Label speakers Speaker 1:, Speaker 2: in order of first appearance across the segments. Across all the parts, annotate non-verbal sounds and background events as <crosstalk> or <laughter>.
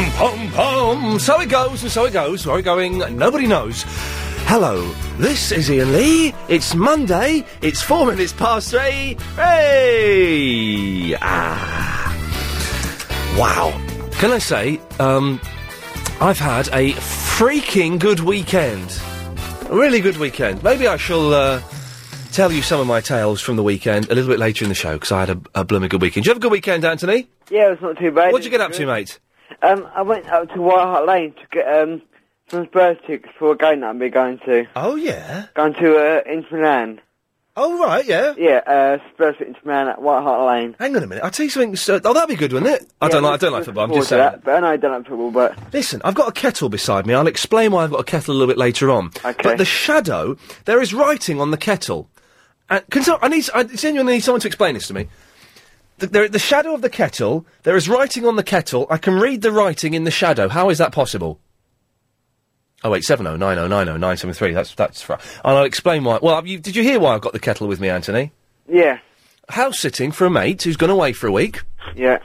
Speaker 1: pom pom. So it goes, and so it goes. Where are we going? Nobody knows. Hello, this is Ian Lee. It's Monday. It's four minutes past three. Hey! Ah. Wow. Can I say, um, I've had a freaking good weekend. A really good weekend. Maybe I shall uh, tell you some of my tales from the weekend a little bit later in the show because I had a, a blooming good weekend. Did you have a good weekend, Anthony?
Speaker 2: Yeah, it's not too bad.
Speaker 1: What'd you get up to, mate?
Speaker 2: Um, I went up to White Hart Lane to get um some spur tickets for a game that I'm going to.
Speaker 1: Oh yeah.
Speaker 2: Going to uh, Inter Milan.
Speaker 1: Oh right, yeah.
Speaker 2: Yeah, uh, Spurs at Inter Milan at White Hart Lane.
Speaker 1: Hang on a minute. I'll tell you something. So, oh, that'd be good, wouldn't it? I
Speaker 2: Yeah,
Speaker 1: don't like. I
Speaker 2: look-
Speaker 1: don't like
Speaker 2: look
Speaker 1: football. I'm
Speaker 2: forward
Speaker 1: just
Speaker 2: to
Speaker 1: saying.
Speaker 2: That, but I know I don't like football, but
Speaker 1: Listen, I've got a kettle beside me. I'll explain why I've got a kettle a little bit later on. Okay. But the shadow, there is writing on the kettle. And can so, I need. I genuinely need someone to explain this to me. The, there, the shadow of the kettle. There is writing on the kettle. I can read the writing in the shadow. How is that possible? Oh wait, seven oh nine oh nine oh nine seven three. That's that's. Fr- and I'll explain why. Well, you, did you hear why I've got the kettle with me, Anthony?
Speaker 2: yeah,
Speaker 1: House sitting for a mate who's gone away for a week.
Speaker 2: yeah.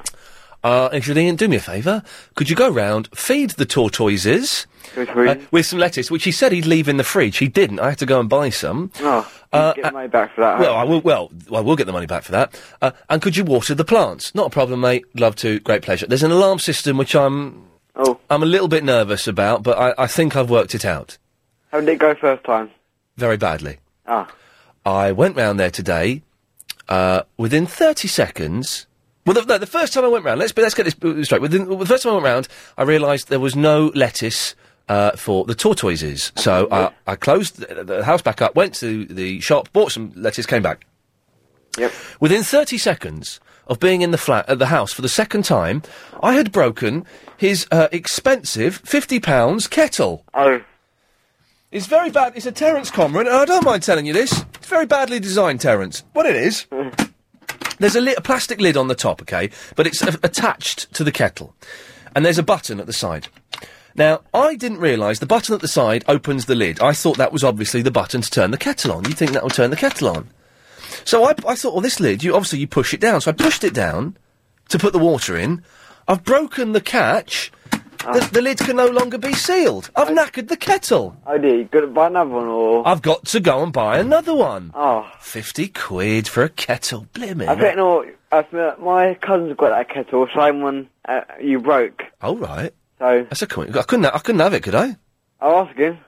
Speaker 1: Uh, and Julian, do me a favour. Could you go round, feed the tortoises uh, with some lettuce, which he said he'd leave in the fridge. He didn't. I had to go and buy some.
Speaker 2: Oh,
Speaker 1: Uh,
Speaker 2: get money back for that.
Speaker 1: Well, I will. Well, I will get the money back for that. Uh, and could you water the plants? Not a problem, mate. Love to. Great pleasure. There's an alarm system which I'm.
Speaker 2: Oh.
Speaker 1: I'm a little bit nervous about, but I, I think I've worked it out
Speaker 2: How did it go first time?
Speaker 1: very badly.
Speaker 2: Ah,
Speaker 1: I went round there today. Uh, within 30 seconds, well, the, no, the first time I went round, let's but let's get this uh, straight. Within the first time I went round, I realised there was no lettuce. Uh, for the tortoises.
Speaker 2: <laughs>
Speaker 1: So I, I closed the, the house back up, went to the shop, bought some lettuce, came back.
Speaker 2: Yep.
Speaker 1: Within 30 seconds of being in the flat at the house for the second time, I had broken his uh, expensive £50 kettle.
Speaker 2: Oh.
Speaker 1: It's very bad. It's a Terence Comron, and I don't mind telling you this. It's very badly designed, Terence. What it is, there's a, li- a plastic lid on the top, okay, but it's a- attached to the kettle, and there's a button at the side. Now, I didn't realise the button at the side opens the lid. I thought that was obviously the button to turn the kettle on. You think that will turn the kettle on? So I, I thought, well, this lid, you obviously you push it down. So I pushed it down to put the water in. I've broken the catch. The, the lid can no longer be sealed. I've knackered the kettle.
Speaker 2: oh dear, you got to buy another one or?
Speaker 1: I've got to go and buy another one.
Speaker 2: Oh,
Speaker 1: 50 quid for a kettle. Blimey.
Speaker 2: I think no. I think my cousin's got that kettle, same one uh, you broke.
Speaker 1: All Oh, right.
Speaker 2: So
Speaker 1: That's a coin. I couldn't, ha- I couldn't have it, could I?
Speaker 2: I'll ask him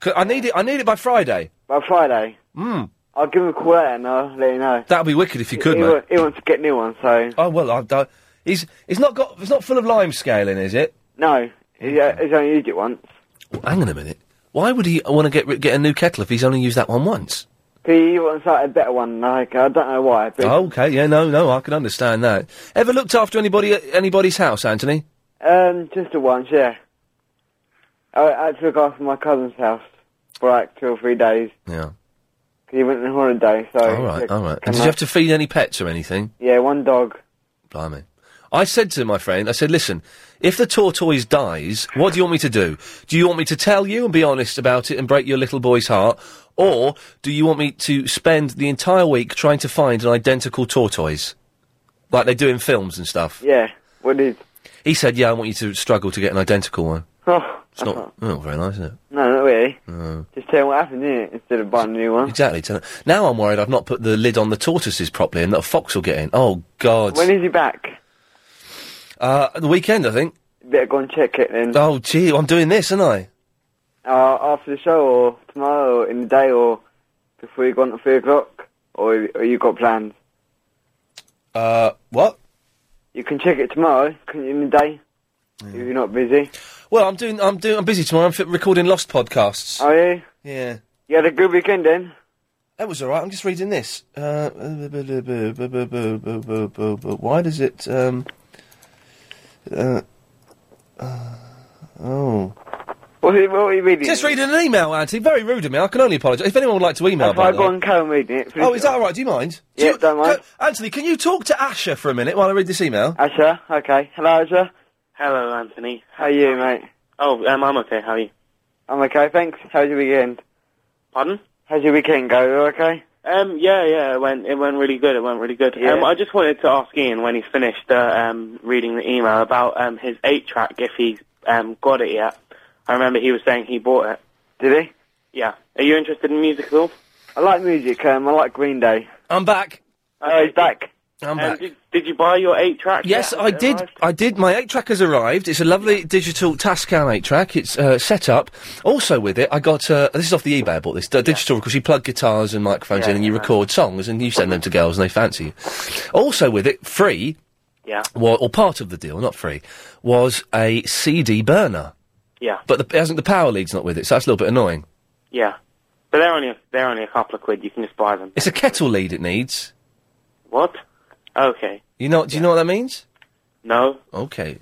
Speaker 1: Could, I need it, I need it by Friday.
Speaker 2: by Friday.
Speaker 1: Mm.
Speaker 2: I'll give him a call out and I'll let you know.
Speaker 1: That'd be wicked if you could,
Speaker 2: he,
Speaker 1: mate.
Speaker 2: wa- he wants to get a new one, so
Speaker 1: Oh, well, I've done. He's, it's not got, it's not full of lime scaling, is it?
Speaker 2: no, he, uh, he's only used it once.
Speaker 1: Well, hang on a minute. Why would he want to get, ri- get a new kettle if he's only used that one once?
Speaker 2: He wants like, a better one. Like I don't know why, but
Speaker 1: Oh, okay. Yeah, no, no, I can understand that. Ever looked after anybody, at anybody's house, Anthony?
Speaker 2: um, just the once, yeah. I I had to look after my cousin's house for like two or three days
Speaker 1: Yeah.
Speaker 2: 'cause he went on holiday. So
Speaker 1: All right,
Speaker 2: Oh, yeah,
Speaker 1: all right.
Speaker 2: come
Speaker 1: And did you
Speaker 2: on.
Speaker 1: have to feed any pets or anything?
Speaker 2: Yeah, one dog.
Speaker 1: Blimey. I said to my friend, I said, listen, if the tortoise dies, what do you want me to do? Do you want me to tell you and be honest about it and break your little boy's heart? Or do you want me to spend the entire week trying to find an identical tortoise? Like they do in films and stuff.
Speaker 2: Yeah, <laughs> what is?
Speaker 1: He said, yeah, I want you to struggle to get an identical one.
Speaker 2: Oh,
Speaker 1: It's not,
Speaker 2: <laughs>
Speaker 1: not very nice, is it?
Speaker 2: no, not really.
Speaker 1: No.
Speaker 2: Just tell him what happened, innit? Instead of buying a new one.
Speaker 1: Exactly. tell- Now I'm worried I've not put the lid on the tortoises properly and that a fox will get in. Oh, God.
Speaker 2: When is he back?
Speaker 1: Uh, the weekend, I think.
Speaker 2: Better go and check it then.
Speaker 1: Oh, gee, I'm doing this, aren't I?
Speaker 2: Uh, after the show, or tomorrow, or in the day, or before you go on at three o'clock, or, or you got plans.
Speaker 1: Uh, what?
Speaker 2: You can check it tomorrow, can you, in the day? If you're not busy.
Speaker 1: Well, I'm doing. I'm doing. I'm busy tomorrow. I'm fi- recording Lost podcasts.
Speaker 2: Are you?
Speaker 1: Yeah.
Speaker 2: You had a good weekend then?
Speaker 1: That was all right. I'm just reading this. Uh, why does it? Um, uh, uh, oh.
Speaker 2: What, what were you reading?
Speaker 1: Just reading an email, Auntie. Very rude of me. I can only apologise. If anyone would like to email,
Speaker 2: That's why
Speaker 1: by
Speaker 2: I
Speaker 1: the
Speaker 2: go
Speaker 1: way-
Speaker 2: on Karen reading it.
Speaker 1: Oh, is that all right? Do you mind? Do
Speaker 2: Yeah,
Speaker 1: you-
Speaker 2: don't mind.
Speaker 1: Go- Anthony, can you talk to Asher for a minute while I read this email?
Speaker 2: Asher, okay. Hello, Asher.
Speaker 3: Hello, Anthony.
Speaker 2: How are you, mate?
Speaker 3: Oh, um, I'm okay. How are you?
Speaker 2: I'm okay, thanks. How's your weekend?
Speaker 3: Pardon?
Speaker 2: How's your weekend go? You okay?
Speaker 4: Um, yeah, yeah, it went, it went really good. It went really good.
Speaker 2: Yeah.
Speaker 4: Um, I just wanted to ask Ian when he's finished uh, um, reading the email about um, his eight track if he's um, got it yet. I remember he was saying he bought it.
Speaker 2: Did he?
Speaker 4: Yeah. Are you interested in music at all?
Speaker 2: I like music. Um, I like Green Day.
Speaker 1: I'm back.
Speaker 2: Oh, he's back.
Speaker 1: I'm
Speaker 4: Um,
Speaker 1: back.
Speaker 4: did, did you buy your eight track?
Speaker 1: Yes,
Speaker 4: yet?
Speaker 1: I did. I did. My eight track has arrived. It's a lovely digital Tascam eight track. It's uh, set up. Also with it, I got uh, this is off the eBay. I bought this uh, digital because you plug guitars and microphones in, and you record songs, and you send them to girls, and they fancy you. Also with it, free,
Speaker 4: Yeah.
Speaker 1: wa- or part of the deal, not free, was a CD burner.
Speaker 4: Yeah.
Speaker 1: But the, it hasn't the power lead's not with it, so that's a little bit annoying.
Speaker 4: Yeah. But they're only a, they're only a couple of quid. You can just buy them.
Speaker 1: It's a kettle lead it needs.
Speaker 4: What? Okay.
Speaker 1: You know? Do you know what that means?
Speaker 4: No.
Speaker 1: Okay.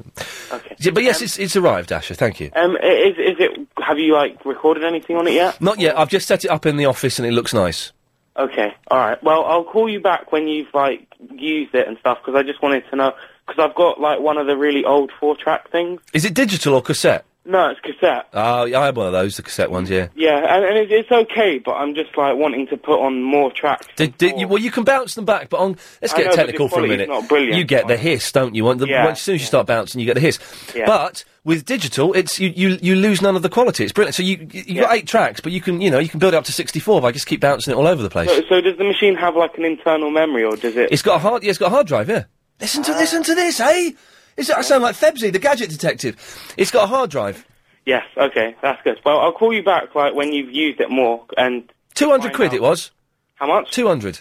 Speaker 4: Okay.
Speaker 1: Yeah, but yes, it's it's arrived, Asher. Thank you.
Speaker 4: Um, i- is is it? Have you like recorded anything on it yet?
Speaker 1: Not yet. I've just set it up in the office, and it looks nice.
Speaker 4: Okay, all right. Well, I'll call you back when you've like used it and stuff because I just wanted to know because I've got like one of the really old four-track things.
Speaker 1: Is it digital or cassette?
Speaker 4: No, it's cassette.
Speaker 1: Oh, yeah, I had one of those, the cassette ones, yeah.
Speaker 4: Yeah, and, and it, it's okay, but I'm just like wanting to put on more tracks.
Speaker 1: Did, did you, well, you can bounce them back, but on let's get
Speaker 4: I know, but the
Speaker 1: technical for a
Speaker 4: quality's
Speaker 1: minute.
Speaker 4: not brilliant,
Speaker 1: you get the hiss, don't you? Once, the,
Speaker 4: Yeah.
Speaker 1: once- as soon as you start bouncing, you get the hiss.
Speaker 4: Yeah.
Speaker 1: But with digital, it's you, you you lose none of the quality. It's brilliant. So you you you got eight tracks, but you can you know you can build it up to sixty four by just keep bouncing it all over the place.
Speaker 4: So, so does the machine have like an internal memory or does it?
Speaker 1: It's got a hard yeah, it's got a hard drive. Yeah, listen to listen to this, eh? Is it, I sound like Febsy, the gadget detective. It's got a hard drive.
Speaker 4: Yes. Okay, that's good. Well, I'll call you back like when you've used it more and
Speaker 1: Two hundred quid it was.
Speaker 4: how much?
Speaker 1: Two hundred.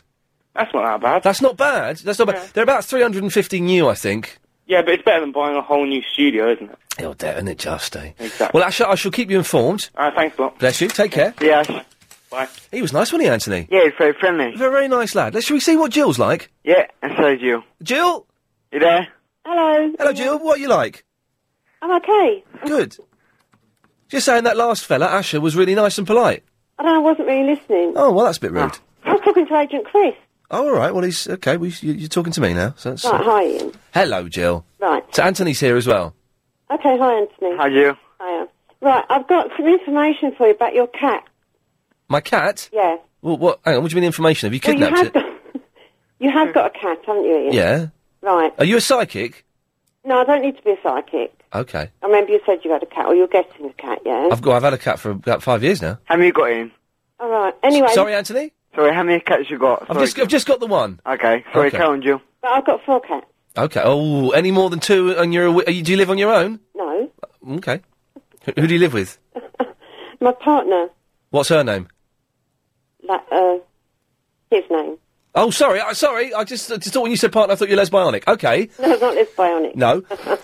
Speaker 4: That's not that bad.
Speaker 1: That's not bad. That's not bad. They're about three hundred and fifty new, I think.
Speaker 4: Yeah, but it's better than buying a whole new studio, isn't it?
Speaker 1: It'll do, isn't it just, eh?
Speaker 4: Exactly.
Speaker 1: Well, Asher, I shall keep you informed.
Speaker 4: All right, thanks a lot.
Speaker 1: Bless you. Take care.
Speaker 2: Yeah,
Speaker 4: Bye.
Speaker 1: He was nice, wasn't he, Anthony?
Speaker 2: yeah, he's very friendly.
Speaker 1: Very, very nice lad. Let's, shall we see what Jill's like?
Speaker 2: Yeah, and so do you.
Speaker 1: Jill?
Speaker 2: You there?
Speaker 5: Hello.
Speaker 1: Hello, Jill. What are you like?
Speaker 5: I'm okay.
Speaker 1: Good. Just saying that last fella, Asher, was really nice and polite.
Speaker 5: I know I wasn't really listening.
Speaker 1: Oh, well, that's a
Speaker 4: Ah.
Speaker 1: bit rude.
Speaker 5: I was talking to Agent Chris.
Speaker 1: Oh, all right. Well, he's... OK, we, you, you're talking to me now. So that's,
Speaker 5: Right, Oh, hi Ian.
Speaker 1: Hello, Jill.
Speaker 5: Right.
Speaker 1: So Anthony's here as well.
Speaker 5: Okay, hi Anthony.
Speaker 2: How do you?
Speaker 5: Hiya. Right, I've got some information for you about your cat.
Speaker 1: My cat?
Speaker 5: Yeah.
Speaker 1: Well, what? Hang on, what do you mean information? Have you
Speaker 5: Well, you
Speaker 1: kidnapped
Speaker 5: have got <laughs> you have got a cat, haven't you, Ian?
Speaker 1: it? Yeah.
Speaker 5: Right.
Speaker 1: Are you a psychic?
Speaker 5: No, I don't need to be a psychic.
Speaker 1: OK.
Speaker 5: I remember you said you had a cat, or you're getting a cat, yeah?
Speaker 1: I've got... I've had a cat for about five years now.
Speaker 2: How many you got in?
Speaker 5: All right. Anyway,
Speaker 1: Sorry, Anthony?
Speaker 2: Sorry, how many cats you got?
Speaker 1: I've
Speaker 2: Sorry.
Speaker 1: just, I've just got the one.
Speaker 2: Okay, sorry,
Speaker 1: Okay.
Speaker 2: okay. count you.
Speaker 5: but I've got four cats.
Speaker 1: Okay. Oh, any more than two? And you're, aw- are you, do you live on your own?
Speaker 5: No.
Speaker 1: Okay. Who, who do you live with?
Speaker 5: My partner,
Speaker 1: What's her name?
Speaker 5: like, uh, his name.
Speaker 1: Oh, sorry. I sorry. I just, I just thought when you said partner, I thought you were lesbionic. Okay.
Speaker 5: No, not this bionic. <laughs>
Speaker 1: No.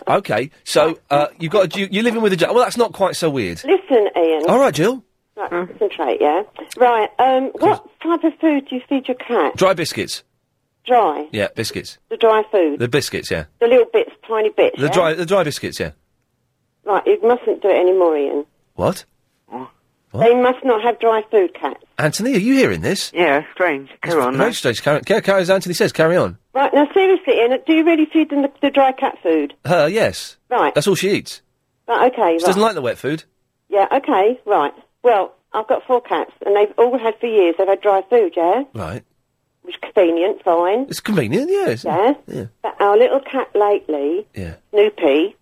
Speaker 1: Okay. So uh, you've got a, you, you're living with a Jill. Well, that's not quite so weird.
Speaker 5: Listen, Ian.
Speaker 1: All right, Jill.
Speaker 5: Right, concentrate, yeah? Right, um, what type of food do you feed your cat?
Speaker 1: Dry biscuits.
Speaker 5: Dry.
Speaker 1: Yeah, biscuits.
Speaker 5: The dry food. The,
Speaker 1: The biscuits. Yeah.
Speaker 5: little bits, tiny bits.
Speaker 1: The
Speaker 5: yeah?
Speaker 1: dry. The dry biscuits. Yeah.
Speaker 5: Right, you mustn't do it anymore, Ian.
Speaker 1: What?
Speaker 5: They must not have dry food, cats.
Speaker 1: Anthony, are you hearing this?
Speaker 2: Yeah, strange. Carry on,
Speaker 1: Very
Speaker 2: mate.
Speaker 1: strange. Carry, carry, carry, as Anthony says, carry on.
Speaker 5: Right, now seriously, Ian, do you really feed them the, the dry cat food?
Speaker 1: Her, yes.
Speaker 5: Right.
Speaker 1: That's all she eats.
Speaker 5: Right, okay,
Speaker 1: She
Speaker 5: right.
Speaker 1: doesn't like the wet food.
Speaker 5: yeah, okay, right. Well, I've got four cats, and they've all had for years, they've had dry food, yeah?
Speaker 1: Right.
Speaker 5: Which is convenient, fine.
Speaker 1: It's convenient. Yeah. It's,
Speaker 5: Yeah?
Speaker 1: Yeah.
Speaker 5: But our little cat lately,
Speaker 1: Yeah.
Speaker 5: Snoopy,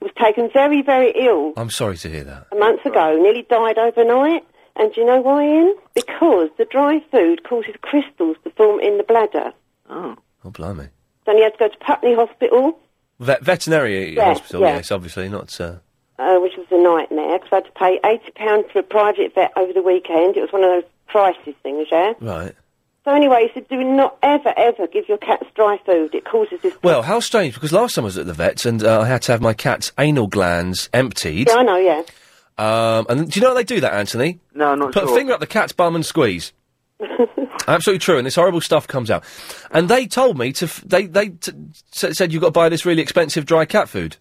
Speaker 5: was taken very, very ill
Speaker 1: I'm sorry to hear that.
Speaker 5: a month ago, nearly died overnight. And do you know why, Ian? Because the dry food causes crystals to form in the bladder.
Speaker 2: Oh.
Speaker 1: Oh, blimey.
Speaker 5: Then he had to go to Putney Hospital,
Speaker 1: Vet- veterinary
Speaker 5: Yeah,
Speaker 1: hospital,
Speaker 5: yeah.
Speaker 1: yes, obviously, not. Uh,
Speaker 5: uh, which was a nightmare because I had to pay £80 for a private vet over the weekend. It was one of those crisis things, yeah?
Speaker 1: right.
Speaker 5: So anyway, he said, do not ever, ever give your cats dry food. It causes this...
Speaker 1: Well, how strange, because last time I was at the vets and uh, I had to have my cat's anal glands emptied.
Speaker 5: Yeah, I know, yeah.
Speaker 1: Um, and do you know how they do that, Anthony?
Speaker 2: No, not
Speaker 1: Put
Speaker 2: sure.
Speaker 1: a finger up the cat's bum and squeeze. Absolutely true, and this horrible stuff comes out. And they told me to. F- they they t- s- said you've got to buy this really expensive dry cat food.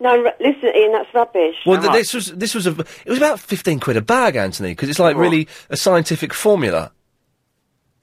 Speaker 5: No, r- listen, Ian, that's rubbish.
Speaker 1: Well, th- this was this was a. It was about fifteen quid a bag, Anthony, because it's like really a scientific formula.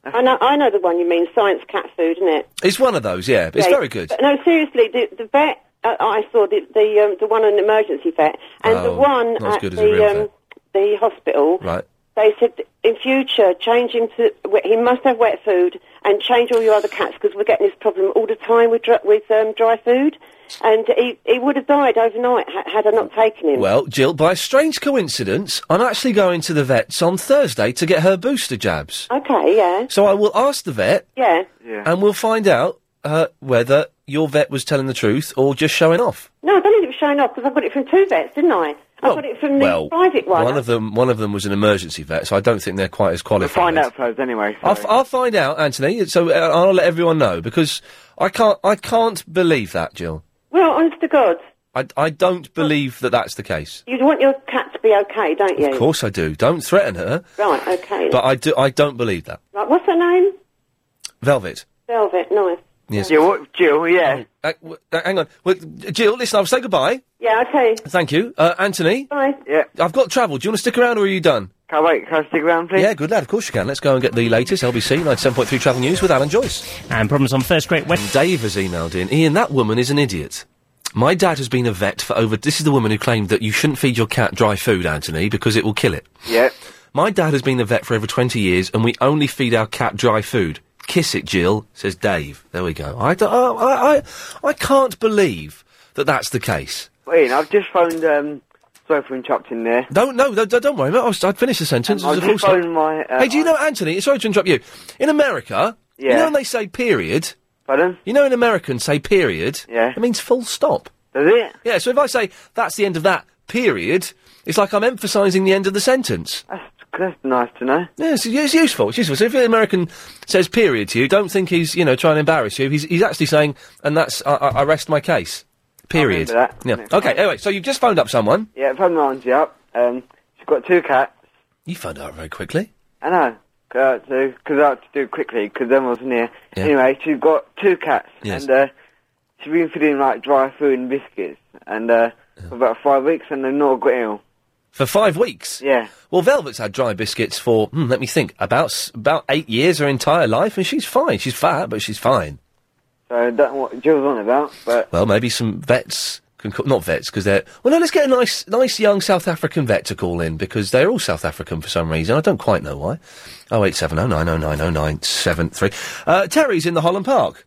Speaker 5: I know, I know the one you mean, science cat food, isn't it?
Speaker 1: It's one of those, yeah. But it's
Speaker 5: Yeah,
Speaker 1: very good.
Speaker 5: but no, seriously, the, the vet uh, I saw the the um, the one in the emergency vet and the
Speaker 1: Oh,
Speaker 5: one
Speaker 1: not as
Speaker 5: at
Speaker 1: good as a real
Speaker 5: the
Speaker 1: vet.
Speaker 5: um, the hospital.
Speaker 1: Right.
Speaker 6: they said in future change him to wet- he must have wet food and change all your other cats because we're getting this problem all the time with dr- with um, dry food, and he he would have died overnight ha- had I not taken him.
Speaker 1: Well, Jill, by a strange coincidence, I'm actually going to the vets on Thursday to get her booster jabs.
Speaker 6: okay, yeah,
Speaker 1: So I will ask the vet,
Speaker 6: yeah.
Speaker 1: and we'll find out uh, whether your vet was telling the truth or just showing off.
Speaker 6: No, I don't think it was showing off because I got it from two vets, didn't I? I got it from the
Speaker 1: well,
Speaker 6: private one.
Speaker 1: of them, one of them was an emergency vet, so I don't think they're quite as qualified.
Speaker 2: Find out first anyway.
Speaker 1: I'll, f- I'll find out, Anthony. So uh, I'll let everyone know because I can't. I can't believe that, Jill.
Speaker 6: Well, honest to God,
Speaker 1: I, I don't believe that that's the case.
Speaker 6: you want your cat to be okay, don't you?
Speaker 1: Of course I do. Don't threaten her,
Speaker 6: Right, okay.
Speaker 1: but I do. I don't believe that.
Speaker 6: right, what's her name?
Speaker 1: Velvet.
Speaker 6: Velvet, nice.
Speaker 1: Yes.
Speaker 2: Yeah, what, Jill, yeah.
Speaker 1: Uh, w- uh, hang on, well, Jill. Listen, I'll say goodbye.
Speaker 6: Yeah, okay.
Speaker 1: Thank you, uh, Anthony.
Speaker 6: Bye.
Speaker 2: Yeah.
Speaker 1: I've got travel. Do you want to stick around, or are you done?
Speaker 2: Can't wait. Can I stick around, please?
Speaker 1: Yeah, good lad. Of course you can. Let's go and get the latest LBC 97.3 travel news with Alan Joyce.
Speaker 7: And problems on First Great West.
Speaker 1: Dave has emailed in. Ian, that woman is an idiot. My dad has been a vet for over. This is the woman who claimed that you shouldn't feed your cat dry food, Anthony, because it will kill it.
Speaker 2: Yeah.
Speaker 1: My dad has been a vet for over 20 years and we only feed our cat dry food. Kiss it, Jill, says Dave. There we go. I, do- oh, I, I, I can't believe that that's the case.
Speaker 2: Wait, Ian, I've just phoned, um, sorry for interrupting there.
Speaker 1: Don't, no, don't, don't worry, mate. I was- I'd finished the sentence. It was
Speaker 2: I've
Speaker 1: a full
Speaker 2: just
Speaker 1: stop.
Speaker 2: phoned my, uh,
Speaker 1: Hey, do you know, Anthony, sorry to interrupt you. In America, you
Speaker 2: Yeah.
Speaker 1: know when they say period,
Speaker 2: Pardon?
Speaker 1: you know in American say period,
Speaker 2: Yeah.
Speaker 1: it means full stop.
Speaker 2: Does it?
Speaker 1: Yeah, so if I say that's the end of that period, it's like I'm emphasising the end of the sentence.
Speaker 2: That's, that's nice to know.
Speaker 1: Yeah, it's, it's useful. It's useful. So if an American says period to you, don't think he's you know trying to embarrass you. He's he's actually saying, and that's I, I I rest my case. Period.
Speaker 2: remember that.
Speaker 1: Yeah.
Speaker 2: Next
Speaker 1: Okay.
Speaker 2: time.
Speaker 1: Anyway, so you've just phoned up someone.
Speaker 2: Yeah, phoned my auntie up. Um, she's got two cats.
Speaker 1: You found out very quickly.
Speaker 2: I know. Because I had to do it quickly, because then wasn't here.
Speaker 1: Yeah.
Speaker 2: Anyway, she's got two cats,
Speaker 1: Yes.
Speaker 2: and uh, she's been feeding like dry food and biscuits, and uh, for about five weeks, and they've not got ill.
Speaker 1: For five weeks.
Speaker 2: Yeah.
Speaker 1: Well, Velvet's had dry biscuits for hmm, let me think about s- about eight years her entire life, and she's fine. She's fat, but she's fine.
Speaker 2: So I don't know what Jill's on about, but
Speaker 1: Well, maybe some vets can call, not vets because they're well. No, let's get a nice, nice young South African vet to call in because they're all South African for some reason. I don't quite know why. Oh eight seven oh nine oh nine oh nine seven three. Uh, Terry's in the Holland Park.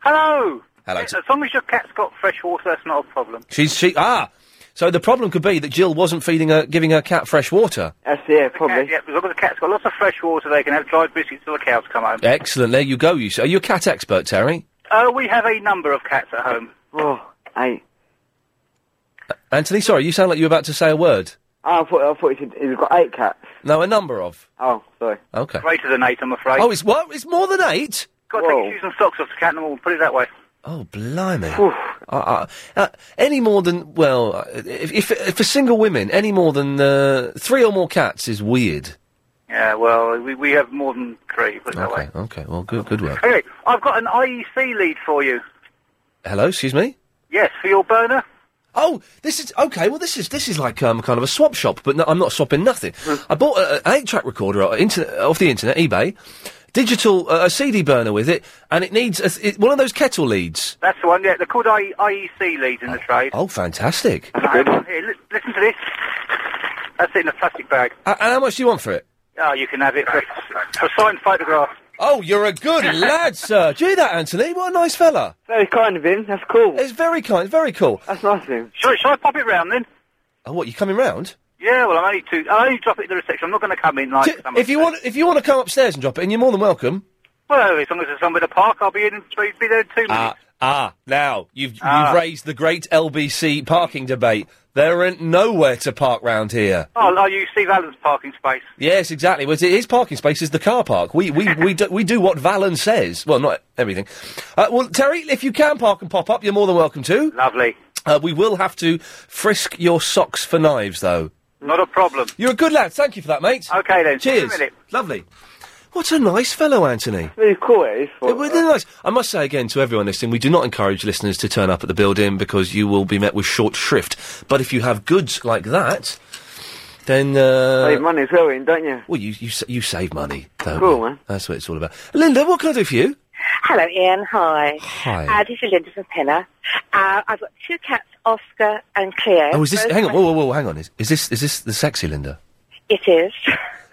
Speaker 8: Hello.
Speaker 1: Hello,
Speaker 8: As
Speaker 1: sir.
Speaker 8: long as your cat's got fresh water, that's not a problem.
Speaker 1: She's she ah. So the problem could be that Jill wasn't feeding her, giving her cat fresh water.
Speaker 2: that's yeah,
Speaker 8: Yeah,
Speaker 2: probably.
Speaker 8: yeah, as long as the cat's got lots of fresh water, they can have dried biscuits till the cows come home.
Speaker 1: Excellent. There you go. You s- are you a cat expert, Terry?
Speaker 8: Uh, we have a number of cats at home.
Speaker 2: Oh, hey.
Speaker 1: Anthony, sorry, you sound like you were about to say a word.
Speaker 2: Oh, I thought, I thought you said he's got eight cats.
Speaker 1: No, a number of.
Speaker 2: Oh, sorry.
Speaker 1: Okay.
Speaker 8: Greater than eight, I'm afraid.
Speaker 1: Oh, it's what? It's more than eight.
Speaker 8: got to take
Speaker 2: whoa.
Speaker 8: your shoes and socks off to cat them all, put it that way.
Speaker 1: Oh, blimey. Uh, uh, any more than, well, uh, if, if, if for single women, any more than uh, three or more cats is weird.
Speaker 8: Yeah, well, we, we have more than three, put it that
Speaker 1: Okay,
Speaker 8: way.
Speaker 1: okay, well, good, good work.
Speaker 8: Anyway, I've got an IEC lead for you.
Speaker 1: Hello, excuse me?
Speaker 8: Yes, for your burner.
Speaker 1: Oh, this is okay. Well, this is this is like um, kind of a swap shop, but no, I'm not swapping nothing.
Speaker 8: Hmm.
Speaker 1: I bought a- an eight-track recorder off, internet, off the internet, eBay, digital uh, a CD burner with it, and it needs a th- it, one of those kettle leads.
Speaker 8: That's the one, yeah. They're called I- IEC leads E in the trade.
Speaker 1: Oh, fantastic!
Speaker 8: That's good. Here, li- listen to this. That's it in a plastic bag.
Speaker 1: Uh, and how much do you want for it?
Speaker 8: Oh, you can have it for, for signed photograph.
Speaker 1: Oh, you're a good
Speaker 2: <laughs>
Speaker 1: lad, sir. Do you hear that, Anthony? What a nice fella.
Speaker 2: Very kind of him. That's cool.
Speaker 1: It's very kind, very cool.
Speaker 2: That's nice of him.
Speaker 8: Shall, shall I pop it round then?
Speaker 1: Oh, what you coming round?
Speaker 8: Yeah, well, I'm only two. I'll only drop it at the reception. I'm not going to come in like.
Speaker 1: Ju-
Speaker 8: some
Speaker 1: if you
Speaker 8: of
Speaker 1: want, if you want to come upstairs and drop it in, you're more than welcome.
Speaker 8: Well, as long as there's somewhere to park, I'll be in. Be be there in two minutes.
Speaker 1: ah. Now you've
Speaker 8: Ah.
Speaker 1: you've raised the great LBC parking debate. There ain't nowhere to park round here.
Speaker 8: oh, I'll use Steve Allen's parking space.
Speaker 1: Yes, exactly. Well, his parking space is the car park. We we we do, we do what Valen says. Well, not everything. Uh, well, Terry, if you can park and pop up, you're more than welcome to.
Speaker 8: Lovely.
Speaker 1: Uh, we will have to frisk your socks for knives, though.
Speaker 8: Not a problem.
Speaker 1: You're a good lad. Thank you for that, mate.
Speaker 8: Okay then. see you in a
Speaker 1: Cheers.
Speaker 8: minute.
Speaker 1: Lovely. What a nice fellow, Anthony.
Speaker 2: Really cool it is. For,
Speaker 1: It would be nice. I must say again to everyone listening, we do not encourage listeners to turn up at the building because you will be met with short shrift. But if you have goods like that, then
Speaker 2: Save
Speaker 1: uh,
Speaker 2: money as well, Ian, don't you?
Speaker 1: well, you you sa- you save money. Don't
Speaker 2: Cool,
Speaker 1: you?
Speaker 2: man.
Speaker 1: That's what it's all about. Linda, what can I do for you?
Speaker 5: Hello, Ian. Hi.
Speaker 1: Hi.
Speaker 5: Uh, this is Linda from Pinner. Uh, I've got two cats, Oscar and Cleo.
Speaker 1: Oh, is this?
Speaker 5: Both
Speaker 1: Hang on,
Speaker 5: my-
Speaker 1: whoa, whoa, whoa, hang on. Is, is this is this the sexy Linda?
Speaker 5: It is.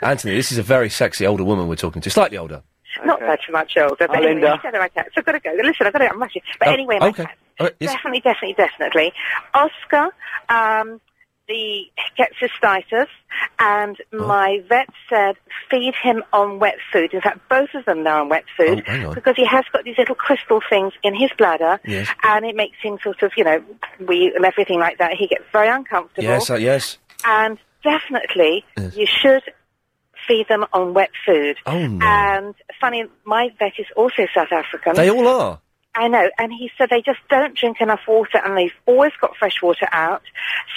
Speaker 1: Anthony, this is a very sexy older woman we're talking to. Slightly older.
Speaker 6: <laughs> Not very much older, but
Speaker 1: Hi,
Speaker 6: anyway,
Speaker 1: Linda.
Speaker 6: you said they're my cats. I've got to go. Listen, I've got to go. I'm rushing. But
Speaker 1: Oh,
Speaker 6: anyway, my
Speaker 1: okay.
Speaker 6: cats.
Speaker 1: All right, yes.
Speaker 6: Definitely, definitely, definitely. Oscar, um, the gets cystitis, and
Speaker 1: Oh.
Speaker 6: my vet said feed him on wet food. In fact, both of them now on wet food
Speaker 9: Oh, hang on.
Speaker 6: because he has got these little crystal things in his bladder,
Speaker 1: Yes.
Speaker 6: and it makes him sort of, you know, wee and everything like that. He gets very uncomfortable.
Speaker 1: Yes, uh, yes.
Speaker 6: and definitely you should feed them on wet food.
Speaker 1: Oh, no.
Speaker 6: And funny, my vet is also South African.
Speaker 1: They all are.
Speaker 6: I know, and he said they just don't drink enough water, and they've always got fresh water out.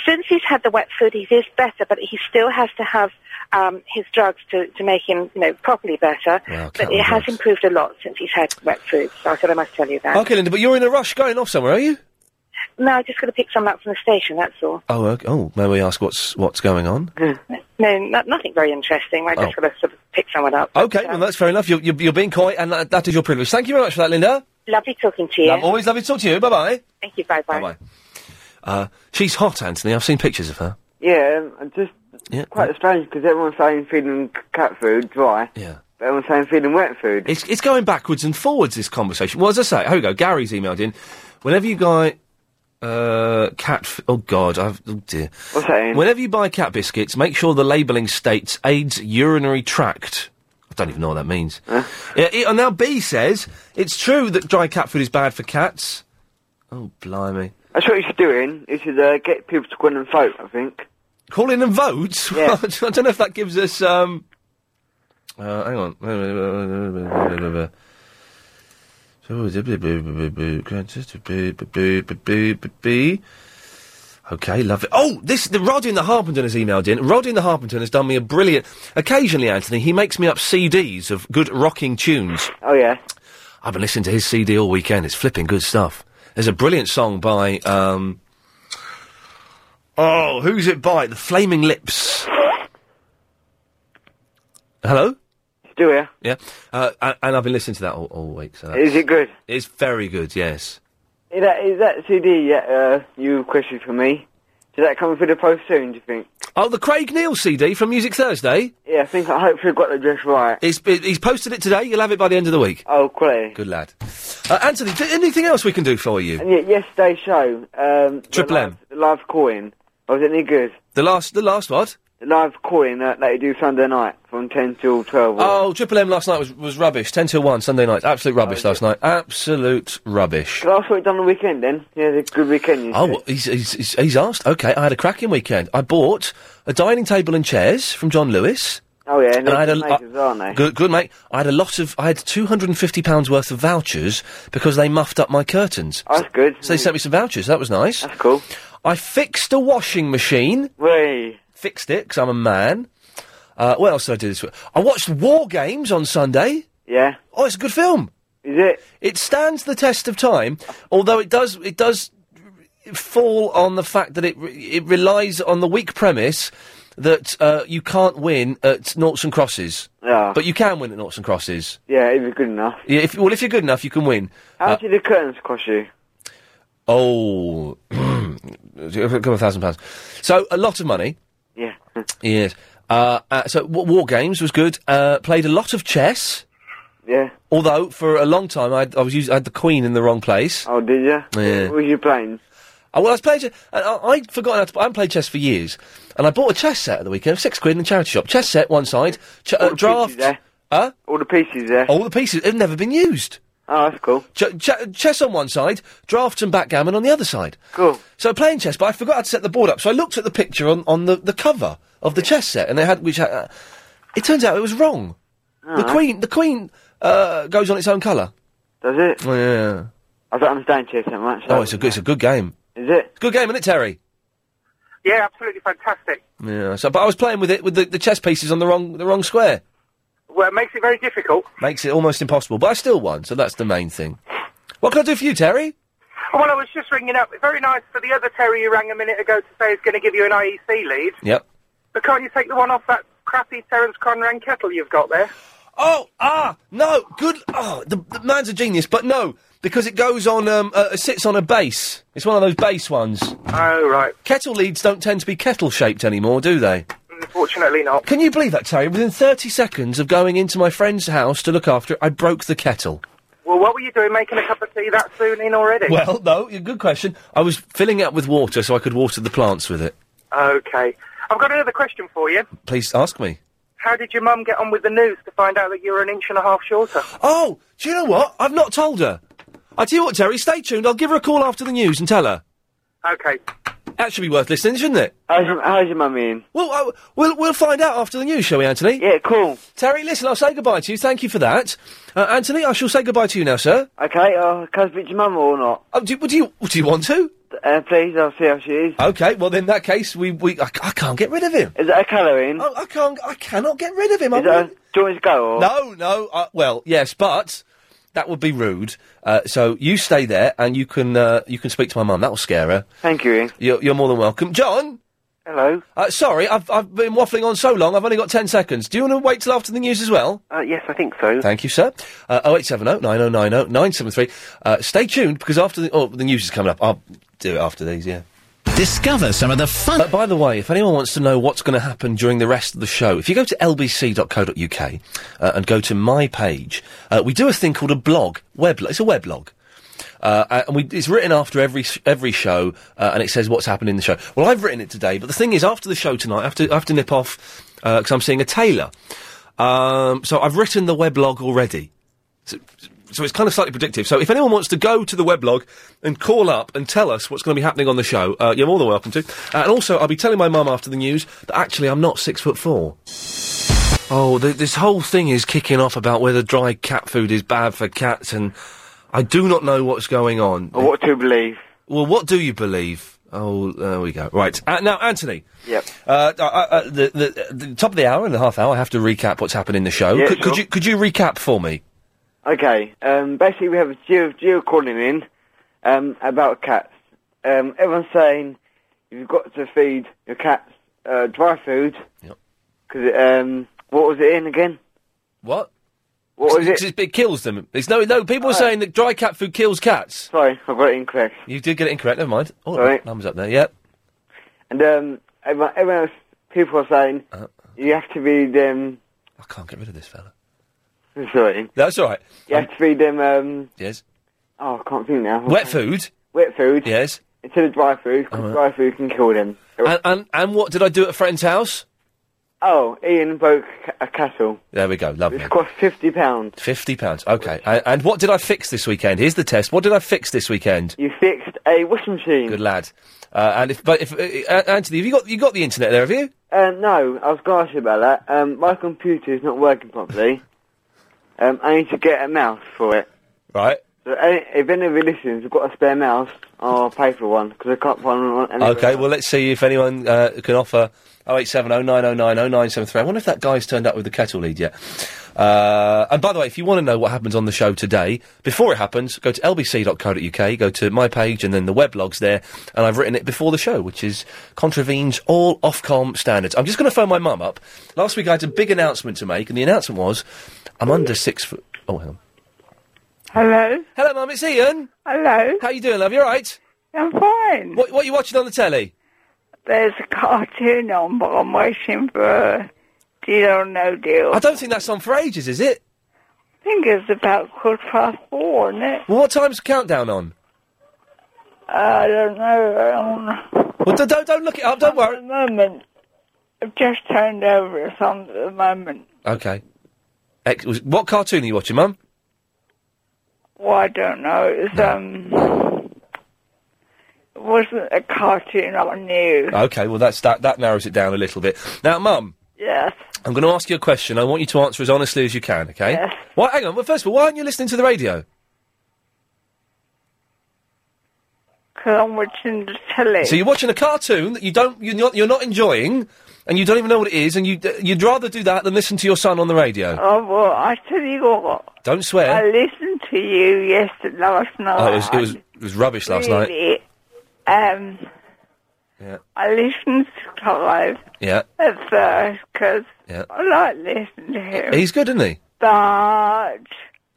Speaker 6: Since he's had the wet food, he is better, but he still has to have um, his drugs to, to make him, you know, properly better.
Speaker 1: Wow,
Speaker 6: but
Speaker 1: cat
Speaker 6: it
Speaker 1: on
Speaker 6: has
Speaker 1: drugs.
Speaker 6: improved a lot since he's had wet food. So I thought I must tell you that.
Speaker 1: Okay, Linda, but you're in a rush going off somewhere, are you?
Speaker 6: No, I just got to pick some up from the station. That's all.
Speaker 1: Oh, okay. oh, may we ask what's what's going on?
Speaker 6: No, no nothing very interesting. I just
Speaker 1: Oh.
Speaker 6: got to sort of pick someone up.
Speaker 1: Okay, well, that's fair enough. You're, you're, you're being coy, and that, that is your privilege. Thank you very much for that, Linda.
Speaker 6: Lovely talking to you.
Speaker 1: Love- always lovely to talk to you. Bye bye.
Speaker 6: Thank you. Bye bye.
Speaker 1: Bye bye. Uh, she's hot, Anthony. I've seen pictures of her.
Speaker 2: Yeah, um, and just
Speaker 1: Yeah.
Speaker 2: quite strange because everyone's saying feeding c- cat food dry.
Speaker 1: Yeah.
Speaker 2: But everyone's saying feeding wet food.
Speaker 1: It's, it's going backwards and forwards, this conversation. Well, as I say, here we go. Gary's emailed in. Whenever you buy uh, cat. F- oh, God. I've, oh, dear.
Speaker 2: What's that in?
Speaker 1: Whenever you buy cat biscuits, make sure the labelling states AIDS urinary tract. I don't even know what that means. Yeah, it- and now B says it's true that dry cat food is bad for cats. Oh, blimey.
Speaker 2: That's what you should do, in. You should uh, get people to go in and vote, I think.
Speaker 1: Call in and vote?
Speaker 2: Yeah.
Speaker 1: <laughs> I don't know if that gives us. Um, uh, hang on. Oh, Okay, love it. Oh, this the Rod in the Harpenden has emailed in. Rod in the Harpenden has done me a brilliant. Occasionally, Anthony, he makes me up CDs of good rocking tunes.
Speaker 2: Oh yeah,
Speaker 1: I've been listening to his CD all weekend. It's flipping good stuff. There's a brilliant song by um, Oh, who's it by? The Flaming Lips. Hello?
Speaker 2: Still here.
Speaker 1: Yeah. Uh, a- and I've been listening to that all, all week. So
Speaker 2: Is it good?
Speaker 1: It's very good, yes.
Speaker 2: Is that, is that CD that uh, you requested for me? Did that come through the post soon, do you think?
Speaker 1: Oh, the Craig Neal CD from Music Thursday?
Speaker 2: Yeah, I think I hopefully got the address right.
Speaker 1: It's, it, he's posted it today. You'll have it by the end of the week.
Speaker 2: Oh, great.
Speaker 1: Good lad. Uh, Anthony, d- anything else we can do for you?
Speaker 2: And yet, yesterday's show, um,
Speaker 1: Triple
Speaker 2: the
Speaker 1: M.
Speaker 2: live, the live calling, was it any good?
Speaker 1: The last, the last what?
Speaker 2: The live calling that they do Sunday night from 10 till 12.
Speaker 1: Oh, Triple M last night was, was rubbish. 10 till 1, Sunday night. Absolute
Speaker 2: Oh,
Speaker 1: rubbish last night. Absolute rubbish.
Speaker 2: Can I ask what you done on the weekend then? Yeah, it's a good weekend, you
Speaker 1: Oh,
Speaker 2: said.
Speaker 1: well, he's, he's, he's, he's asked. Okay, I had a cracking weekend. I bought a dining table and chairs from John Lewis.
Speaker 2: Oh, yeah, and,
Speaker 1: I had a
Speaker 2: they're makers, aren't they?
Speaker 1: good, good mate. I had a lot of. I had two hundred and fifty pounds worth of vouchers because they muffed up my curtains.
Speaker 2: That's good.
Speaker 1: So they sent me some vouchers. That was nice. That's
Speaker 2: cool.
Speaker 1: I fixed a washing machine.
Speaker 2: Way
Speaker 1: fixed it because I'm a man. Uh, what else did I do this week? I watched War Games on Sunday.
Speaker 2: Yeah.
Speaker 1: Oh, it's a good film.
Speaker 2: Is it?
Speaker 1: It stands the test of time, although it does it does fall on the fact that it re- it relies on the weak premise that uh, you can't win at noughts and crosses.
Speaker 2: Yeah.
Speaker 1: But you can win at noughts and crosses.
Speaker 2: Yeah, it was good enough.
Speaker 1: Yeah, if, well, if you're good enough, you can win. Uh,
Speaker 2: How much did the curtains cost you?
Speaker 1: Oh, <clears throat> a couple of thousand pounds. So a lot of money.
Speaker 2: Yeah.
Speaker 1: Yes. Uh, uh, so w- war games was good. Uh, played a lot of chess.
Speaker 2: Yeah.
Speaker 1: Although for a long time I, I was using, I had the queen in the wrong place.
Speaker 2: Oh, did you?
Speaker 1: Yeah.
Speaker 2: What were you playing?
Speaker 1: Oh, well, I was playing. che- and I, I forgot how to. I haven't played chess for years, and I bought a chess set at the weekend, six quid in the charity shop. Chess set one side, ch- uh, draft. Huh?
Speaker 2: All the pieces there.
Speaker 1: All the pieces. They've never been used.
Speaker 2: Oh, that's cool.
Speaker 1: Ch- ch- chess on one side, drafts and backgammon on the other side.
Speaker 2: Cool.
Speaker 1: So playing chess, but I forgot how to set the board up. So I looked at the picture on, on the, the cover of the chess set, and they had which. Had, uh, it turns out it was wrong. the
Speaker 10: Ah.
Speaker 2: Alright.
Speaker 1: queen, the queen uh, goes on its own colour.
Speaker 2: Does it?
Speaker 1: Oh, yeah.
Speaker 2: I don't understand chess that much.
Speaker 1: Oh, it's a good, it's a good game.
Speaker 2: Is it?
Speaker 1: Good game, isn't it, Terry?
Speaker 10: Yeah, absolutely fantastic.
Speaker 1: Yeah. So, but I was playing with it with the, the chess pieces on the wrong the wrong square.
Speaker 10: Well, it makes it very difficult.
Speaker 1: Makes it almost impossible. But I still won, so that's the main thing. What can I do for you, Terry?
Speaker 10: Well, I was just ringing up. Very nice for the other Terry you rang a minute ago to say he's going to give you an IEC lead.
Speaker 1: Yep.
Speaker 10: But can't you take the one off that crappy Terence Conran kettle you've got there?
Speaker 1: Oh, ah, no, good. Oh, the, the man's a genius, but no, because it goes on, um, uh, it sits on a base. It's one of those base ones.
Speaker 10: Oh, right.
Speaker 1: Kettle leads don't tend to be kettle shaped anymore, do they?
Speaker 8: Unfortunately not.
Speaker 1: Can you believe that, Terry? Within 30 seconds of going into my friend's house to look after it, I broke the kettle.
Speaker 8: Well, what were you doing making a cup of tea that soon in already?
Speaker 1: Well, no, y- good question. I was filling it up with water so I could water the plants with it.
Speaker 8: Okay. I've got another question for you.
Speaker 1: Please ask me.
Speaker 8: How did your mum get on with the news to find out that you were an inch and a half shorter?
Speaker 1: Oh, do you know what? I've not told her. I tell you what, Terry, stay tuned. I'll give her a call after the news and tell her.
Speaker 8: Okay.
Speaker 1: That should be worth listening, shouldn't it?
Speaker 2: How's your, how's your mummy in?
Speaker 1: Well, I, we'll we'll find out after the news, shall we, Anthony?
Speaker 2: Yeah, cool.
Speaker 1: Terry, listen, I'll say goodbye to you. Thank you for that, uh, Anthony. I shall say goodbye to you now, sir.
Speaker 2: Okay, uh, can I speak to your mum or not?
Speaker 1: Oh, do, do you do you want to?
Speaker 2: Uh, please, I'll see how she is.
Speaker 1: Okay, well in that case, we we I, c- I can't get rid of him.
Speaker 2: Is it a colour in?
Speaker 1: Oh, I can't. I cannot get rid of him.
Speaker 2: Is
Speaker 1: I'm
Speaker 2: it a, do you want me to go or?
Speaker 1: No, no. Uh, well, yes, but that would be rude. Uh, so you stay there, and you can uh, you can speak to my mum. That will scare her.
Speaker 2: Thank you, Ian.
Speaker 1: You're, you're more than welcome, John.
Speaker 2: Hello.
Speaker 1: Uh, sorry, I've I've been waffling on so long. I've only got ten seconds. Do you want to wait till after the news as well?
Speaker 7: Uh, yes, I think so.
Speaker 1: Thank you, sir. Uh, 0870 9090 973. Uh, stay tuned because after the, oh, the news is coming up. I'll do it after these, yeah.
Speaker 11: Discover some of the fun.
Speaker 1: But by the way, if anyone wants to know what's going to happen during the rest of the show, if you go to lbc.co.uk uh, and go to my page, uh, we do a thing called a blog, weblog. It's a weblog. Uh, and we, it's written after every sh- every show, uh, and it says what's happened in the show. Well, I've written it today, but the thing is, after the show tonight, I have to, I have to nip off because I'm seeing a tailor. Um, so I've written the weblog already. So, so it's kind of slightly predictive. So if anyone wants to go to the weblog and call up and tell us what's going to be happening on the show, uh, you're more than welcome to. Uh, and also, I'll be telling my mum after the news that actually I'm not six foot four. Oh, th- this whole thing is kicking off about whether dry cat food is bad for cats, and I do not know what's going on.
Speaker 2: Or what do you believe?
Speaker 1: Well, what do you believe? Oh, there we go. Right. Uh, now, Anthony.
Speaker 2: Yep.
Speaker 1: Uh, I- I- uh, the, the, the top of the hour and the half hour, I have to recap what's happened in the show.
Speaker 2: Yeah,
Speaker 1: could, could
Speaker 2: sure.
Speaker 1: you could you recap for me?
Speaker 2: Okay, um, basically we have a geo, geo calling in um, about cats. Um, everyone's saying you've got to feed your cats uh, dry food.
Speaker 1: Yep.
Speaker 2: Because um, what was it in again?
Speaker 1: What?
Speaker 2: What was
Speaker 1: It's-
Speaker 2: it?
Speaker 1: It kills them. It's no, no. People are saying that dry cat food kills cats.
Speaker 2: Sorry, I got it incorrect.
Speaker 1: You did get it incorrect. Never mind. Oh,
Speaker 2: Right.
Speaker 1: numbers up there. Yep.
Speaker 2: And um, everyone, everyone else, people are saying
Speaker 1: Uh.
Speaker 2: you have to feed them.
Speaker 1: I can't get rid of this fella.
Speaker 2: Sorry,
Speaker 1: That's all right.
Speaker 2: you have to feed them. Um,
Speaker 1: Yes.
Speaker 2: oh, I can't think now.
Speaker 1: Wet food.
Speaker 2: Wet food.
Speaker 1: Yes. Uh-huh.
Speaker 2: Instead of dry food, 'cause
Speaker 1: Alright.
Speaker 2: dry food can kill them.
Speaker 1: And, and and what did I do at a friend's house?
Speaker 2: oh, Ian broke c- a cattle.
Speaker 1: There we go. Lovely.
Speaker 2: It's cost fifty pounds.
Speaker 1: Fifty pounds. Okay. And, and what did I fix this weekend? Here's the test. What did I fix this weekend?
Speaker 2: You fixed a washing machine.
Speaker 1: Good lad. Uh, and if but if uh, uh, Anthony, have you got you got the internet there? Have you?
Speaker 2: Um, no, I was going to ask you about that. Um, my computer is not working properly. um, I need to get a mouse for it.
Speaker 1: Right.
Speaker 2: So any, if any of you listeners have got a spare mouse, I'll pay for one because I can't find one. anywhere
Speaker 1: Okay,
Speaker 2: else.
Speaker 1: well, let's see if anyone uh, can offer 0870 9090 973. I wonder if that guy's turned up with the kettle lead yet. Uh, and by the way, if you want to know what happens on the show today, before it happens, go to lbc.co.uk, go to my page, and then the weblog's there, and I've written it before the show, which is contravenes all Ofcom standards. I'm just going to phone my mum up. Last week I had a big announcement to make, and the announcement was I'm under six foot. Oh, hang on.
Speaker 12: Hello,
Speaker 1: Hello, mum, it's Ian.
Speaker 12: hello.
Speaker 1: How you doing, love? You alright?
Speaker 12: I'm fine.
Speaker 1: What, what are you watching on the telly?
Speaker 12: There's a cartoon on, but I'm waiting for Deal or No Deal.
Speaker 1: I
Speaker 12: I
Speaker 1: don't think that's on for ages, is it?
Speaker 12: think it's about quarter past four, isn't it?
Speaker 1: Well, what time's countdown on?
Speaker 12: I don't know. um,
Speaker 1: Well, don't, don't, don't look it up. Don't
Speaker 12: At the
Speaker 1: worry.
Speaker 12: moment, I've just turned over it's on at the moment.
Speaker 1: Okay. Ex- was- what cartoon are you watching, Mum?
Speaker 12: Well, I don't know. It's um, it wasn't a cartoon I knew.
Speaker 1: Okay, well that's that. That narrows it down a little bit. Now, Mum,
Speaker 12: yes,
Speaker 1: I'm going to ask you a question. I want you to answer as honestly as you can. Okay?
Speaker 12: Yes.
Speaker 1: Why? Hang on. Well, first of all, why aren't you listening to the radio?
Speaker 12: because I'm watching the telly.
Speaker 1: So you're watching a cartoon that you don't, you're not, you're not enjoying, and you don't even know what it is, and you you'd rather do that than listen to your son on the radio.
Speaker 12: oh well, I tell you what.
Speaker 1: don't swear.
Speaker 12: I listened to you yesterday last night.
Speaker 1: oh, it was, it was it was rubbish last night.
Speaker 12: Really, Um,
Speaker 1: Yeah.
Speaker 12: I listened to Clive
Speaker 1: Yeah.
Speaker 12: at first because
Speaker 1: Yeah.
Speaker 12: I like listening to him,
Speaker 1: He's good, isn't he?
Speaker 12: but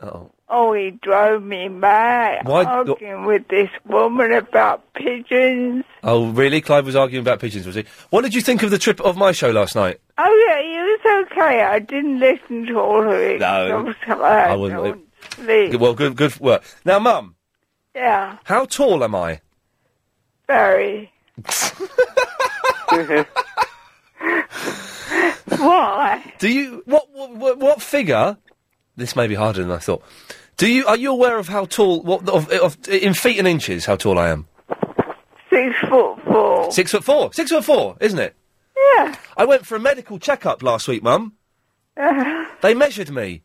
Speaker 1: Oh.
Speaker 13: Oh, he drove me mad
Speaker 1: Why-
Speaker 13: arguing with this woman about pigeons.
Speaker 1: Oh, really? Clive was arguing about pigeons, was he? What did you think of the trip of my show last night?
Speaker 13: Oh, yeah, he was okay. I didn't listen to all of it. I
Speaker 1: No, Oh.
Speaker 13: was tired.
Speaker 1: I wouldn't.
Speaker 13: Sleep.
Speaker 1: Well, good, good work. Now, Mum,
Speaker 13: Yeah,
Speaker 1: how tall am I?
Speaker 13: very. <laughs> Why?
Speaker 1: Do you what, what what figure? This may be harder than I thought. Do you are you aware of how tall? What of, of in feet and inches? How tall I am?
Speaker 13: Six foot four.
Speaker 1: Six foot four. Six foot four, isn't it?
Speaker 13: Yeah.
Speaker 1: I went for a medical checkup last week, Mum.
Speaker 13: <laughs>
Speaker 1: They measured me.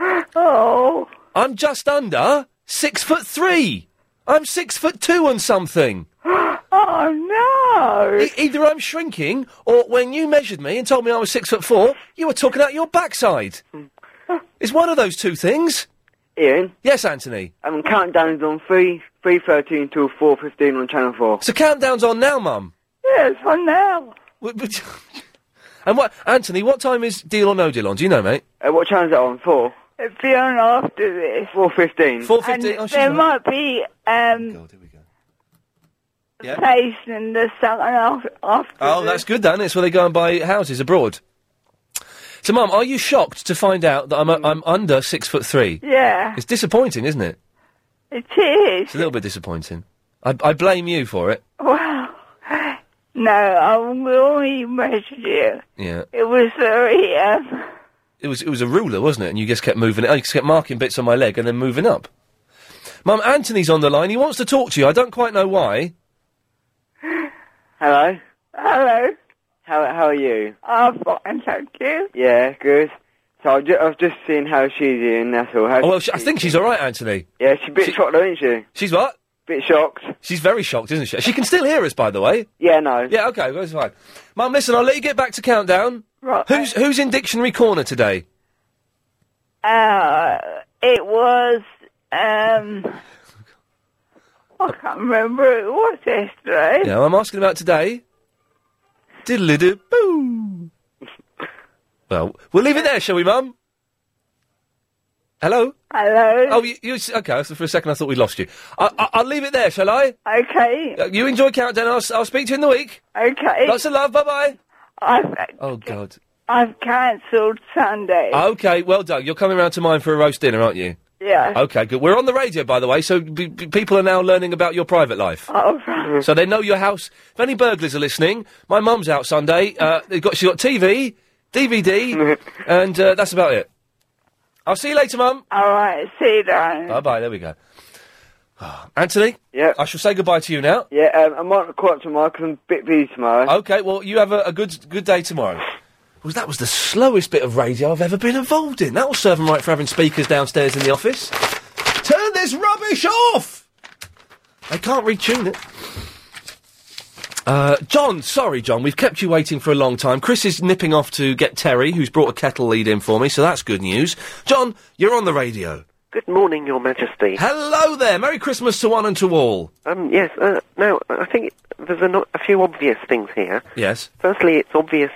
Speaker 13: oh.
Speaker 1: I'm just under six foot three. I'm six foot two and something. E-,
Speaker 13: Oh no!
Speaker 1: either I'm shrinking, or when you measured me and told me I was six foot four, you were talking out your backside. it's one of those two things.
Speaker 2: Ian?
Speaker 1: Yes, Anthony.
Speaker 2: Um, countdown is on 3, 3.13 until 4.15 on Channel 4.
Speaker 1: So countdown's on now, Mum.
Speaker 13: Yeah, it's on now.
Speaker 1: And what, Anthony? What time is Deal or No Deal on? Do you know, mate?
Speaker 2: Uh, what channel is it on? 4?
Speaker 13: It'd be on after this.
Speaker 2: 4.15.
Speaker 13: And
Speaker 1: Oh,
Speaker 13: there might be um,
Speaker 1: Yeah.
Speaker 13: place in the second af- after.
Speaker 1: Oh, that's good then. It's where they go and buy houses abroad. So, Mum, are you shocked to find out that I'm a, I'm under six foot three?
Speaker 13: Yeah,
Speaker 1: It's disappointing, isn't it?
Speaker 13: it is.
Speaker 1: It's a little bit disappointing. I, I blame you for it.
Speaker 13: Well, no, I only measured you.
Speaker 1: Yeah.
Speaker 13: It was very um,
Speaker 1: It was it was a ruler, wasn't it? And you just kept moving it. I just kept marking bits on my leg and then moving up. Mum, Anthony's on the line. He wants to talk to you. I don't quite know why.
Speaker 2: Hello?
Speaker 13: hello.
Speaker 2: How, how are you?
Speaker 13: I'm fine, thank you.
Speaker 2: Yeah, good. So I've, ju- I've just seen how she's in, that's all. How
Speaker 1: Oh well, she, I think she's all right, Anthony.
Speaker 2: Yeah, she's a bit shocked, though, isn't she?
Speaker 1: She's what?
Speaker 2: Bit shocked.
Speaker 1: She's very shocked, isn't she? She can still hear us, by the way.
Speaker 2: Yeah, no.
Speaker 1: Yeah, okay, that's fine. Mum, listen, I'll let you get back to countdown.
Speaker 13: Right.
Speaker 1: Who's who's in dictionary corner today?
Speaker 13: Uh, it was um, I can't remember who it was yesterday.
Speaker 1: Yeah, I'm asking about today. Diddly do boo. well, we'll leave it there, shall we, Mum? Hello.
Speaker 13: Hello.
Speaker 1: Oh, you, you s- okay? So for a second, I thought we lost you. I, I, I'll leave it there, shall I?
Speaker 13: Okay.
Speaker 1: Uh, You enjoy countdown. I'll, s- I'll speak to you in the week.
Speaker 13: Okay.
Speaker 1: Lots of love. Bye bye.
Speaker 13: I've
Speaker 1: Oh God.
Speaker 13: I've cancelled Sunday.
Speaker 1: Okay, well, Doug, you're coming round to mine for a roast dinner, aren't you?
Speaker 13: yeah.
Speaker 1: Okay, good. We're on the radio, by the way, so b- b- people are now learning about your private life.
Speaker 13: Oh, right.
Speaker 1: So they know your house. If any burglars are listening, my mum's out Sunday. Uh, they've got she got TV,
Speaker 2: <laughs>
Speaker 1: DVD, and uh, that's about it. I'll see you later, mum.
Speaker 13: All right. See you then.
Speaker 1: Bye bye. There we go. <sighs> Anthony.
Speaker 2: Yeah.
Speaker 1: I shall say goodbye to you now.
Speaker 2: Yeah, um, I might not call up tomorrow 'cause I'm a bit busy tomorrow.
Speaker 1: Okay. Well, you have a, a good good day tomorrow. Well, that was the slowest bit of radio I've ever been involved in. That will serve them right for having speakers downstairs in the office. Turn this rubbish off. They can't retune it. Uh, John, sorry, John, we've kept you waiting for a long time. Chris is nipping off to get Terry, who's brought a kettle lead in for me, so that's good news. John, you're on the radio.
Speaker 14: Good morning, Your Majesty.
Speaker 1: Hello there. Merry Christmas to one and to all.
Speaker 14: Um, yes, uh, no, I think there's a, no- a few obvious things here.
Speaker 1: Yes.
Speaker 14: Firstly, it's obvious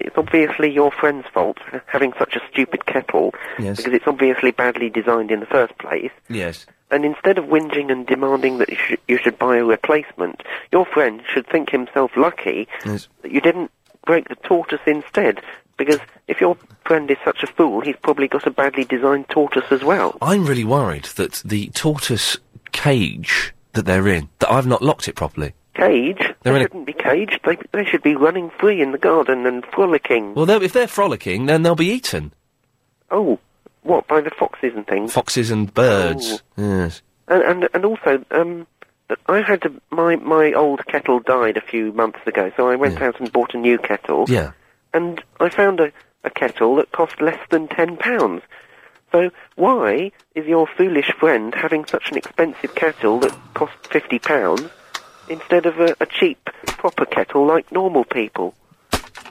Speaker 14: it's obviously your friend's fault for having such a stupid kettle
Speaker 1: Yes.
Speaker 14: because it's obviously badly designed in the first place.
Speaker 1: Yes.
Speaker 14: And instead of whinging and demanding that you, sh- you should buy a replacement, your friend should think himself lucky
Speaker 1: Yes.
Speaker 14: that you didn't break the tortoise instead. Because if your friend is such a fool, he's probably got a badly designed tortoise as well.
Speaker 1: I'm really worried that the tortoise cage that they're in, that I've not locked it properly.
Speaker 14: Cage?
Speaker 1: They're
Speaker 14: they
Speaker 1: in a-
Speaker 14: shouldn't be caged. They, they should be running free in the garden and frolicking.
Speaker 1: Well, they're, if they're frolicking, then they'll be eaten.
Speaker 14: Oh, what, by the foxes and things?
Speaker 1: Foxes and birds. Yes.
Speaker 14: And, and and also, um, I had to, my my old kettle died a few months ago, so I went out and bought a new kettle.
Speaker 1: Yeah.
Speaker 14: And I found a, a kettle that cost less than ten pounds. So why is your foolish friend having such an expensive kettle that cost fifty pounds instead of a, a cheap proper kettle like normal people?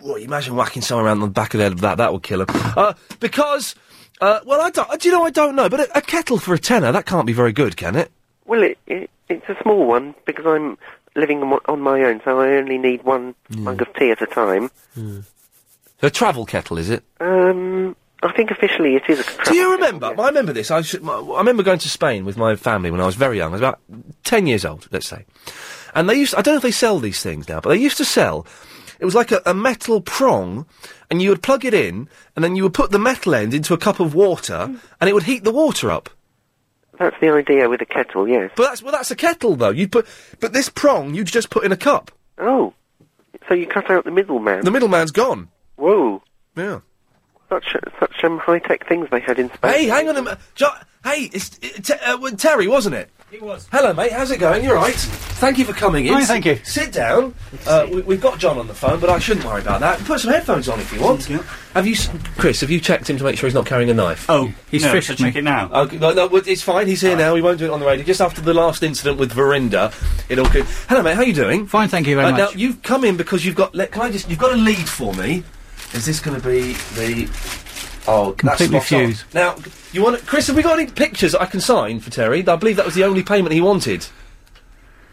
Speaker 1: Well, imagine whacking someone around the back of the head with that. That would kill them. Uh, because, uh, well, I don't, do you know, I don't know, but a, a kettle for a tenner, that can't be very good, can it?
Speaker 14: Well, it, it it's a small one because I'm living on my- on my own, so I only need one mug of tea at a time.
Speaker 1: A travel kettle, is it?
Speaker 14: Um, I think officially it is a
Speaker 1: Do you remember? I remember this. I, should, my, I remember going to Spain with my family when I was very young. I was about ten years old, let's say. And they used—I don't know if they sell these things now, but they used to sell. It was like a, a metal prong, and you would plug it in, and then you would put the metal end into a cup of water, and it would heat the water up.
Speaker 14: That's the idea with a kettle, yes.
Speaker 1: But that's well, that's a kettle though. You put, but this prong you just put in a cup.
Speaker 14: Oh, so you cut out the middleman.
Speaker 1: The middleman's gone.
Speaker 14: Whoa.
Speaker 1: Yeah.
Speaker 14: Such such um, high tech things they had in Spain.
Speaker 1: Hey, hang on a minute. Jo- hey, it's it, te- uh, well, Terry, wasn't it? It was. Hello, mate. How's it going? You're right. Thank you for coming in.
Speaker 15: Hi, thank you.
Speaker 1: Sit down. Uh, we, we've got John on the phone, but I shouldn't worry about that. Put some headphones on if you want. Have you, s- Chris? Have you checked him to make sure he's not carrying a knife?
Speaker 15: Oh, he's no, fished should me. check it now.
Speaker 1: Okay, no, no, well, it's fine. He's here now. We won't do it on the radio. Just after the last incident with Verinda, it all could. Hello, mate. How you doing?
Speaker 15: Fine, thank you very
Speaker 1: Uh,
Speaker 15: much.
Speaker 1: Now you've come in because you've got. Let, can I just? You've got a lead for me. Is this going to be the? Oh, that's
Speaker 15: Completely
Speaker 1: spot on.
Speaker 15: fused.
Speaker 1: Now you want to, Chris? Have we got any pictures that I can sign for Terry? I believe that was the only payment he wanted.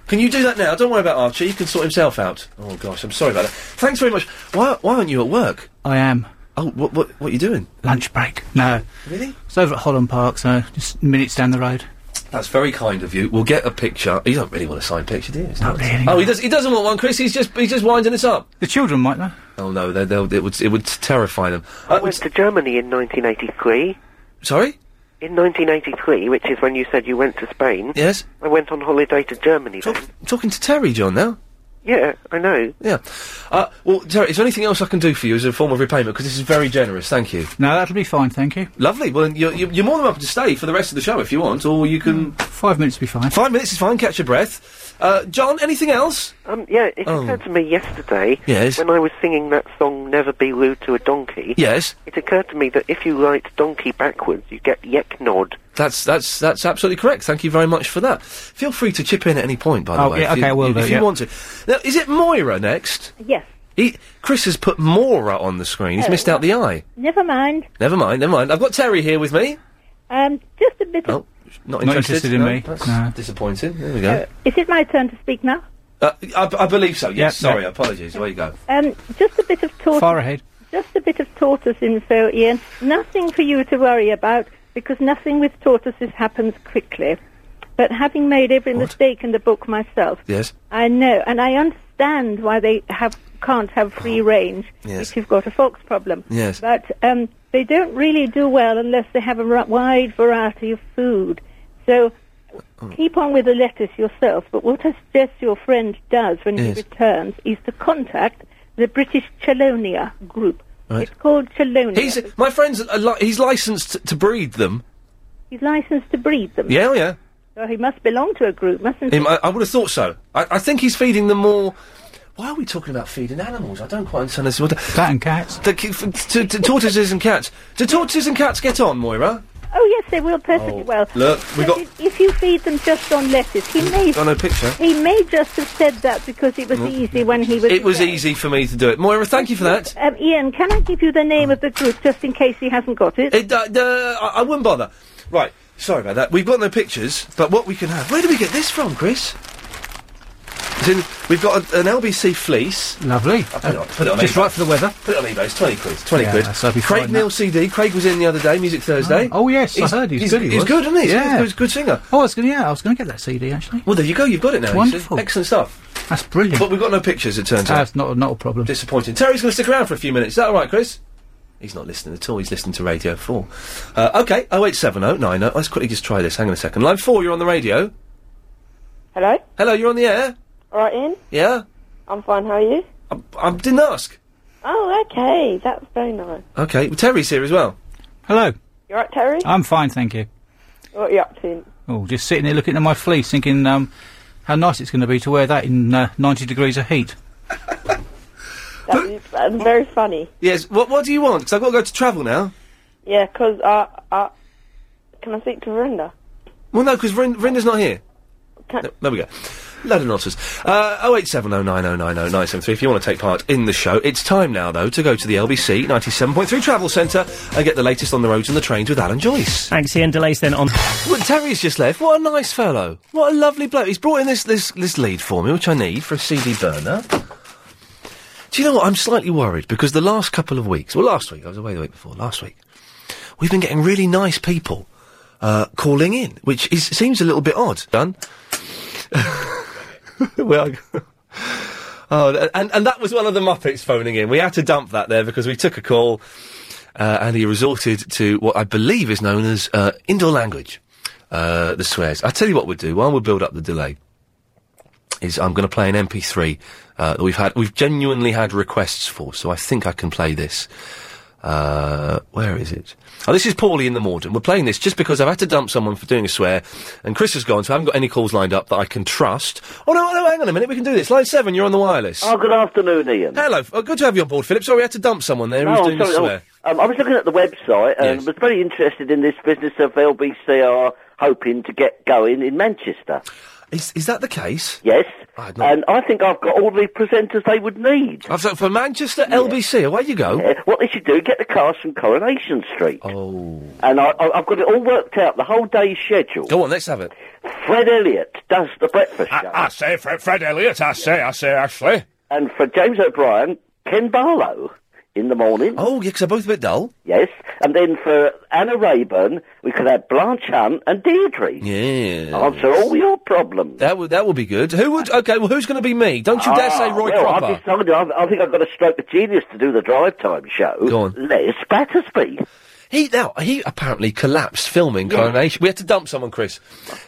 Speaker 1: Can you do that now? Don't worry about Archie. He can sort himself out. Oh gosh, I'm sorry about that. Thanks very much. Why? Why aren't you at work?
Speaker 15: I am.
Speaker 1: Oh, what? What? What are you doing?
Speaker 15: Lunch break. No.
Speaker 1: Really?
Speaker 15: It's over at Holland Park, so just minutes down the road.
Speaker 1: That's very kind of you. We'll get a picture. You don't really want a signed picture, do you? It's
Speaker 15: Not
Speaker 1: nice.
Speaker 15: really,
Speaker 1: Oh,
Speaker 15: no.
Speaker 1: he, does, he doesn't want one, Chris. He's just he's just winding us up.
Speaker 15: The children might though.
Speaker 1: Oh no, they, they'll, it would it would terrify them.
Speaker 14: I went to Germany in 1983.
Speaker 1: Uh, Sorry?
Speaker 14: In 1983, which is when you said you went to Spain.
Speaker 1: Yes.
Speaker 14: I went on holiday to Germany. Then.
Speaker 1: Talking to Terry, John. Now.
Speaker 14: Yeah, I know.
Speaker 1: Yeah. Uh, well, Terry, is there anything else I can do for you as a form of repayment? Because this is very generous. Thank you.
Speaker 15: No, that'll be fine, thank you.
Speaker 1: Lovely. Well, you're, you're you're more than welcome to stay for the rest of the show if you want, or you can.
Speaker 15: Five minutes will be fine.
Speaker 1: Five minutes is fine. Catch your breath. Uh, John, anything else?
Speaker 14: Um, yeah, it
Speaker 1: Oh.
Speaker 14: occurred to me yesterday
Speaker 1: Yes.
Speaker 14: when I was singing that song "Never Be Rude to a Donkey."
Speaker 1: Yes.
Speaker 14: It occurred to me that if you write donkey backwards, you get yek nod.
Speaker 1: That's that's that's absolutely correct. Thank you very much for that. Feel free to chip in at any point, by the
Speaker 15: Oh,
Speaker 1: way.
Speaker 15: yeah,
Speaker 1: if you-
Speaker 15: okay, I will
Speaker 1: If
Speaker 15: do,
Speaker 1: you
Speaker 15: yeah.
Speaker 1: want to. Now, is it Moira next?
Speaker 9: Yes.
Speaker 1: He, Chris has put Mora on the screen. He's
Speaker 9: Oh,
Speaker 1: missed out the I.
Speaker 9: Never mind.
Speaker 1: Never mind. Never mind. I've got Terry here with me.
Speaker 9: Um, just a bit of.
Speaker 1: Oh, not interested.
Speaker 15: Not interested in
Speaker 1: No,
Speaker 15: me.
Speaker 1: That's
Speaker 15: No.
Speaker 1: disappointing. There we go.
Speaker 9: Is it my turn to speak now?
Speaker 1: Uh, I, I believe so. Yes.
Speaker 15: Yeah,
Speaker 1: Sorry.
Speaker 15: yeah.
Speaker 1: Apologies. There you go.
Speaker 9: Um, just a bit of tortoise.
Speaker 15: Far ahead.
Speaker 9: Just a bit of tortoise info, Ian. Nothing for you to worry about because nothing with tortoises happens quickly. But having made every mistake in the book myself,
Speaker 1: Yes.
Speaker 9: I know, and I understand why they have can't have free range
Speaker 1: Yes.
Speaker 9: if you've got a fox problem.
Speaker 1: Yes.
Speaker 9: But um, they don't really do well unless they have a ri- wide variety of food. So
Speaker 1: Mm.
Speaker 9: keep on with the lettuce yourself. But what I suggest your friend does when
Speaker 1: Yes.
Speaker 9: he returns is to contact the British Chelonia group.
Speaker 1: Right.
Speaker 9: It's called Chelonia.
Speaker 1: He's my friend's. A li- he's licensed to breed them.
Speaker 9: He's licensed to breed them.
Speaker 1: Yeah. oh, Yeah.
Speaker 9: So he must belong to a group, mustn't
Speaker 1: Him,
Speaker 9: he?
Speaker 1: I, I would have thought so. I, I think he's feeding them more. Why are we talking about feeding animals? I don't quite understand this. What the-
Speaker 15: Cat and cats.
Speaker 1: the, ki- f- to, to tortoises and cats. Do tortoises and cats get on, Moira?
Speaker 9: Oh, yes, they will perfectly
Speaker 1: Oh,
Speaker 9: well.
Speaker 1: look, we
Speaker 9: But
Speaker 1: got-
Speaker 9: if- If you feed them just on lettuce, he may
Speaker 1: Got no picture.
Speaker 9: He may just have said that because it was easy when he was.
Speaker 1: It was
Speaker 9: away.
Speaker 1: easy for me to do it. Moira, thank you for that.
Speaker 9: Um, Ian, can I give you the name of the group just in case he hasn't got it?
Speaker 1: It, uh, uh, I, I wouldn't bother. Right, sorry about that. We've got no pictures, but what we can have. Where do we get this from, Chris? It's in, we've got a, an LBC fleece.
Speaker 15: Lovely.
Speaker 1: put it on- put it on
Speaker 15: Just
Speaker 1: eBay.
Speaker 15: right for the weather.
Speaker 1: Put it on eBay. It's twenty quid. Twenty
Speaker 15: Yeah,
Speaker 1: quid.
Speaker 15: so I'd be
Speaker 1: Craig
Speaker 15: fine,
Speaker 1: Neal
Speaker 15: that.
Speaker 1: CD. Craig was in the other day. Music Thursday.
Speaker 15: Oh, yes, I heard he's good, he
Speaker 1: He's
Speaker 15: was.
Speaker 1: good, isn't he?
Speaker 15: Yeah.
Speaker 1: he's a good singer.
Speaker 15: Oh, I was gonna yeah, I was gonna get that CD actually.
Speaker 1: Well, there you go. You've got it now. you
Speaker 15: It's
Speaker 1: see.
Speaker 15: wonderful.
Speaker 1: Excellent stuff.
Speaker 15: That's brilliant.
Speaker 1: But we've got no pictures. It turns out.
Speaker 15: That's not not a problem.
Speaker 1: Disappointing. Terry's going to stick around for a few minutes. Is that all right, Chris? He's not listening at all. He's listening to Radio 4. Uh, okay, 08709. oh. Let's quickly just try this. Hang on a second. Line 4, you're on the radio.
Speaker 16: Hello?
Speaker 1: Hello, you're on the air?
Speaker 16: Alright, Ian?
Speaker 1: Yeah?
Speaker 16: I'm fine, how are you?
Speaker 1: I, I didn't ask.
Speaker 16: Oh, okay, that's very nice.
Speaker 1: Okay, well, Terry's here as well.
Speaker 15: Hello.
Speaker 16: You alright, Terry?
Speaker 15: I'm fine, thank you.
Speaker 16: What are you up to?
Speaker 15: Oh, just sitting there looking at my fleece thinking, um, how nice it's gonna be to wear that in uh, ninety degrees of heat.
Speaker 16: That's, that's very funny.
Speaker 1: Yes, what, what do you want? Because I've got to go to travel now.
Speaker 16: Yeah, 'cause I, I... Can I speak to Verinda?
Speaker 1: Well, no, because Verinda's not here.
Speaker 16: Can,
Speaker 1: No, there we go. Load of nonsense. Uh, 08709090973 if you want to take part in the show. It's time now, though, to go to the LBC 97.3 Travel Centre and get the latest on the roads and the trains with Alan Joyce.
Speaker 17: Thanks, Ian. Delays then on.
Speaker 1: <laughs>
Speaker 17: <laughs>
Speaker 1: Well, Terry's just left. What a nice fellow. What a lovely bloke. He's brought in this, this, this lead for me, which I need for a CD burner. Do you know what? I'm slightly worried because the last couple of weeks, well, last week, I was away the week before, last week, we've been getting really nice people uh, calling in, which is, seems a little bit odd. <laughs> Done. we are. <laughs> Oh, th- and, and that was one of the Muppets phoning in. We had to dump that there because we took a call uh, and he resorted to what I believe is known as uh, indoor language, uh, the swears. I'll tell you what we'll do while we build up the delay is I'm going to play an MP3 uh, that we've had. We've genuinely had requests for, so I think I can play this. Uh, where is it? Oh, this is Paulie in the Morden. We're playing this just because I've had to dump someone for doing a swear, and Chris has gone, so I haven't got any calls lined up that I can trust. Oh no, no, hang on a minute, we can do this. Line seven, you're on the wireless.
Speaker 18: Oh, good afternoon, Ian.
Speaker 1: Hello, oh, good to have you on board, Philip. Sorry, we had to dump someone there
Speaker 18: No,
Speaker 1: who's
Speaker 18: I'm
Speaker 1: doing a
Speaker 18: sorry,
Speaker 1: swear.
Speaker 18: oh, um, I was looking at the website and
Speaker 1: Yes.
Speaker 18: was very interested in this business of LBCR hoping to get going in Manchester.
Speaker 1: Is, is that the case?
Speaker 18: Yes.
Speaker 1: I
Speaker 18: and I think I've got all the presenters they would need.
Speaker 1: I've so for Manchester LBC, away you go.
Speaker 18: What they should do, get the cast from eh? Coronation Street.
Speaker 1: Oh.
Speaker 18: And I, I, I've got it all worked out, the whole day's schedule.
Speaker 1: Go on, let's have it. Ah,
Speaker 18: Fred Elliott does the breakfast show.
Speaker 1: I say Fred, Fred Elliott, I say, I say Ashley.
Speaker 18: And for James O'Brien, Ken Barlow in the morning.
Speaker 1: Oh, yeah, 'cause they're both a bit dull.
Speaker 18: Yes. And then for Anna Rayburn, we could have Blanche Hunt and Deirdre.
Speaker 1: Yeah.
Speaker 18: Answer oh. all your problems.
Speaker 1: That would that would be good. Who would? Okay, well, who's going to be me? Don't you dare
Speaker 18: Ah,
Speaker 1: say Roy
Speaker 18: well,
Speaker 1: Cropper.
Speaker 18: I've decided, I've, I think I've got a stroke of genius to do the drive time show. Go on. Les Battersby.
Speaker 1: He now he apparently collapsed filming Coronation. We had to dump someone, Chris.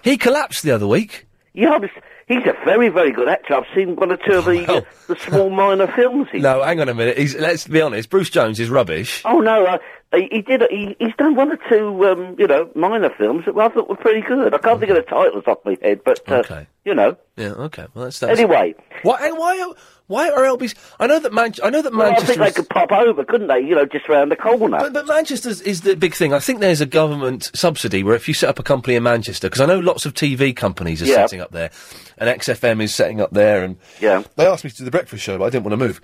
Speaker 1: He collapsed the other week.
Speaker 18: Yeah, I was, he's a very, very good actor. I've seen one or two of
Speaker 1: <laughs>
Speaker 18: the, uh, the small minor films. He,
Speaker 1: No, hang on a minute. He's, let's be honest. Bruce Jones is rubbish.
Speaker 18: oh, no, uh, he, he did. He, he's done one or two, um, you know, minor films that I thought were pretty good. I can't think of the titles off my head, but, uh, you know.
Speaker 1: Yeah. Okay. Well, that's that's
Speaker 18: Anyway.
Speaker 1: Why? And why? are- Why are LBs? I know that Man. I know that
Speaker 18: Well, I
Speaker 1: Manchester.
Speaker 18: think they could pop over, couldn't they? You know, just round the corner.
Speaker 1: But, but Manchester's is the big thing. I think there's a government subsidy where if you set up a company in Manchester, because I know lots of TV companies are
Speaker 18: Yeah.
Speaker 1: setting up there, and XFM is setting up there, and
Speaker 18: yeah,
Speaker 1: they asked me to do the breakfast show, but I didn't want to move.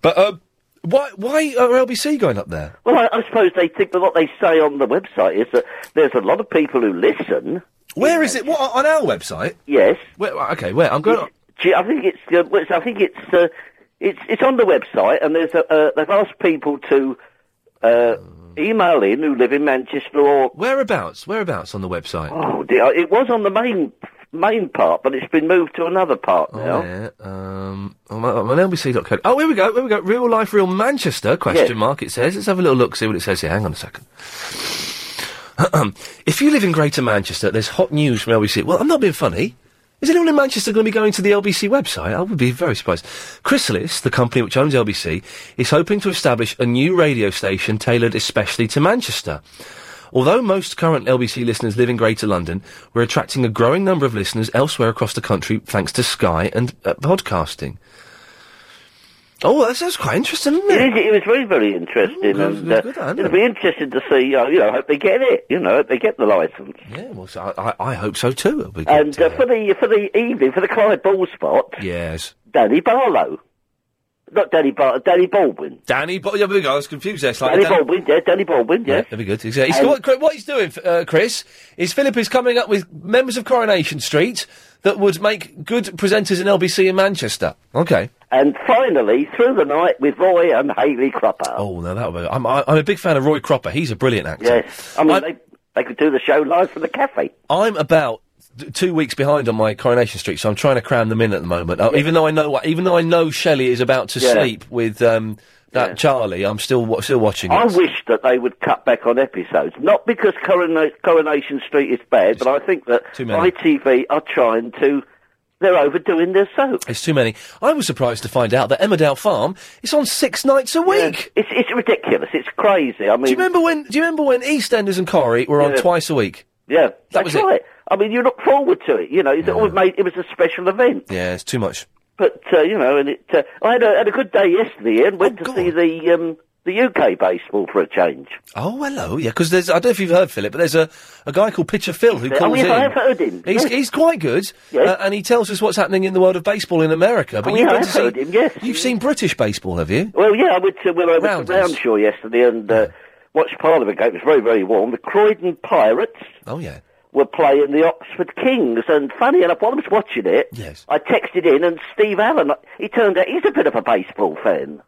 Speaker 1: But um, why why are LBC going up there?
Speaker 18: Well, I, I suppose they think that what they say on the website is that there's a lot of people who listen.
Speaker 1: Where is it? What on our website?
Speaker 18: Yes.
Speaker 1: Where, okay, where I'm going. on-
Speaker 18: Gee, I think it's. Uh, well, it's- I think it's. Uh, it's. It's on the website, and there's. A, uh, they've asked people to uh, email in who live in Manchester or.
Speaker 1: Whereabouts? Whereabouts on the website?
Speaker 18: Oh dear! It was on the main main part, but it's been moved to another part now.
Speaker 1: Oh, Yeah. Um, on, on LBC.co. Oh, here we go. Here we go. Real life, real Manchester? Question
Speaker 18: Yes.
Speaker 1: mark. It says. Let's have a little look. See what it says here. Hang on a second. <clears throat> if you live in Greater Manchester, there's hot news from LBC. Well, I'm not being funny. Is anyone in Manchester going to be going to the LBC website? I would be very surprised. Chrysalis, the company which owns LBC, is hoping to establish a new radio station tailored especially to Manchester. Although most current LBC listeners live in Greater London, we're attracting a growing number of listeners elsewhere across the country thanks to Sky and uh, podcasting. Oh, that sounds quite interesting, isn't it? Oh,
Speaker 18: It, is, it was very, very interesting, and uh, it'll be interesting to see. Uh, you know, hope they get it. You know, hope they get the license.
Speaker 1: Yeah, well, so I, I, I hope so too. It'll be good.
Speaker 18: And uh, for the for the evening, for the Clyde Ball spot,
Speaker 1: yes.
Speaker 18: Danny Barlow, not Danny Barlow, Danny Baldwin.
Speaker 1: Danny, but yeah, there we go. I was confused there. Slightly.
Speaker 18: Danny Baldwin, yeah, Danny Baldwin, yeah.
Speaker 1: That'd be good. He's, uh, he's-
Speaker 18: And-
Speaker 1: what, Chri- what he's doing, uh, Chris, is Philip is coming up with members of Coronation Street that would make good presenters in LBC in Manchester. Okay.
Speaker 18: And finally, through the night with Roy and Haley Cropper.
Speaker 1: Oh, now that would be. I'm, I- I'm a big fan of Roy Cropper. He's a brilliant actor.
Speaker 18: Yes, I mean they they could do the show live from the cafe.
Speaker 1: I'm about th- two weeks behind on my Coronation Street, so I'm trying to cram them in at the moment. Uh, Even though I know, even though I know Shelley is about to
Speaker 18: Yeah.
Speaker 1: sleep with um, that Charlie, I'm still wa- still watching it.
Speaker 18: I wish that they would cut back on episodes, not because Corona- Coronation Street is bad, but I think that ITV are trying to. They're overdoing their soap.
Speaker 1: It's too many. I was surprised to find out that Emmerdale Farm is on six nights a week.
Speaker 18: It's it's ridiculous. It's crazy. I mean,
Speaker 1: do you remember when? Do you remember when EastEnders and Corrie were on
Speaker 18: Yeah.
Speaker 1: twice a week?
Speaker 18: Yeah,
Speaker 1: That
Speaker 18: that's
Speaker 1: was it.
Speaker 18: right. I mean, you look forward to it. You know, it's always made. It was a special event.
Speaker 1: Yeah, it's too much.
Speaker 18: But uh, you know, and it. Uh, I had a, had a good day yesterday and went to see the um, the UK baseball for a change.
Speaker 1: Oh, hello. Yeah, because there's, I don't know if you've heard Philip, but there's a, a guy called Pitcher Phil who
Speaker 18: Oh,
Speaker 1: calls
Speaker 18: yes,
Speaker 1: in.
Speaker 18: I have heard him.
Speaker 1: He's,
Speaker 18: Yes.
Speaker 1: he's quite good. uh, and he tells us what's happening in the world of baseball in America. But
Speaker 18: Oh,
Speaker 1: you've been
Speaker 18: yeah, I
Speaker 1: to
Speaker 18: have
Speaker 1: see-
Speaker 18: heard him, yes.
Speaker 1: You've seen British baseball, have you?
Speaker 18: Well, yeah, I went to well, I went to Roundshaw yesterday and uh, watched part of a game. It was very very warm. The Croydon Pirates
Speaker 1: Oh, yeah.
Speaker 18: were playing the Oxford Kings, and funny enough, while I was watching it, yes. I texted in uh, and Steve Allen. He turned out he's a bit of a baseball fan.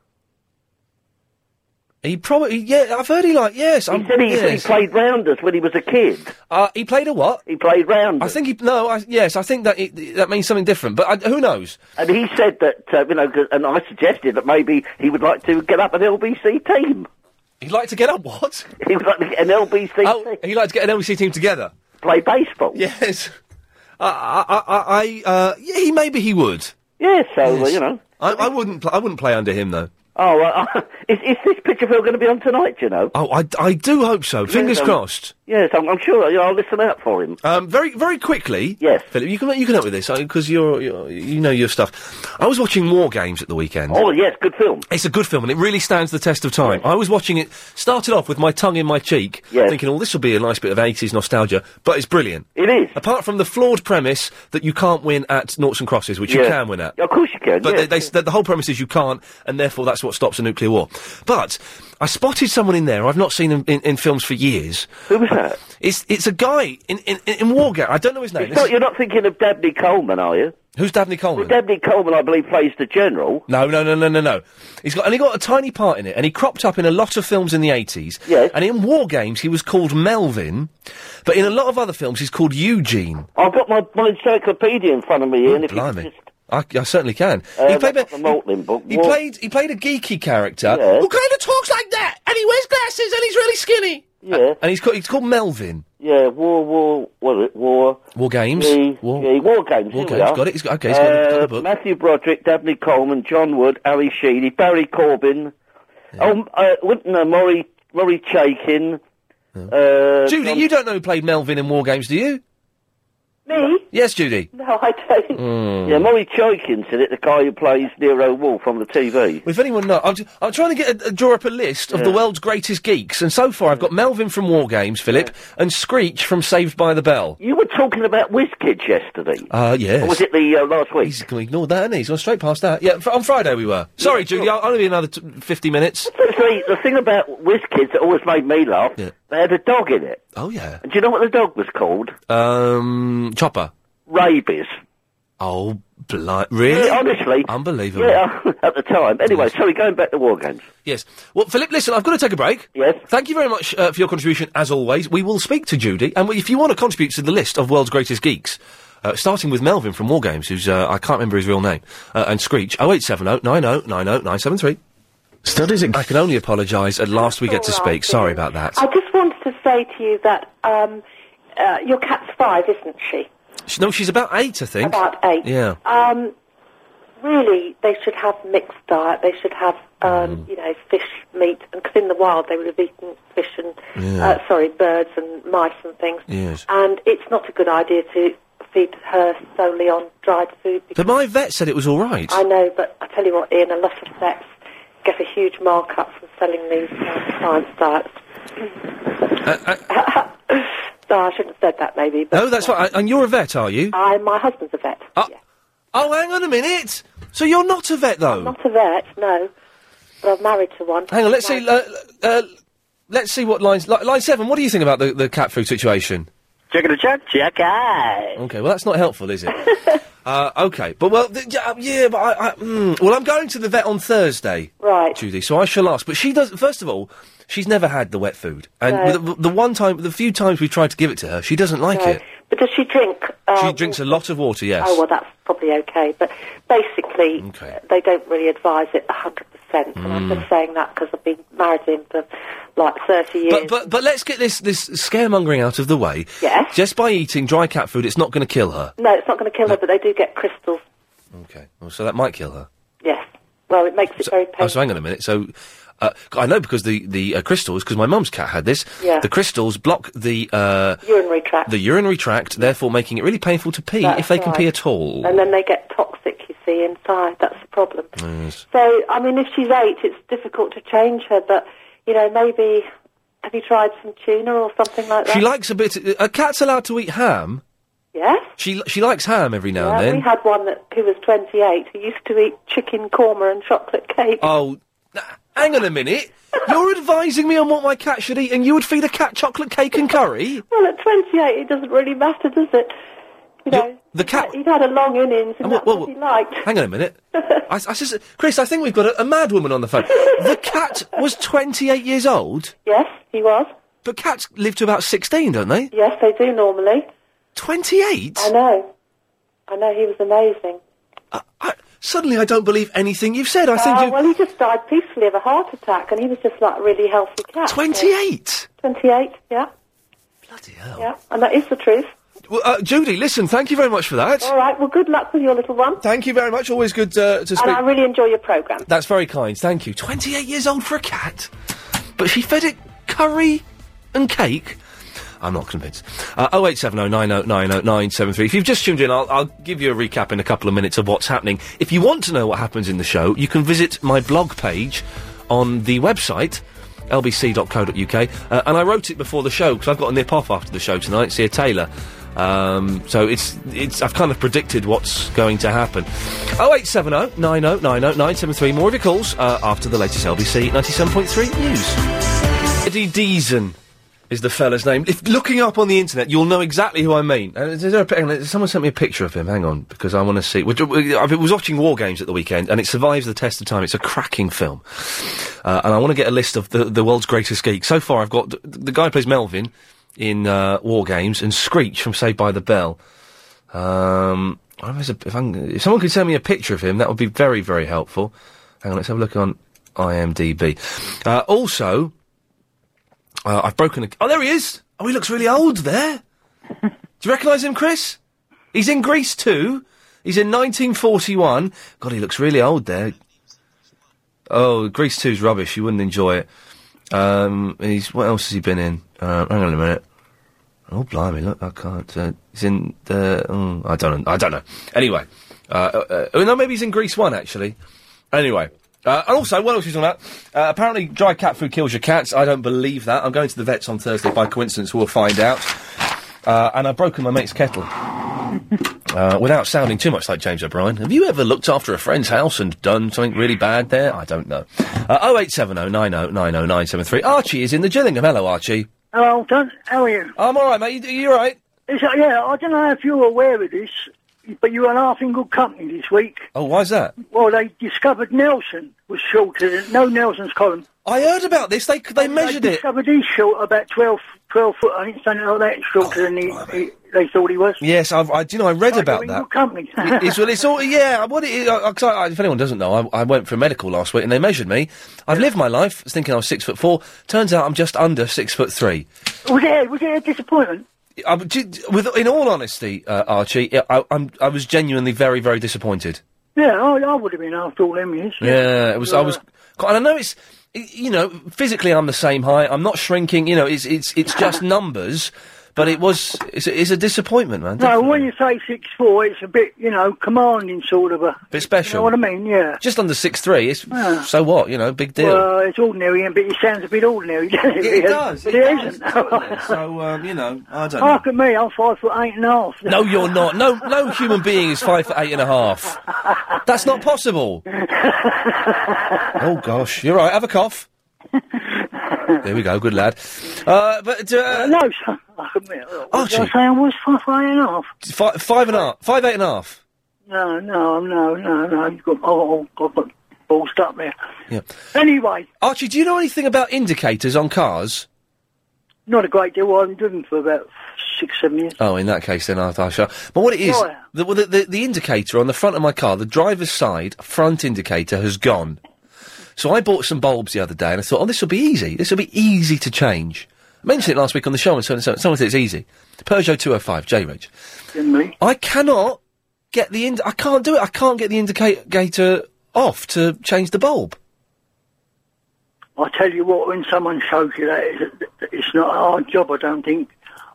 Speaker 1: He probably yeah. I've heard he like yes.
Speaker 18: He said he,
Speaker 1: yes.
Speaker 18: he played rounders when he was a kid.
Speaker 1: Uh, he played a what?
Speaker 18: He played rounders.
Speaker 1: I think he no. I, yes, I think that it, that means something different. But I, who knows?
Speaker 18: And he said that, uh, you know, 'cause- and I suggested that maybe he would like to get up an LBC team.
Speaker 1: He'd like to get up what?
Speaker 18: <laughs> He would like to get an LBC
Speaker 1: Oh, he liked to get an LBC team together.
Speaker 18: Play baseball.
Speaker 1: Yes. I, I, I, I uh, yeah, he, maybe he would.
Speaker 18: Yeah, so, you know.
Speaker 1: I, I wouldn't. Pl- I wouldn't play under him though.
Speaker 18: Oh, well, <laughs> is, is this Pitcherfield going to be on tonight, do you know?
Speaker 1: Oh, I, I do hope so. Fingers
Speaker 18: um,
Speaker 1: crossed.
Speaker 18: Yes, I'm, I'm sure you know, I'll listen out for him.
Speaker 1: Um, very, very quickly. Yes, Philip, you can you can help with this because you're, you're you know your stuff. I was watching War Games at the weekend.
Speaker 18: Oh, yes, good film.
Speaker 1: It's a good film and it really stands the test of time. I was watching it. Started off with my tongue in my cheek,
Speaker 18: Yes.
Speaker 1: thinking, "Oh, this will be a nice bit of '80s nostalgia," but it's brilliant.
Speaker 18: It is.
Speaker 1: Apart from the flawed premise that you can't win at Noughts and Crosses, which you
Speaker 18: Yeah.
Speaker 1: can win at.
Speaker 18: Of course you can.
Speaker 1: But
Speaker 18: yeah.
Speaker 1: they, they, s- the- the whole premise is you can't, and therefore that's what stops a nuclear war. But I spotted someone in there I've not seen in, in, in films for years.
Speaker 18: Who was that?
Speaker 1: It's it's a guy in in, in in Wargame. I don't know his name.
Speaker 18: It's not- you're not thinking of Dabney Coleman, are you?
Speaker 1: Who's Dabney Coleman?
Speaker 18: Dabney Coleman, I believe, plays the general.
Speaker 1: No, no, no, no, no, no. He's got and he got a tiny part in it, and he cropped up in a lot of films in the eighties. Yes. And in War Games, he was called Melvin, but in a lot of other films, he's called Eugene.
Speaker 18: I've got my, my encyclopedia in front of me, Ian. If you
Speaker 1: Blimey. I, I certainly can.
Speaker 18: Uh,
Speaker 1: he played
Speaker 18: that's the Maltling book.
Speaker 1: he
Speaker 18: War-
Speaker 1: played he played a geeky character
Speaker 18: Yes.
Speaker 1: who kind of talks like that, and he wears glasses, and he's really skinny.
Speaker 18: Yeah.
Speaker 1: And he's called he's called Melvin.
Speaker 18: Yeah, uh, war, war, was it war?
Speaker 1: War games.
Speaker 18: The,
Speaker 1: War-
Speaker 18: yeah, war games.
Speaker 1: War
Speaker 18: here we
Speaker 1: Games,
Speaker 18: are.
Speaker 1: got it, he's got- okay, he's got it, he's got the
Speaker 18: Uh,
Speaker 1: book.
Speaker 18: Matthew Broderick, Dabney Coleman, John Wood, Ali Sheedy, Barry Corbin, oh, uh, wouldn't know, Maury, Maury Chaykin. Uh,
Speaker 1: Judy,
Speaker 18: John-
Speaker 1: you don't know who played Melvin in War Games, do you?
Speaker 18: Me?
Speaker 1: Yes,
Speaker 18: <laughs>
Speaker 1: Judy.
Speaker 19: <laughs>
Speaker 18: No, I don't.
Speaker 1: Mm.
Speaker 18: Yeah, Maury Chaykin said it, the guy who plays Nero Wolf on the TV.
Speaker 1: If anyone knows, I'm, I'm trying to get a, draw up a list of the
Speaker 18: Yeah.
Speaker 1: world's greatest geeks, and so far I've got Melvin from War Games, Philip, and Screech from Saved by the Bell.
Speaker 18: You were talking about WizKids yesterday.
Speaker 1: Uh, yes.
Speaker 18: Or was it the uh, last week?
Speaker 1: He's going to ignore that, hasn't he? He's gone straight past that. Yeah, fr- on Friday we were. Sorry, Judy, I'll only be another t- 50 minutes.
Speaker 18: See, the thing about WizKids that always made me laugh, they had a dog in it.
Speaker 1: Oh, yeah.
Speaker 18: And do you know what the dog was called?
Speaker 1: Um, Chopper.
Speaker 18: Rabies.
Speaker 1: Oh, blind. Really?
Speaker 18: Yeah, honestly.
Speaker 1: Unbelievable.
Speaker 18: Yeah, <laughs> at the time. Anyway, sorry, going back to war games.
Speaker 1: Yes. Well, Philip, listen, I've got to take a break.
Speaker 18: Yes.
Speaker 1: Thank you very much uh, for your contribution, as always. We will speak to Judy, and if you want to contribute to the list of world's greatest geeks, uh, starting with Melvin from War Games, who's, uh, I can't remember his real name, uh, and Screech, 0870 90 90 973. Studies I can only apologise. At last we get to
Speaker 19: all right,
Speaker 1: speak. Sorry about that.
Speaker 19: I just wanted to say to you that um, uh, your cat's five, isn't she?
Speaker 1: Sh- No, she's about eight, I think.
Speaker 19: About eight.
Speaker 1: Yeah.
Speaker 19: Um, really, they should have mixed diet. They should have,
Speaker 1: Mm.
Speaker 19: um, you know, fish, meat, because in the wild they would have eaten fish and,
Speaker 1: Yeah.
Speaker 19: uh, sorry, birds and mice and things.
Speaker 1: Yes.
Speaker 19: And it's not a good idea to feed her solely on dried food.
Speaker 1: But my vet said it was all right.
Speaker 19: I know, but I tell you what, Ian, a lot of vets get a huge markup from selling these um, science diets. so Oh, I shouldn't have said that, maybe. But
Speaker 1: Uh, No, that's fine. And you're a vet, are you?
Speaker 19: I, my husband's a vet.
Speaker 1: Oh, oh, hang on a minute. So you're not a vet, though?
Speaker 19: Not a vet, no. But I'm married to one.
Speaker 1: Hang on, let's see. Uh, uh, let's see what lines. Li- line seven. What do you think about the, the cat food situation?
Speaker 10: Check it check, check out.
Speaker 1: Okay, well that's not helpful, is
Speaker 19: <laughs>
Speaker 1: it? uh, okay, but well, th- yeah, uh, yeah, but I, I mm, well, I'm going to the vet on Thursday,
Speaker 19: right,
Speaker 1: Judy. So I shall ask. But she does. First of all, she's never had the wet food, and
Speaker 19: No.
Speaker 1: the, the one time, the few times we tried to give it to her, she doesn't like
Speaker 19: No.
Speaker 1: it.
Speaker 19: But does she drink? um,
Speaker 1: she drinks a lot of water. Yes.
Speaker 19: Oh, well, that's probably okay. But basically, uh, they don't really advise it 100%. And I'm
Speaker 1: Mm.
Speaker 19: just saying that because I've been married to him for like 30 years.
Speaker 1: But, but but let's get this this scaremongering out of the way.
Speaker 19: Yes.
Speaker 1: Just by eating dry cat food, it's not going to kill her.
Speaker 19: No, it's not going to kill her, but they do get crystals.
Speaker 1: Okay. Well, Oh, so that might kill her.
Speaker 19: Yes. Well, it makes it very
Speaker 1: Oh,
Speaker 19: painful.
Speaker 1: so hang on a minute. So uh, I know because the the uh, crystals, because my mum's cat had this.
Speaker 19: Yeah.
Speaker 1: The crystals block the uh,
Speaker 19: Urinary tract.
Speaker 1: the urinary tract, therefore making it really painful to pee
Speaker 19: That's
Speaker 1: if they can
Speaker 19: right.
Speaker 1: pee at all.
Speaker 19: And then they get toxic, you see, inside. That's the problem.
Speaker 1: Yes.
Speaker 19: So, I mean, if she's eight, it's difficult to change her, but, you know, maybe. Have you tried some tuna or something like that?
Speaker 1: She likes a bit. A cat's allowed to eat ham.
Speaker 19: Yes?
Speaker 1: She she likes ham every now
Speaker 19: Yeah,
Speaker 1: and
Speaker 19: we
Speaker 1: then.
Speaker 19: had one that who was 28 who used to eat chicken korma and chocolate cake.
Speaker 1: Oh, n- hang on a minute. You're advising me on what my cat should eat, and you
Speaker 19: <laughs>
Speaker 1: would feed a cat chocolate cake and curry.
Speaker 19: Well, at 28, it doesn't really matter, does it? You know,
Speaker 1: The cat.
Speaker 19: He'd had a long innings, and
Speaker 1: And
Speaker 19: that's
Speaker 1: what-
Speaker 19: what he liked.
Speaker 1: Hang on a minute. I, I sus- Chris, I think we've got a, a mad woman on the phone. the cat was 28 years old.
Speaker 19: Yes, he was.
Speaker 1: But cats live to about 16, don't they?
Speaker 19: Yes, they do normally.
Speaker 1: 28?
Speaker 19: I know. I know, he was amazing.
Speaker 1: Suddenly, I don't believe anything you've said. I think
Speaker 19: Ah,
Speaker 1: you.
Speaker 19: Well, he just died peacefully of a heart attack, and he was just like a really healthy cat.
Speaker 1: 28?
Speaker 19: 28, yeah. Bloody
Speaker 1: hell.
Speaker 19: Yeah, and that is the truth.
Speaker 1: Well, uh, Judy, listen, thank you very much for that.
Speaker 19: All right, well, good luck with your little one.
Speaker 1: Thank you very much. Always good uh, to speak.
Speaker 19: And I really enjoy your programme.
Speaker 1: That's very kind. Thank you. 28 years old for a cat, but she fed it curry and cake. I'm not convinced. Uh, 08709090973. If you've just tuned in, I'll, I'll give you a recap in a couple of minutes of what's happening. If you want to know what happens in the show, you can visit my blog page on the website, lbc.co.uk. Uh, and I wrote it before the show because I've got a nip off after the show tonight, see a tailor. Um, so it's it's I've kind of predicted what's going to happen. 0870 90 90 973. More of your calls uh, after the latest LBC 97.3 news. Eddie Deason is the fella's name. If looking up on the internet, you'll know exactly who I mean. Uh, is there a, pi- hang on, someone sent me a picture of him. Hang on, because I want to see. Which, uh, I was watching War Games at the weekend, and it survives the test of time. It's a cracking film, uh, and I want to get a list of the, the world's greatest geeks. So far, I've got th- the guy who plays Melvin in uh, War Games and Screech from Saved by the Bell. Um, I don't know if, there's a- if, I'm- if someone could send me a picture of him, that would be very, very helpful. Hang on, let's have a look on IMDb. Uh, also, uh, I've broken a. Oh, there he is! Oh, he looks really old there. Do you recognise him, Chris? He's in Greece too. He's in 1941. God, he looks really old there. Oh, Greece 2's rubbish. You wouldn't enjoy it. Um, he's what else has he been in? Uh, hang on a minute. Oh blimey! Look, I can't. Uh, he's in the. oh, I don't. know. I don't know. Anyway, uh, uh, uh, no, maybe he's in Greece one actually. Anyway, uh, and also what else was on that? Uh, apparently, dry cat food kills your cats. I don't believe that. I'm going to the vets on Thursday by coincidence. We'll find out. Uh, and I've broken my mate's kettle. Uh, without sounding too much like James O'Brien, have you ever looked after a friend's house and done something really bad there? I don't know. Uh, 0870 90 90 973. Archie is in the Gillingham. Hello, Archie.
Speaker 20: Hello, Don. How are you?
Speaker 1: I'm all right, mate. You, you all right?
Speaker 20: yeah, I don't know if you're aware of this, but you were laughing good company this week.
Speaker 1: Oh, why's that?
Speaker 20: Well, they discovered Nelson was shorter. No Nelson's column.
Speaker 1: I heard about this. They they measured
Speaker 20: they
Speaker 1: it.
Speaker 20: Discovered he's short about 12, 12 foot. I think something like that.
Speaker 1: Oh,
Speaker 20: Shorter than he, he, they thought he was.
Speaker 1: Yes, I've, I do you know I read about that. <laughs>
Speaker 20: Good company.
Speaker 1: it's, well, it's all yeah. What it is, I, I, 'cause I- if anyone doesn't know, I, I went for medical last week and they measured me. I've lived my life thinking I was six foot four. Turns out I'm just under six foot three.
Speaker 20: was it was it a disappointment?
Speaker 1: I, would ju- with, in all honesty, uh, Archie, I, I, I'm, I was genuinely very, very disappointed.
Speaker 20: Yeah, I, I would have been after all them years.
Speaker 1: Yeah, it was. I was. And I know it's. y- You know, physically, I'm the same height. I'm not shrinking. You know, it's it's it's
Speaker 20: <laughs>
Speaker 1: just numbers. But it was. It's a, it's a disappointment, man.
Speaker 20: No, when you say six four, it's a bit you know commanding sort of a.
Speaker 1: Bit special.
Speaker 20: You know what I mean? Yeah.
Speaker 1: Just under six three. It's
Speaker 20: Yeah.
Speaker 1: so what. You know, big deal.
Speaker 20: Well, it's ordinary, but it sounds a bit ordinary, <laughs> doesn't it?
Speaker 1: Yeah, it does,
Speaker 20: But
Speaker 1: it
Speaker 20: it
Speaker 1: does,
Speaker 20: <laughs> not
Speaker 1: so um, you know, I don't know.
Speaker 20: Look at me, I'm five foot eight and a half.
Speaker 1: No, you're not. No, no human being is five foot eight and a half. That's not possible. oh gosh, you're right. Have a cough. there we go, good lad. Uh, but uh,
Speaker 20: no, sir.
Speaker 1: Oh,
Speaker 20: Archie. I say I was five foot eight and a half.
Speaker 1: five, five and a half, five eight and a half.
Speaker 20: No, no, no, no, no. You've got oh, oh, I've got balls up there.
Speaker 1: Yeah.
Speaker 20: Anyway,
Speaker 1: Archie, do you know anything about indicators on cars?
Speaker 20: not a great deal. I haven't driven for about six, seven years.
Speaker 1: Oh, in that case, then I, I shall. But what it is,
Speaker 20: Why?
Speaker 1: the, well, the, the, the indicator on the front of my car, the driver's side front indicator has gone. So I bought some bulbs the other day and I thought, oh, this will be easy. This will be easy to change. I mentioned it last week on the show and so and so. Someone said it's easy. Peugeot 205, J Reg. I cannot get the ind- I can't do it. I can't get the indicator off to change the bulb.
Speaker 20: I tell you what, when someone shows you that, it's, it's not a hard job, I don't think.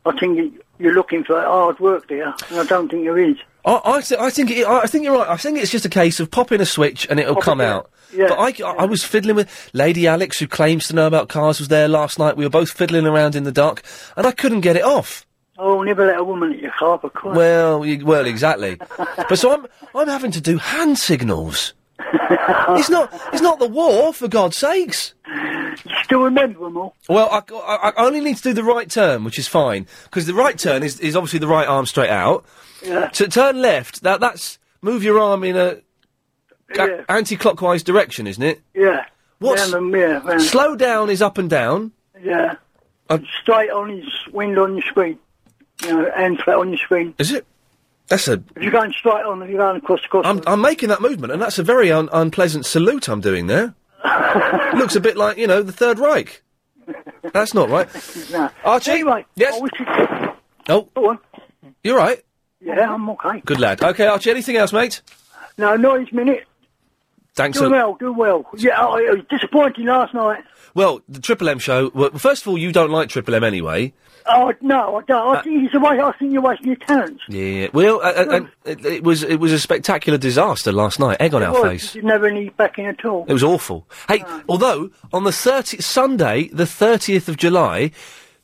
Speaker 20: I think you- you're looking for hard work there, and I don't think there is.
Speaker 1: I, I, th- I think it, I I think you're right. I think it's just a case of popping a switch and it'll come out. But I, c- I- I was fiddling with Lady Alex, who claims to know about cars, was there last night. We were both fiddling around in the dark, and I couldn't get it off.
Speaker 20: Oh, never let a woman at your car, of course.
Speaker 1: Well, you, well, exactly.
Speaker 20: <laughs>
Speaker 1: but so I'm, I'm having to do hand signals. it's not, it's not the war, for God's sakes.
Speaker 20: still remember them all.
Speaker 1: Well, I, I- I only need to do the right turn, which is fine because the right turn is, is obviously the right arm straight out.
Speaker 20: Yeah.
Speaker 1: To turn left, that that's move your arm in a anti-clockwise direction, isn't it?
Speaker 20: Yeah.
Speaker 1: What's-
Speaker 20: Round and- yeah, round.
Speaker 1: Slow down is up and down.
Speaker 20: Yeah.
Speaker 1: Uh,
Speaker 20: Straight on his window on your screen. You know, and flat on your screen.
Speaker 1: Is it? That's a.
Speaker 20: If you're going straight on, if you're going across the
Speaker 1: I'm, I'm making that movement, and that's a very un- unpleasant salute I'm doing
Speaker 20: <laughs>
Speaker 1: there. Looks a bit like you know the Third Reich. That's not
Speaker 20: <laughs>
Speaker 1: right.
Speaker 20: Nah.
Speaker 1: Archie?
Speaker 20: Anyway, yes. I wish you-
Speaker 1: Oh,
Speaker 20: Go on.
Speaker 1: you're right.
Speaker 20: Yeah, I'm okay.
Speaker 1: Good lad. Okay, Archie. Anything else, mate?
Speaker 20: No, not his minute.
Speaker 1: Thanks.
Speaker 20: do
Speaker 1: a-
Speaker 20: well, do well. Yeah, I, I was disappointed last night.
Speaker 1: Well, the Triple M show. Well, first of all, you don't like Triple M anyway.
Speaker 20: Oh no, I don't.
Speaker 1: Uh,
Speaker 20: I think he's a way. I think you're wasting your talents.
Speaker 1: Yeah. Well, uh, uh, uh, it, it was it was a spectacular disaster last night. Egg on our
Speaker 20: Well,
Speaker 1: face.
Speaker 20: You didn't have any backing at all.
Speaker 1: It was awful. Hey, although on the 30, Sunday, the thirtieth of July,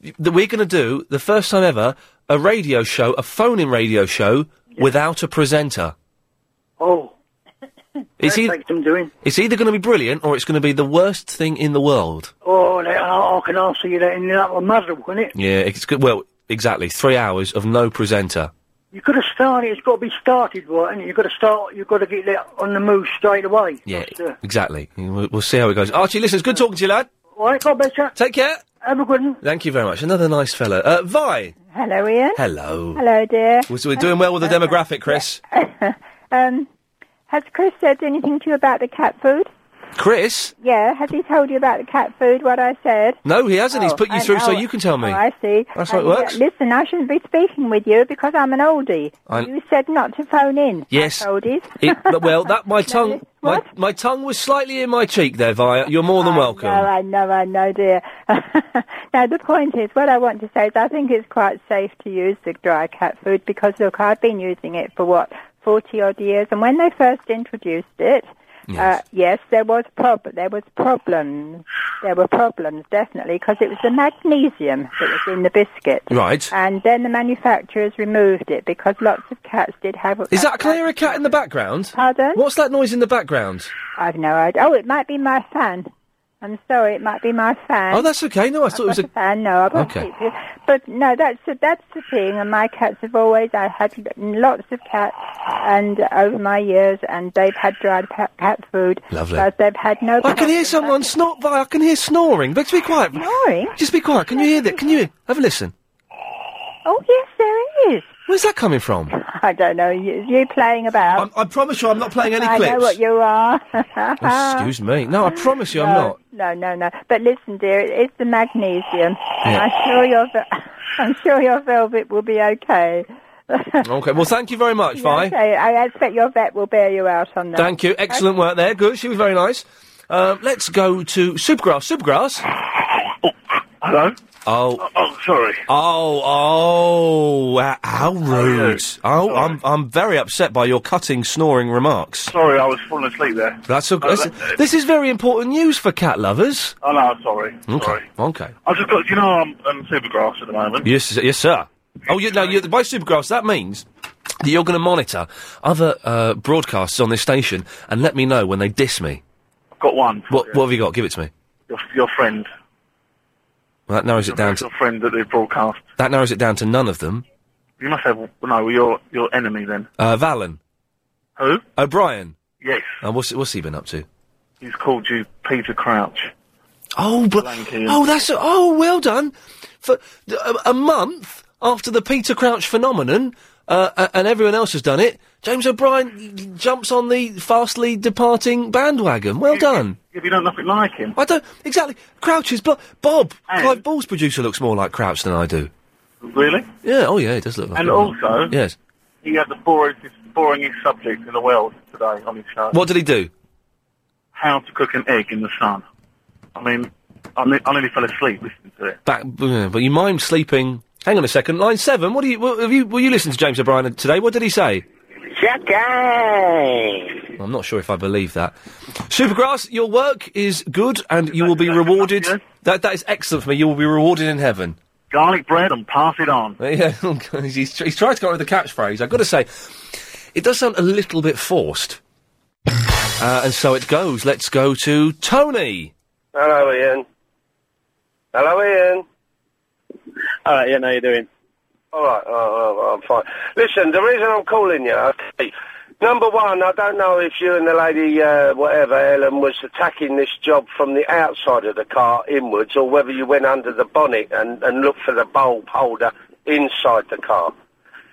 Speaker 1: y- that we're going to do the first time ever a radio show, a phone-in radio show without a presenter.
Speaker 20: Oh,
Speaker 1: It's either
Speaker 20: I'm doing.
Speaker 1: it's either going to be brilliant or it's going to be the worst thing in the world.
Speaker 20: Oh, that, I, I can answer you that in that one muddle, can it?
Speaker 1: Yeah. It's good. Well, exactly. Three hours of no presenter.
Speaker 20: You could have started. It's got to be started, right? And you've got to start. You've got to get that on the move straight away.
Speaker 1: Yeah.
Speaker 20: Sure.
Speaker 1: Exactly. We'll, we'll see how it goes. Archie, listen, it's good talking to you, lad.
Speaker 20: All right, God bless you.
Speaker 1: Take care.
Speaker 20: Have a good one.
Speaker 1: Thank you very much. Another nice fella. Uh, Vi.
Speaker 21: Hello, Ian.
Speaker 1: Hello.
Speaker 21: Hello, dear.
Speaker 1: We're, we're doing well with the demographic, Chris.
Speaker 21: Um, has Chris said anything to you about the cat food?
Speaker 1: Chris?
Speaker 21: Yeah, has he told you about the cat food? What I said?
Speaker 1: No, he hasn't. He's put you
Speaker 21: and-
Speaker 1: through so
Speaker 21: oh,
Speaker 1: you can tell me.
Speaker 21: Oh, I see.
Speaker 1: That's how it
Speaker 21: And, uh,
Speaker 1: works.
Speaker 21: listen, I shouldn't be speaking with you because I'm an oldie.
Speaker 1: I-
Speaker 21: You said not to phone in.
Speaker 1: Yes.
Speaker 21: us oldies. <laughs>
Speaker 1: It- but- well, that my tongue, my, my tongue was slightly in my cheek there, Vi. You're more than welcome.
Speaker 21: No, I know, I know, dear. <laughs> now, the point is, what I want to say is I think it's quite safe to use the dry cat food because, look, I've been using it for, what, 40-odd years, and when they first introduced it, yes, uh, yes there, was prob- there was problems. There were problems, definitely, because it was the magnesium that was in the biscuit.
Speaker 1: Right.
Speaker 21: And then the manufacturers removed it because lots of cats did have...
Speaker 1: Is that Clara cat in the background?
Speaker 21: Pardon?
Speaker 1: What's that noise in the background?
Speaker 21: I've no idea. Oh, it might be my fan. I'm sorry, it might be my fan.
Speaker 1: Oh, that's okay. No, I thought it was
Speaker 21: I've
Speaker 1: a.
Speaker 21: got fan. No, I've got
Speaker 1: Okay.
Speaker 21: people. But no, that's the, that's the thing. And my cats have always. I had lots of cats, and over my years, and they've had dried cat, cat food.
Speaker 1: Lovely.
Speaker 21: But they've had no.
Speaker 1: I can hear someone snort, Vi. I can hear snoring. But be quiet.
Speaker 21: Snoring?
Speaker 1: Just be quiet. Can you hear that? Can you have a listen?
Speaker 21: Oh yes, there is.
Speaker 1: Where's that coming from?
Speaker 21: I don't know. You, you playing about?
Speaker 1: I'm, I promise you, I'm not playing any
Speaker 21: I know
Speaker 1: clips.
Speaker 21: what you are.
Speaker 1: Excuse me. No, I promise you, I'm
Speaker 21: Uh, no,
Speaker 1: not.
Speaker 21: No, no, no. But listen, dear, it is the magnesium.
Speaker 1: Yeah.
Speaker 21: I'm sure your, ve- <laughs> I'm sure your velvet will be okay.
Speaker 1: Okay. Well, thank you very
Speaker 21: <laughs>
Speaker 1: much, Vi.
Speaker 21: Okay, I expect your vet will bear you out on that.
Speaker 1: Thank you. Excellent work there. Good. She was very nice. Um, let's go to Supergrass. Supergrass.
Speaker 16: Hello.
Speaker 1: Oh.
Speaker 16: Oh, sorry.
Speaker 1: Oh, oh, h- how rude. Oh, I'm, I'm very upset by your cutting, snoring remarks.
Speaker 16: Sorry, I was falling asleep there.
Speaker 1: That's a,
Speaker 16: Oh,
Speaker 1: that's-
Speaker 16: that-
Speaker 1: this is very important news for cat lovers.
Speaker 16: Oh no, sorry.
Speaker 1: Okay.
Speaker 16: Sorry.
Speaker 1: Okay.
Speaker 16: I've just got. You know, I'm on Supergrass at the moment.
Speaker 1: Yes, s- yes, sir. Oh, you, no, you, by Supergrass, that means that you're going to monitor other uh, broadcasts on this station and let me know when they diss me.
Speaker 16: Got one.
Speaker 1: What, what have you got? Give it to me.
Speaker 16: Your, your friend.
Speaker 1: That narrows it down to
Speaker 16: Your friend that they broadcast.
Speaker 1: that narrows it down to none of them.
Speaker 16: You must have. No, your your enemy then.
Speaker 1: Uh, Valen
Speaker 16: Who?
Speaker 1: O'Brien.
Speaker 16: Yes.
Speaker 1: Uh, what's what's he been up to?
Speaker 16: He's called you Peter Crouch.
Speaker 1: Oh, but oh, that's a, oh, well done. For a, a month after the Peter Crouch phenomenon, uh, a- and everyone else has done it, James O'Brien jumps on the fastly departing bandwagon. Well done.
Speaker 16: If you don't nothing like him.
Speaker 1: I don't exactly. Crouch is but Bob Clive Ball's producer looks more like Crouch than I do.
Speaker 16: Really?
Speaker 1: Yeah. Oh, yeah. It does look like.
Speaker 16: And
Speaker 1: it.
Speaker 16: also-
Speaker 1: yes.
Speaker 16: He had the boringest, boringest subject in the world today on his show.
Speaker 1: What did he do?
Speaker 16: How to cook an egg in the sun. I mean, I, ne- I nearly fell asleep listening to it.
Speaker 1: Back, yeah, but you mind sleeping. Hang on a second. Line seven. What do you? What, have you? Were you listening to James O'Brien today? What did he say?
Speaker 10: Chucky!
Speaker 1: I'm not sure if I believe that. Supergrass, your work is good and you will be rewarded. That that is excellent for me. You will be rewarded in heaven.
Speaker 16: Garlic bread and pass it on.
Speaker 1: <laughs> Yeah, oh, he's, he's tried to go with the catchphrase. I've got to say, it does sound a little bit forced. Uh, and so it goes. Let's go to Tony.
Speaker 22: Hello, Ian. Hello, Ian.
Speaker 3: All right, Uh, yeah, how you doing?
Speaker 22: All right, oh, oh, I'm fine. Listen, the reason I'm calling you, okay, number one, I don't know if you and the lady, uh, whatever, Ellen, was attacking this job from the outside of the car inwards, or whether you went under the bonnet and, and looked for the bulb holder inside the car.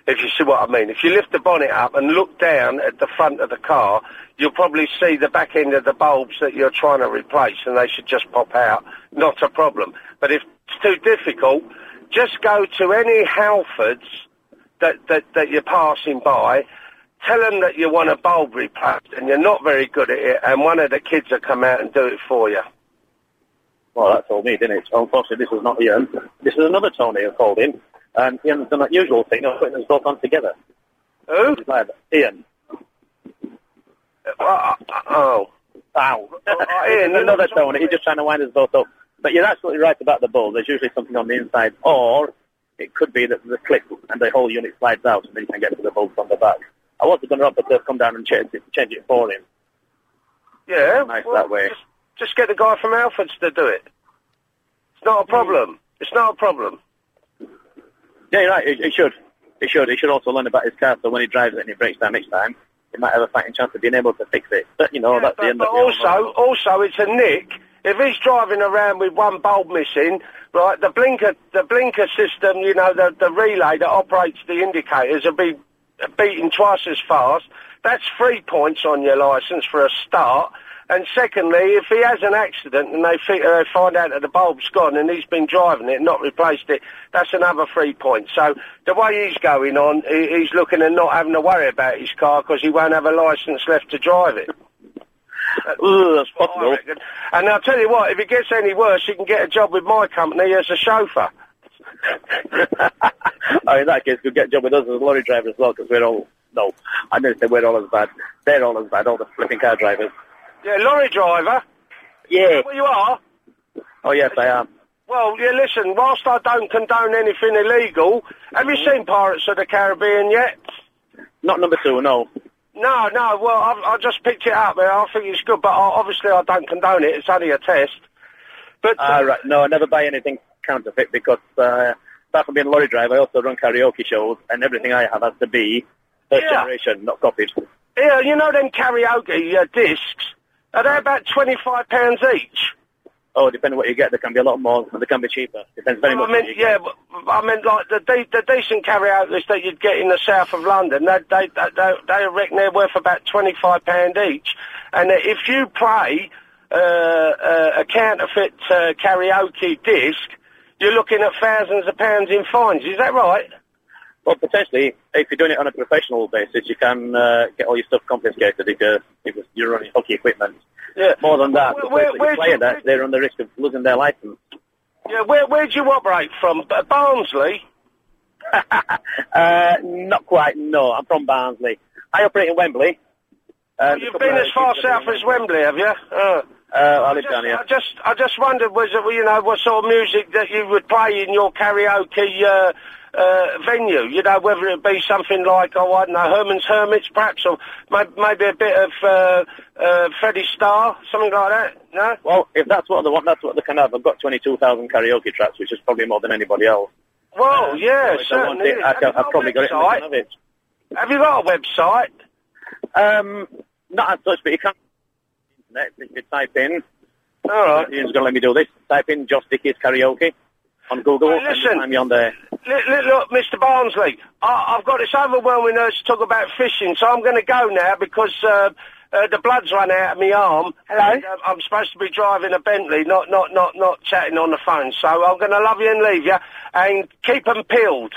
Speaker 22: If you see what I mean, if you lift the bonnet up and look down at the front of the car, you'll probably see the back end of the bulbs that you're trying to replace, and they should just pop out. Not a problem. But if it's too difficult, just go to any Halfords that, that, that you're passing by, tell them that you want a bulb replaced and you're not very good at it, and one of the kids will come out and do it for you.
Speaker 3: Well, that's all me, didn't it? Unfortunately, this was not Ian. This is another Tony who called in. Um, Ian's done that usual thing of putting us both on together.
Speaker 22: Who?
Speaker 3: Ian.
Speaker 22: Oh. oh.
Speaker 3: Ow. <laughs>
Speaker 22: Ian,
Speaker 3: another Tony. He's just trying to wind us both up. But you're absolutely right about the bulb. There's usually something on the inside, or it could be that the clip and the whole unit slides out, and then you can get to the bulb from the back. I was going to up, but they've come down and change it, change it for him.
Speaker 22: Yeah.
Speaker 3: Nice
Speaker 22: well,
Speaker 3: that way.
Speaker 22: Just, just get the guy from Alfred's to do it. It's not a problem. It's not a problem.
Speaker 3: Yeah, you're right. It, it should. It should. It should also learn about his car, so when he drives it and he breaks down next time, he might have a fighting chance of being able to fix it. But you know, that's the
Speaker 22: But,
Speaker 3: end
Speaker 22: but
Speaker 3: of the
Speaker 22: also, also, it's a nick. If he's driving around with one bulb missing, right, the blinker, the blinker system, you know, the, the relay that operates the indicators will be beating twice as fast. That's three points on your licence for a start. And secondly, if he has an accident and they fi- uh, find out that the bulb's gone and he's been driving it, not replaced it, that's another three points. So the way he's going on, he- he's looking at not having to worry about his car because he won't have a licence left to drive it.
Speaker 3: Ugh, that's
Speaker 22: possible. And I'll tell you what, if it gets any worse, he can get a job with my company as a chauffeur. <laughs>
Speaker 3: oh, in that case, we'll get a job with us as a lorry driver as well, because we're all, no, I didn't say we're all as bad. They're all as bad, all the flipping car drivers.
Speaker 22: Yeah, lorry driver.
Speaker 3: Yeah.
Speaker 22: Well, you are.
Speaker 3: Oh, yes, I am.
Speaker 22: Well, yeah, listen, whilst I don't condone anything illegal, have you seen Pirates of the Caribbean yet?
Speaker 3: Not number two, no.
Speaker 22: No, no, well, I've, I just picked it up. I think it's good, but I, obviously I don't condone it. It's only a test. But uh,
Speaker 3: Ah, right. No, I never buy anything counterfeit because uh, apart from being a lorry driver, I also run karaoke shows, and everything I have has to be first
Speaker 22: Yeah.
Speaker 3: generation, not copied.
Speaker 22: Yeah, you know them karaoke uh, discs? Are they about £25 each?
Speaker 3: Oh, depending on what you get, there can be a lot more, and they can be cheaper. Depends very
Speaker 22: Well,
Speaker 3: much.
Speaker 22: Oh, I mean, yeah, but, but I mean, like, the, de- the decent karaoke that you'd get in the south of London, they, they, they, they, they reckon they're worth about £25 each. And uh, if you play uh, uh, a counterfeit uh, karaoke disc, you're looking at thousands of pounds in fines. Is that right?
Speaker 3: Well, potentially, if you're doing it on a professional basis, you can uh, get all your stuff confiscated if you're, if you're running hockey equipment.
Speaker 22: Yeah.
Speaker 3: More than that,
Speaker 22: Where-
Speaker 3: the players that you
Speaker 22: where- where do
Speaker 3: play
Speaker 22: you-
Speaker 3: that, they're on the risk of losing their license.
Speaker 22: Yeah, where, where do you operate from? B- Barnsley?
Speaker 3: <laughs> Uh, not quite, no. I'm from Barnsley. I operate in Wembley. Uh,
Speaker 22: You've been as far south as Wembley, have you? Uh,
Speaker 3: uh, I live
Speaker 22: just,
Speaker 3: down here.
Speaker 22: I just, I just wondered, was it, you know, what sort of music that you would play in your karaoke uh, uh, venue? You know, whether it be something like, oh, I don't know, Herman's Hermits, perhaps, or may- maybe a bit of uh, uh, Freddie Starr, something like that. No.
Speaker 3: Well, if that's what they want, that's what they can have. I've got 22,000 karaoke tracks, which is probably more than anybody else.
Speaker 22: Well, yeah,
Speaker 3: So if I want
Speaker 22: certainly.
Speaker 3: it, I can, I've probably got it. and I can have it.
Speaker 22: Have you got a website?
Speaker 3: Um, not as such, but you can't. Internet, if you type in.
Speaker 22: All right.
Speaker 3: Ian's going to let me do this. Type in Josh Dickey's karaoke on Google.
Speaker 22: Well, listen.
Speaker 3: And find me on there.
Speaker 22: Look, look, look, Mr. Barnsley, I, I've got this overwhelming urge to talk about fishing, so I'm going to go now because uh, uh, the blood's run out of my arm. Hello. And, uh, I'm supposed to be driving a Bentley, not not not not chatting on the phone. So I'm going to love you and leave you, and keep 'em peeled,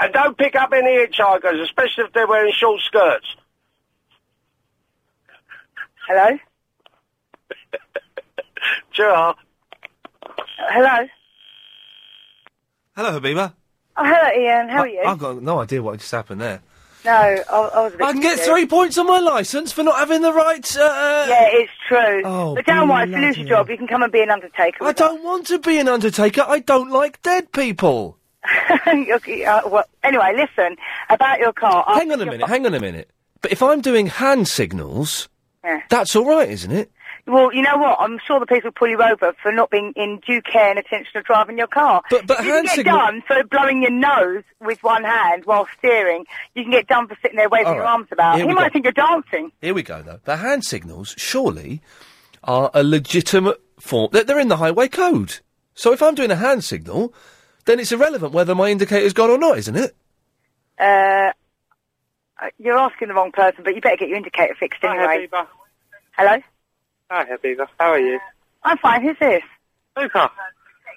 Speaker 22: and don't pick up any hitchhikers, especially if they're wearing short skirts.
Speaker 23: Hello?
Speaker 22: Sure.
Speaker 23: Hello?
Speaker 1: Hello, Habiba.
Speaker 23: Oh, hello, Ian. How are you?
Speaker 1: I've got no idea what just happened there.
Speaker 23: No, I, I was a bit
Speaker 1: I can get
Speaker 23: confused.
Speaker 1: three points on my license for not having the right. Uh,
Speaker 23: Yeah, it's true.
Speaker 1: Oh,
Speaker 23: but don't worry, if you lose your job, you can come and be an undertaker.
Speaker 1: I don't want to be an undertaker. I don't like
Speaker 23: <laughs>
Speaker 1: dead people.
Speaker 23: Okay, uh, well, anyway, listen, about your car. I-
Speaker 1: Hang on a minute. Hang on a minute. But if I'm doing hand signals,
Speaker 23: Yeah.
Speaker 1: that's all right, isn't it?
Speaker 24: Well, you know what? I'm sure the police will pull you over for not being in due care and attention to driving your car.
Speaker 1: But, but
Speaker 24: you can
Speaker 1: hand
Speaker 24: get
Speaker 1: signal-
Speaker 24: done for blowing your nose with one hand while steering. You can get done for sitting there waving
Speaker 1: All
Speaker 24: your
Speaker 1: right.
Speaker 24: arms about.
Speaker 1: Here
Speaker 24: he
Speaker 1: we
Speaker 24: might
Speaker 1: go.
Speaker 24: think you're dancing.
Speaker 1: Here we go, though. The hand signals surely are a legitimate form. They're, they're in the highway code. So if I'm doing a hand signal, then it's irrelevant whether my indicator's gone or not, isn't it?
Speaker 24: Uh, uh, you're asking the wrong person, but you better get your indicator fixed anyway. Hello?
Speaker 8: Hi, Habiba. How are you?
Speaker 24: I'm fine. Who's this? Oh,
Speaker 8: Booper.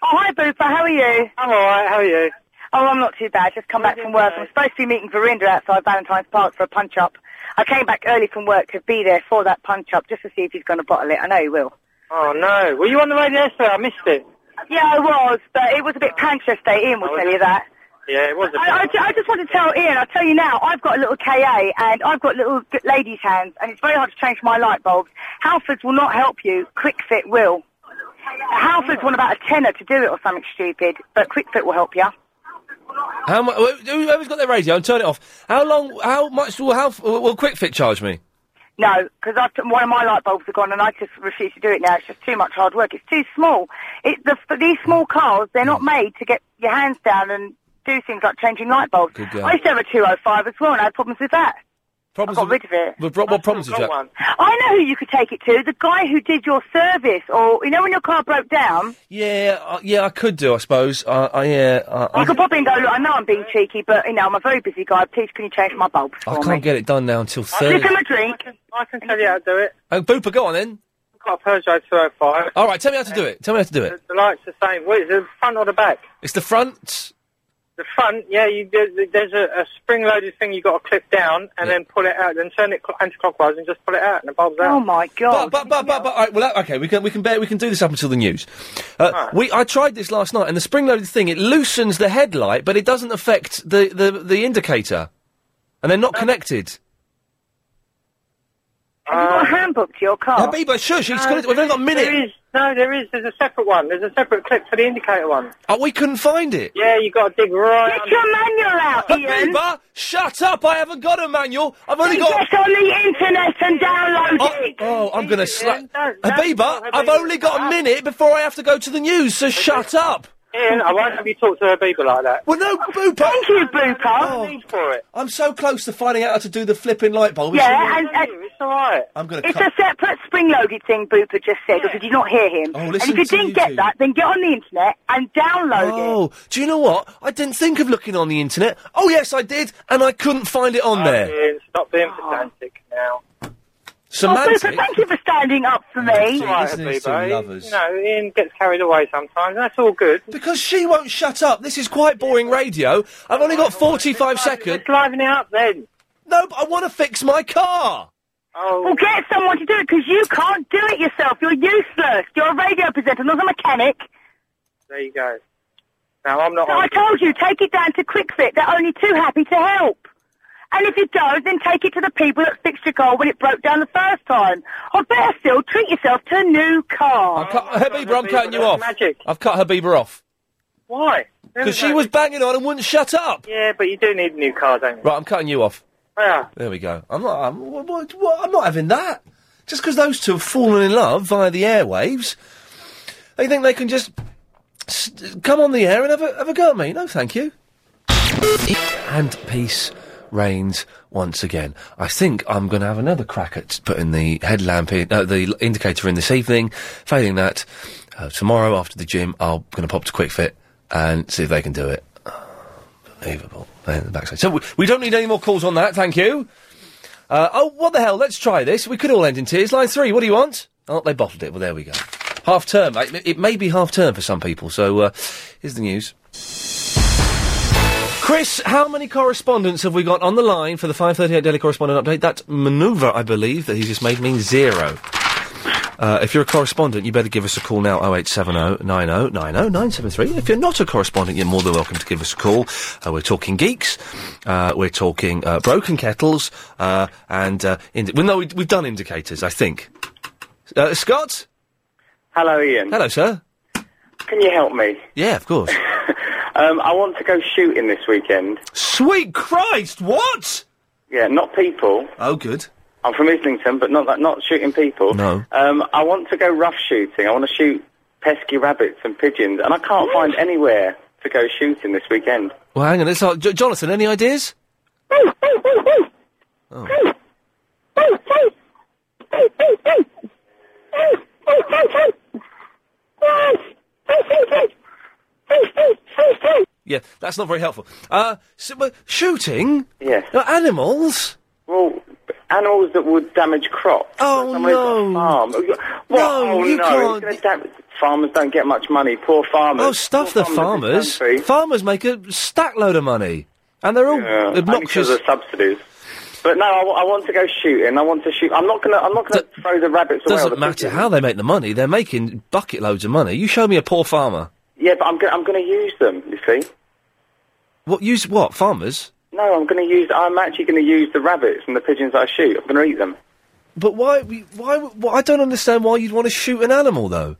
Speaker 24: hi, Booper. How are you?
Speaker 8: I'm all right. How are you?
Speaker 24: Oh, I'm not too bad. Just come back from work. I'm supposed to be meeting Verinda outside Valentine's Park for a punch-up. I came back early from work to be there for that punch-up just to see if he's going to bottle it. I know he will.
Speaker 8: Oh, no. Were you on the radio yesterday? I missed it.
Speaker 24: Yeah, I was, but it was a bit Manchester. Ian will tell you that.
Speaker 8: Yeah, it was a
Speaker 24: I, I, ju- I just want to tell Ian, I'll tell you now, I've got a little KA and I've got little g- ladies' hands and it's very hard to change my light bulbs. Halfords will not help you, QuickFit will. Halfords want about a tenner to do it or something stupid, but QuickFit will help you.
Speaker 1: How mu- wh- Whoever's got their radio and turn it off. How long? How much will how will QuickFit charge me?
Speaker 24: No, because one of my light bulbs are gone and I just refuse to do it now. It's just too much hard work. It's too small. It, the, for these small cars, they're not
Speaker 1: Mm.
Speaker 24: made to get your hands down and do things like changing light bulbs.
Speaker 1: Good girl.
Speaker 24: I used to have a 205 as well and I had problems with that.
Speaker 1: Problems
Speaker 24: I got rid of it.
Speaker 1: What, pro- what problems did you have?
Speaker 24: I know who you could take it to. The guy who did your service, or you know when your car broke down.
Speaker 1: Yeah, uh, yeah, I could do, I suppose. Uh, I yeah, uh,
Speaker 24: I
Speaker 1: I,
Speaker 24: could pop in and go. Look, I know I'm being cheeky, but you know I'm a very busy guy. Please, can you change my bulbs
Speaker 1: I
Speaker 24: for
Speaker 1: can't
Speaker 24: me?
Speaker 1: get it done now until
Speaker 24: Give
Speaker 1: Thursday.
Speaker 24: him a drink.
Speaker 8: I can tell you how to do it.
Speaker 1: Oh, Booper, go on then.
Speaker 8: I've got a Peugeot 205.
Speaker 1: All right, tell me how to do it. Tell me how to do it.
Speaker 8: The light's the same. Wait, is it the front or the back?
Speaker 1: It's the front.
Speaker 8: The front, yeah, you, there's- there's a, a spring-loaded thing you've got to clip down and then pull it out, then turn it cl- anti-clockwise and just pull it out and the bulb's out.
Speaker 24: Oh, my God.
Speaker 1: But but but but all right, well, that- okay, we can we can bear, we can do this up until the news. Uh, We I tried this last night, and the spring-loaded thing it loosens the headlight, but it doesn't affect the the, the indicator, and they're not
Speaker 24: Uh,
Speaker 1: connected.
Speaker 24: Have you got a handbook to your car?
Speaker 1: Habiba, shush, it's got it- we've only got a minute.
Speaker 8: There is, uh, no, there is. There's a separate one. There's a separate clip for the indicator one.
Speaker 1: Oh, we couldn't find it.
Speaker 8: Yeah, you got to dig right.
Speaker 24: Get your manual out, Ian.
Speaker 1: Habiba, shut up! I haven't got a manual. I've only
Speaker 24: Then
Speaker 1: got.
Speaker 24: get on the internet and download it.
Speaker 1: Oh, I'm going to slap.
Speaker 8: no,
Speaker 1: Habiba, I've only got a minute before I have to go to the news, so shut up.
Speaker 8: Ian, I won't have you talk to her people like that.
Speaker 1: Well, no, Booper. Thank
Speaker 24: you, Booper.
Speaker 8: for it.
Speaker 1: I'm so close to finding out how to do the flipping light bulb. It's
Speaker 24: Yeah,
Speaker 1: really-
Speaker 24: and, and
Speaker 8: it's all right.
Speaker 1: I'm going to
Speaker 24: It's
Speaker 1: cut.
Speaker 24: a separate spring-loaded thing Booper just said, or did you not hear him?
Speaker 1: Oh,
Speaker 24: and
Speaker 1: listen
Speaker 24: if you
Speaker 1: to
Speaker 24: didn't
Speaker 1: you
Speaker 24: get
Speaker 1: two.
Speaker 24: that, then get on the internet and download it.
Speaker 1: Oh, do you know what? I didn't think of looking on the internet. Oh, yes, I did, and I couldn't find it on there.
Speaker 8: Oh, Ian, stop being pedantic now.
Speaker 1: Semantic.
Speaker 24: Oh, Booper, thank you for standing up for me.
Speaker 8: Right,
Speaker 1: Listeners to
Speaker 8: Habiba,
Speaker 1: lovers.
Speaker 8: You know, Ian gets carried away sometimes. That's all good.
Speaker 1: Because she won't shut up. This is quite boring radio. I've only got 45 seconds.
Speaker 8: Driving it up then.
Speaker 1: No, but I want to fix my car.
Speaker 8: Oh.
Speaker 24: Well, get someone to do it because you can't do it yourself. You're useless. You're a radio presenter, not a mechanic.
Speaker 8: There you go. Now I'm not.
Speaker 24: So I told you, take it down to QuickFit. They're only too happy to help. And if you don't, then take it to the people that fixed your car when it broke down the first time. Or better still, treat yourself to a new car.
Speaker 1: Cut, Habiba, I'm cutting you
Speaker 8: that's
Speaker 1: off. I've cut Habiba off.
Speaker 8: Why? There
Speaker 1: Because
Speaker 8: we
Speaker 1: she
Speaker 8: go.
Speaker 1: was banging on and wouldn't shut up.
Speaker 8: Yeah, but you do need a new car, don't you?
Speaker 1: Right, I'm cutting you off.
Speaker 8: Yeah.
Speaker 1: There we go. I'm not. I'm, what, what, what, I'm not having that. Just because those two have fallen in love via the airwaves, they think they can just s- come on the air and have a have a go at me. No, Oh, thank you. And peace reigns once again. I think I'm going to have another crack at putting the headlamp in, uh, the l- indicator in this evening. Failing that, uh, tomorrow after the gym, I'm going to pop to QuickFit and see if they can do it. Unbelievable. There in the backside. So we, we don't need any more calls on that, thank you. Uh, oh, what the hell? Let's try this. We could all end in tears. Line three, what do you want? Oh, they bottled it. Well, there we go. Half term. It, it may be half term for some people, so uh, here's the news. Chris, how many correspondents have we got on the line for the 538 Daily Correspondent Update? That manoeuvre, I believe, that he just made means zero. Uh, if you're a correspondent, you better give us a call now, 0870 90 90 973. If you're not a correspondent, you're more than welcome to give us a call. Uh, we're talking geeks, uh, we're talking uh, broken kettles, uh, and... Uh, indi- well, no, we, we've done indicators, I think. Uh, Scott?
Speaker 10: Hello, Ian.
Speaker 1: Hello, sir.
Speaker 10: Can you help me?
Speaker 1: Yeah, of course.
Speaker 10: Um, I want to go shooting this weekend.
Speaker 1: Sweet Christ, what?
Speaker 10: Yeah, not people.
Speaker 1: Oh, good.
Speaker 10: I'm from Islington, but not that, not shooting people.
Speaker 1: No.
Speaker 10: Um, I want to go rough shooting. I want to shoot pesky rabbits and pigeons, and I can't find anywhere to go shooting this weekend.
Speaker 1: Well, hang on. Let's uh, J- Jonathan, any ideas? Oh. Yeah, that's not very helpful. Uh, so, but shooting?
Speaker 10: Yes.
Speaker 1: Uh, animals?
Speaker 10: Well, animals that would damage crops. Oh no! Farm. What? oh
Speaker 1: you
Speaker 10: no!
Speaker 1: can't-
Speaker 10: It's gonna dam- farmers don't get much money. Poor farmers.
Speaker 1: Oh, stuff the
Speaker 10: Poor in
Speaker 1: farmers.
Speaker 10: this country.
Speaker 1: Farmers make a stack load of money. And they're all
Speaker 10: Yeah, only 'cause
Speaker 1: obnoxious.
Speaker 10: of subsidies. But no, I, wa- I want to go shooting. I want to shoot. I'm not gonna. I'm not gonna throw the rabbits away. or the
Speaker 1: Doesn't matter
Speaker 10: pigeons.
Speaker 1: how they make the money, they're making bucket loads of money. You show me a poor farmer.
Speaker 10: Yeah, but I'm gonna. I'm gonna use them. You see.
Speaker 1: What use what? Farmers?
Speaker 10: No, I'm going to use. I'm actually going to use the rabbits and the pigeons that I shoot. I'm going to eat them.
Speaker 1: But why, why, why? I don't understand why you'd want to shoot an animal, though.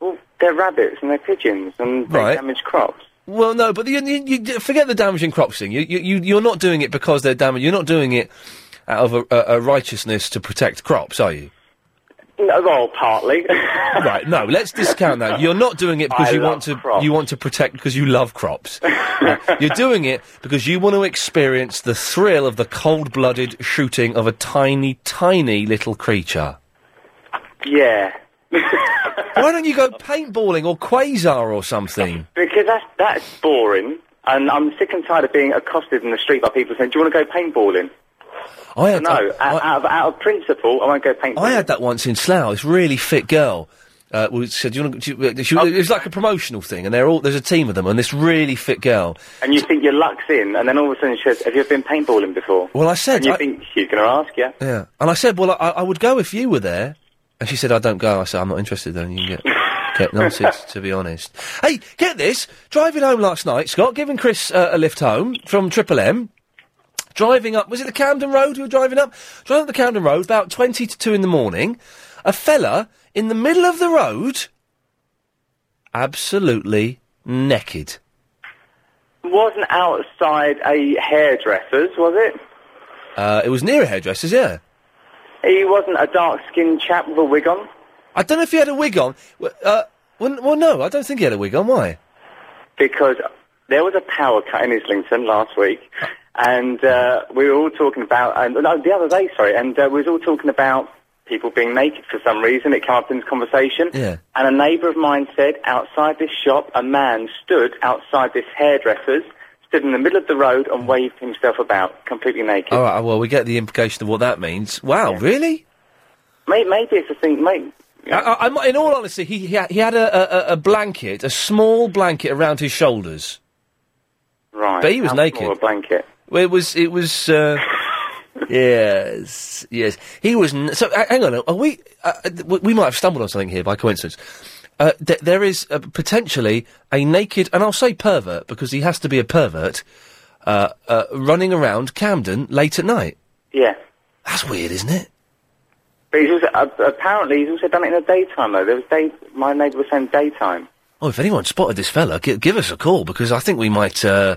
Speaker 10: Well, they're rabbits and they're pigeons and they
Speaker 1: Right.
Speaker 10: damage crops.
Speaker 1: Well, no, but you, you, you forget the damaging crops thing. You, you, you, you're not doing it because they're damaged. You're not doing it out of a, a, a righteousness to protect crops, are
Speaker 10: <laughs>
Speaker 1: you?
Speaker 10: No, well, partly. <laughs>
Speaker 1: right. No, let's discount that. You're not doing it because
Speaker 10: I
Speaker 1: you
Speaker 10: love
Speaker 1: want to. You want to protect because you love
Speaker 10: <laughs>
Speaker 1: crops. You're doing it because you want to experience the thrill of the cold-blooded shooting of a tiny, tiny little creature.
Speaker 10: Yeah,
Speaker 1: Why don't you go paintballing or quasar or something?
Speaker 10: because that's that's boring, and I'm sick and tired of being accosted in the street by people saying, "Do you want to go paintballing?"
Speaker 1: I had
Speaker 10: no, out, out, of, out of principle, I won't go paintballing.
Speaker 1: I had that once in Slough. This really fit girl uh, was, said, "Do you want to?" Do you, uh, she- it was like a promotional thing, and they're all there's a team of them, and this really fit girl.
Speaker 10: And you think your luck's in, and then all of a sudden she says, "Have you ever been paintballing before?"
Speaker 1: Well, I said
Speaker 10: and you
Speaker 1: I-
Speaker 10: think she's going to ask you.
Speaker 1: Yeah, and I said, "Well, I, I would go if you were there," and she said, "I don't go." I said, "I'm not interested. Then you can get." Get nonsense, to be honest. Hey, get this. Driving home last night, Scott, giving Chris uh, a lift home from Triple M. Driving up, was it the Camden Road we were driving up? Driving up the Camden Road about 20 to 2 in the morning. A fella in the middle of the road, absolutely naked.
Speaker 10: Wasn't outside a hairdresser's, was it?
Speaker 1: Uh, it was near a hairdresser's, yeah.
Speaker 10: He wasn't a dark-skinned chap with a wig on.
Speaker 1: I don't know if he had a wig on. W- Uh, well, well, no, I don't think he had a wig on. Why?
Speaker 10: because there was a power cut in Islington last week, and uh, we were all talking about and no, the other day, sorry, and uh, we was all talking about people being naked for some reason. It came up in this conversation,
Speaker 14: <laughs>
Speaker 1: Yeah.
Speaker 10: and a neighbour of mine said, outside this shop, a man stood outside this hairdresser's, stood in the middle of the road and waved himself about, completely naked.
Speaker 1: All right, well, we get the implication of what that means. Wow, really?
Speaker 10: May Maybe it's a thing, mate.
Speaker 1: I, I, I'm- in all honesty, he, he had, he had a, a- a, a blanket, a small blanket around his shoulders.
Speaker 10: Right.
Speaker 1: Oh, But he was
Speaker 10: how
Speaker 1: naked.
Speaker 10: small a blanket.
Speaker 1: Well, It was. It was.
Speaker 10: <laughs>
Speaker 1: Uh, yes, yes. He was. N- so uh, hang on. Are we? Uh, uh, we- we might have stumbled on something here by coincidence. Uh, th- there is uh, potentially a naked, and I'll say pervert because he has to be a pervert, uh, uh, running around Camden late at night.
Speaker 10: Yeah.
Speaker 1: That's weird, isn't it?
Speaker 10: But he's also, uh, apparently he's also done it in the daytime though. There was day, my neighbour was saying daytime.
Speaker 1: Oh, if anyone spotted this fella, gi- give us a call because I think we might uh,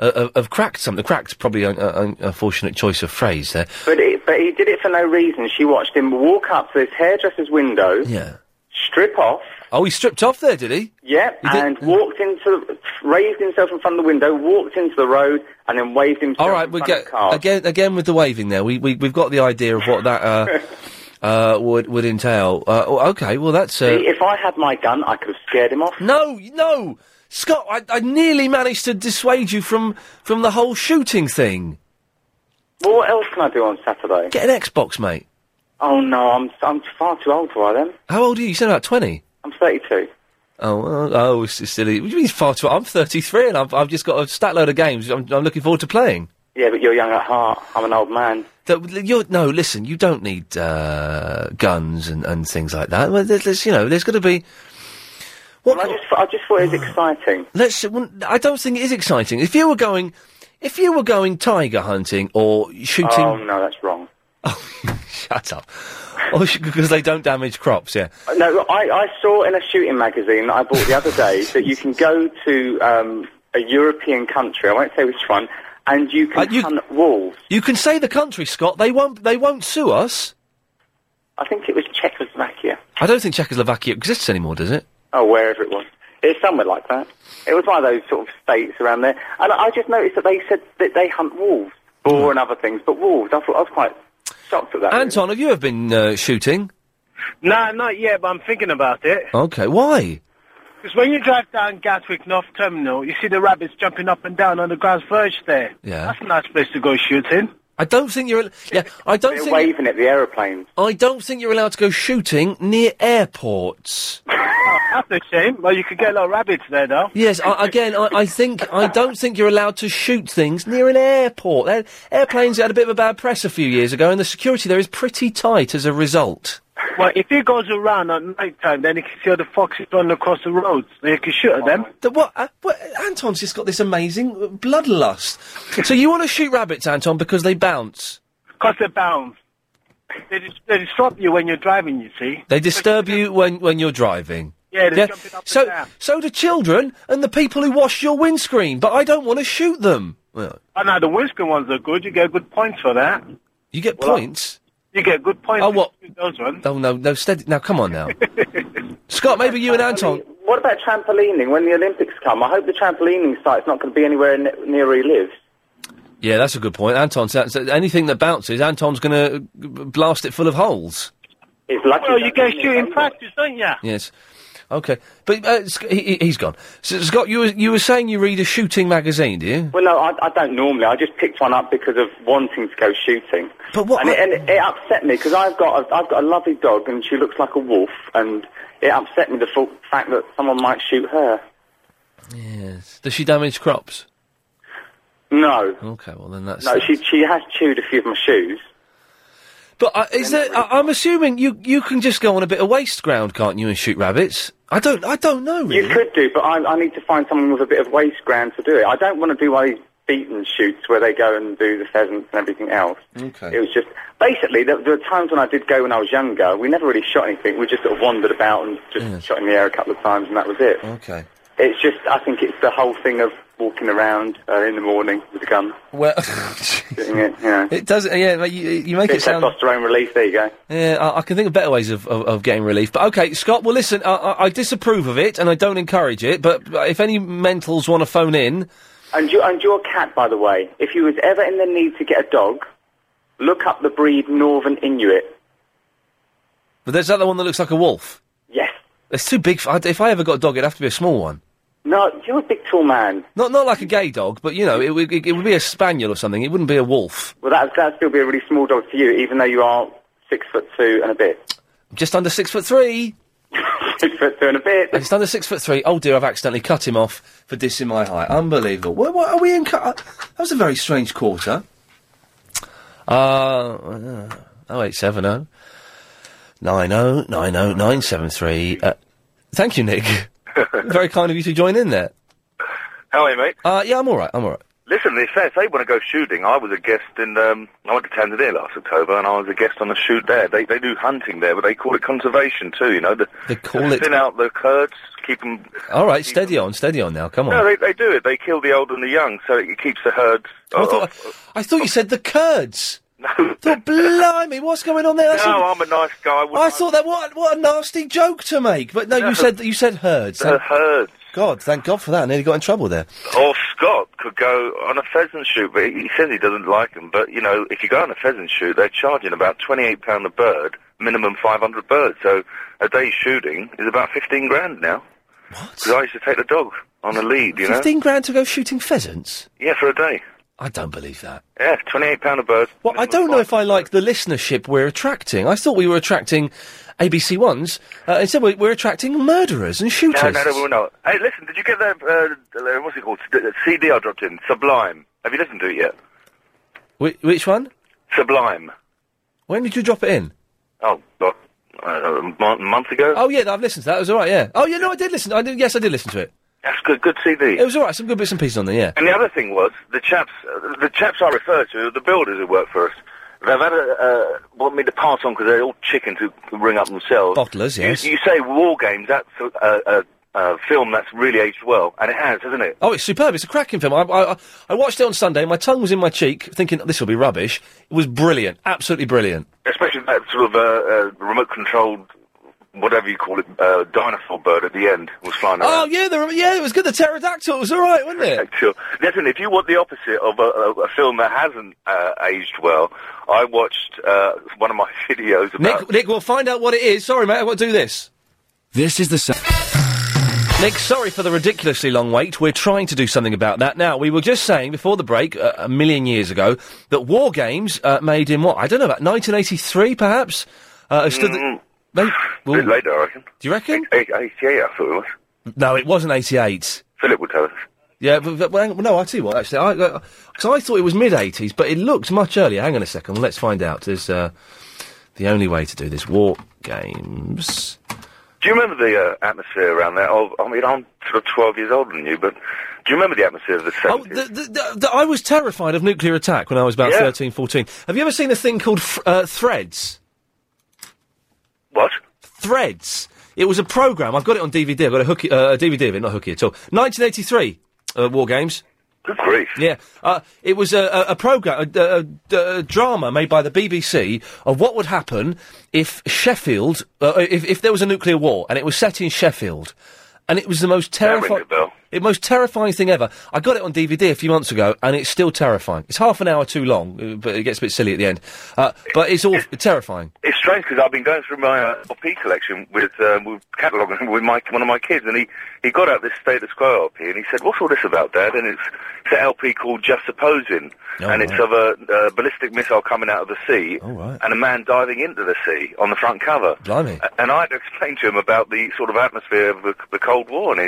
Speaker 1: uh, uh, have cracked something. Cracked probably an uh, unfortunate choice of phrase there.
Speaker 10: But it, but he did it for no reason. She watched him walk up to this hairdresser's window,
Speaker 1: Yeah.
Speaker 10: strip off,
Speaker 1: Oh, he stripped off there, did he?
Speaker 10: yep, and walked into, the- raised himself in front of the window, walked into the road, and then waved himself.
Speaker 1: All right,
Speaker 10: in
Speaker 1: we
Speaker 10: front
Speaker 1: get
Speaker 10: of cars.
Speaker 1: again again with the waving there. We, we we've got the idea of what that
Speaker 10: <laughs>
Speaker 1: uh, uh, would would entail. Uh, oh, okay, well that's uh,
Speaker 10: See, if I had my gun, I could have scared him off.
Speaker 1: no no Scott. I, I nearly managed to dissuade you from from the whole shooting thing.
Speaker 10: Well, what else can I do on Saturday?
Speaker 1: Get an Xbox, mate.
Speaker 10: Oh no, I'm I'm far too old for them.
Speaker 1: How old are you? You said about twenty.
Speaker 10: I'm 32.
Speaker 1: Oh, well, oh, it's it's silly. What do you mean far too? I'm 33 and I've, I've just got a stat load of games. I'm, I'm looking forward to playing.
Speaker 10: Yeah, but you're young at heart. I'm an old man.
Speaker 1: That- you're- no, listen, you don't need uh, guns and, and things like that. Well, there's, there's, you know, there's got to be. What?
Speaker 10: I just I just
Speaker 1: <sighs>
Speaker 10: thought it was exciting.
Speaker 1: Let's. well, I don't think it is exciting. If you were going, if you were going tiger hunting or shooting,
Speaker 10: Oh no, that's wrong.
Speaker 1: <laughs> shut up, because they don't damage crops. Yeah.
Speaker 10: Uh, No, I, I saw in a shooting magazine that I bought the other day that you can go to um, a European country, I won't say which one, and you can hunt wolves.
Speaker 1: You can say the country, Scott. They won't. They won't sue us.
Speaker 10: I think it was Czechoslovakia.
Speaker 1: I don't think Czechoslovakia exists anymore, does it?
Speaker 10: Oh, wherever it was. It's somewhere like that. It was one of those sort of states around there. And I just noticed that they said that they hunt wolves,
Speaker 14: Hmm.
Speaker 10: boar and other things, but wolves. I thought I was quite shocked at that.
Speaker 1: Anton, have you ever been uh, shooting?
Speaker 14: No, not yet, but I'm thinking about it.
Speaker 1: Okay, why?
Speaker 14: Because when you drive down Gatwick North Terminal, you see the rabbits jumping up and down on the ground verge there.
Speaker 1: Yeah.
Speaker 14: That's a nice place to go shooting.
Speaker 1: I don't think you're. Yeah, I don't
Speaker 14: They're
Speaker 1: think
Speaker 14: waving
Speaker 10: at the aeroplanes.
Speaker 1: I don't think you're allowed to go shooting near
Speaker 14: <laughs>
Speaker 1: airports.
Speaker 14: That's a shame. Well, you could get a lot of rabbits there, though.
Speaker 1: Yes, I, again, I, I think I don't think you're allowed to shoot things near an airport. Air- airplanes had a bit of a bad press a few years ago, and the security there is pretty tight as a result.
Speaker 14: Well, if he goes around at night time, then he can see all the foxes running across the roads, and you can shoot at them.
Speaker 1: The, what, uh, what? Anton's just got this amazing uh,
Speaker 14: <laughs>
Speaker 1: bloodlust. so you want to shoot rabbits, Anton, because they bounce.
Speaker 14: Because they bounce. They, dis- they disrupt you when you're driving, you see.
Speaker 1: They disturb you when, when you're driving.
Speaker 14: Yeah, they're jumping up
Speaker 1: so
Speaker 14: and down.
Speaker 1: so do children and the people who wash your windscreen, but I don't want to shoot them. Well,
Speaker 14: I know the Winston ones are good. You get good points for that.
Speaker 1: You get points.
Speaker 14: You get good points.
Speaker 1: Oh, what?
Speaker 14: for Those
Speaker 1: <laughs>
Speaker 14: ones.
Speaker 1: Oh no, no, steady. Now
Speaker 14: <laughs>
Speaker 1: come on now, Scott. Maybe you and Anton.
Speaker 10: Uh, What about trampolining? When the Olympics come, I hope the trampolining site's not going to be anywhere ne- near where he lives.
Speaker 1: Yeah, that's a good point, Anton. So, so anything that bounces, Anton's going to blast it full of holes.
Speaker 10: It's lucky.
Speaker 14: Well, you get shooting practice, don't you?
Speaker 1: Yes. Okay, but uh, Sc- he, he- he's gone. So, Scott, you were, you were saying you read a shooting magazine, do you?
Speaker 10: Well, no, I, I don't normally. I just picked one up because of wanting to go shooting.
Speaker 1: But what?
Speaker 10: And it, and it upset me because I've got a, I've got a lovely dog and she looks like a wolf, and it upset me the f- fact that someone might shoot her.
Speaker 1: Yes. Does she damage crops?
Speaker 10: No.
Speaker 1: Okay, well then that's
Speaker 10: No, she she has chewed a few of my shoes.
Speaker 1: But uh, is there? I, I'm assuming you you can just go on a bit of waste ground, can't you, and shoot rabbits? I don't I don't know really.
Speaker 10: You could do, but I, I need to find someone with a bit of waste ground to do it. I don't want to do one of these beaten shoots where they go and do the pheasants and everything else.
Speaker 1: Okay.
Speaker 10: It was just basically there, there were times when I did go when I was younger. We never really shot anything. We just sort of wandered about and just shot in the air a couple of times, and that was it.
Speaker 1: Okay.
Speaker 10: It's just I think it's the whole thing of walking around uh, in the morning with a gun,
Speaker 1: Well, <laughs>
Speaker 10: doing it. Yeah.
Speaker 1: it does. Yeah, like, you, <laughs> you make
Speaker 10: Bit
Speaker 1: it sound.
Speaker 10: testosterone release. There you go.
Speaker 1: Yeah, I, I can think of better ways of, of, of getting relief. But okay, Scott. Well, listen, I, I, I disapprove of it, and I don't encourage it. But, but if any mentals want to phone in,
Speaker 10: And your, and your cat, by the way, if you was ever in the need to get a dog, look up the breed Northern Inuit.
Speaker 1: but there's that other one that looks like a wolf.
Speaker 10: Yes.
Speaker 1: It's too big. For, I- if I ever got a dog, it'd have to be a small one.
Speaker 10: No, you're a big tall man.
Speaker 1: Not not like a gay dog, but you know, it, would it, would be a spaniel or something. It wouldn't be a wolf.
Speaker 10: Well, that that'd still be a really small dog for you, even though you are six foot two and a bit.
Speaker 1: Just under six foot three.
Speaker 10: <laughs> six foot two and a bit.
Speaker 1: It's under six foot three. Oh dear, I've accidentally cut him off for dissing my height. Unbelievable. What, what are we in? Cu- uh, that was a very strange quarter. Uh, oh eight seven oh nine oh nine oh nine seven three. Uh, thank you,
Speaker 10: <laughs>
Speaker 1: Nick. very kind of you to join in there.
Speaker 25: How are you, mate?
Speaker 1: Uh, yeah, I'm all right. I'm all right.
Speaker 25: Listen, they say if they want to go shooting, I was a guest in, um, I went to Tanzania last October and I was a guest on a shoot there. They, they do hunting there, but they call it conservation too, you know. The,
Speaker 1: They call it.
Speaker 25: Thin out the curds, keep them...
Speaker 1: All right, steady on, steady on now. Come on.
Speaker 25: No, they, they do it. They kill the old and the young, so it keeps the herds...
Speaker 1: I thought, I thought you said the Kurds. No. thought, blimey, what's going on there? That's
Speaker 25: no,
Speaker 1: a-
Speaker 25: I'm a nice guy. I wouldn't-
Speaker 1: I thought that what what a nasty joke to make. But no,
Speaker 25: No.
Speaker 1: you said you said herds.
Speaker 25: The Uh, herds.
Speaker 1: God, thank God for that. I nearly got in trouble there.
Speaker 25: Or Scott could go on a pheasant shoot, but he says he doesn't like them. But you know, if you go on a pheasant shoot, they're charging about twenty-eight pound a bird, minimum five hundred birds. So a day's shooting is about fifteen grand now. What? Because I used to take the dog on a lead, you know.
Speaker 1: Fifteen grand to go shooting pheasants.
Speaker 25: Yeah, for a day.
Speaker 1: I don't believe that.
Speaker 25: Yeah, twenty-eight pound a bird.
Speaker 1: Well, I don't know if I like the listenership we're attracting. I thought we were attracting ABC ones. Uh, instead, we- we're attracting murderers and shooters.
Speaker 25: No, no, no, we're not. Hey, listen, did you get that? Uh, what's it called? The CD I dropped in, Sublime. Have you listened to it yet?
Speaker 1: Whi- which one?
Speaker 25: Sublime.
Speaker 1: When did you drop it in?
Speaker 25: Oh, God. I don't know, a mon- month ago.
Speaker 1: Oh yeah, I've listened to that. It was all right. Yeah. Oh yeah, no, I did listen. I did. Yes, I did listen to it.
Speaker 25: That's good. Good CD.
Speaker 1: It was all right. Some good bits and pieces on there. Yeah.
Speaker 25: And the other thing was the chaps, uh, the chaps I refer to, the builders who work for us. They've had a, uh, want me to pass on because they're all chicken to ring up themselves.
Speaker 1: Bottlers, yes.
Speaker 25: You, you say war games. That's a, a, a uh, film that's really aged well, and it has, hasn't it?
Speaker 1: Oh, it's superb. It's a cracking film. I, I, I- I watched it on Sunday. My tongue was in my cheek, thinking this will be rubbish. It was brilliant. Absolutely brilliant.
Speaker 25: Especially that sort of uh, uh, remote-controlled, whatever you call it, uh, dinosaur bird at the end was flying around.
Speaker 1: Oh, yeah, the, yeah, it was good. The pterodactyl was all right, wasn't it?
Speaker 25: Sure. Listen, if you want the opposite of a, a, a film that hasn't uh, aged well, I watched uh, one of my <laughs> videos about.
Speaker 1: Nick, Nick, we'll find out what it is. Sorry, mate, I won't do this. This is the. Nick, sorry for the ridiculously long wait. We're trying to do something about that. Now, we were just saying before the break, uh, a million years ago, that War Games uh, made in what? I don't know, about 1983 perhaps? Uh, stood
Speaker 25: Mm.
Speaker 1: the- Maybe-
Speaker 25: a bit later, I reckon.
Speaker 1: Do you reckon?
Speaker 25: Eight, eight, yeah, I thought it was.
Speaker 1: No, it wasn't 88.
Speaker 25: Philip would tell us.
Speaker 1: Yeah, but, but, well, hang- no, I tell you what, actually, I, uh 'cause I thought it was mid 80s, but it looked much earlier. Hang on a second, let's find out. There's uh, the only way to do this. War Games.
Speaker 25: Do you remember the uh, atmosphere around there? Oh, I mean, I'm sort of 12 years older than you, but do you remember the atmosphere of the 70s?
Speaker 1: Oh, The, the, the, the- I was terrified of nuclear attack when I was about
Speaker 25: Yeah.
Speaker 1: thirteen, fourteen. 13, 14. Have you ever seen a thing called f- uh, Threads?
Speaker 25: What?
Speaker 1: Threads. It was a program. I've got it on DVD. I've got a, hooky, uh, a DVD of it, not hooky at all. 1983, uh, War Games.
Speaker 25: Good grief.
Speaker 1: Yeah. Uh, it was a, a, a program, a, a, a, a drama made by the BBC of what would happen if Sheffield, uh, if, if there was a nuclear war, and it was set in Sheffield. And it was the most
Speaker 25: rings
Speaker 1: terrifying,
Speaker 25: a bell.
Speaker 1: it most terrifying thing ever. I got it on DVD a few months ago, and it's still terrifying. It's half an hour too long, uh, but it gets a bit silly at the end. Uh, but it's all terrifying.
Speaker 25: It's strange because I've been going through my uh, LP collection with um, with catalogue <laughs> and with my one of my kids, and he, he got out this status quo LP, and he said, "What's all this about, Dad?" And it's it's an LP called Just Supposing,
Speaker 1: Oh,
Speaker 25: and it's
Speaker 1: right. Oh,
Speaker 25: of a uh, ballistic missile coming out of the sea, and a man diving into the sea on the front cover.
Speaker 1: Blimey.
Speaker 25: A- And I had to explain to him about the sort of atmosphere of the, the Cold War, and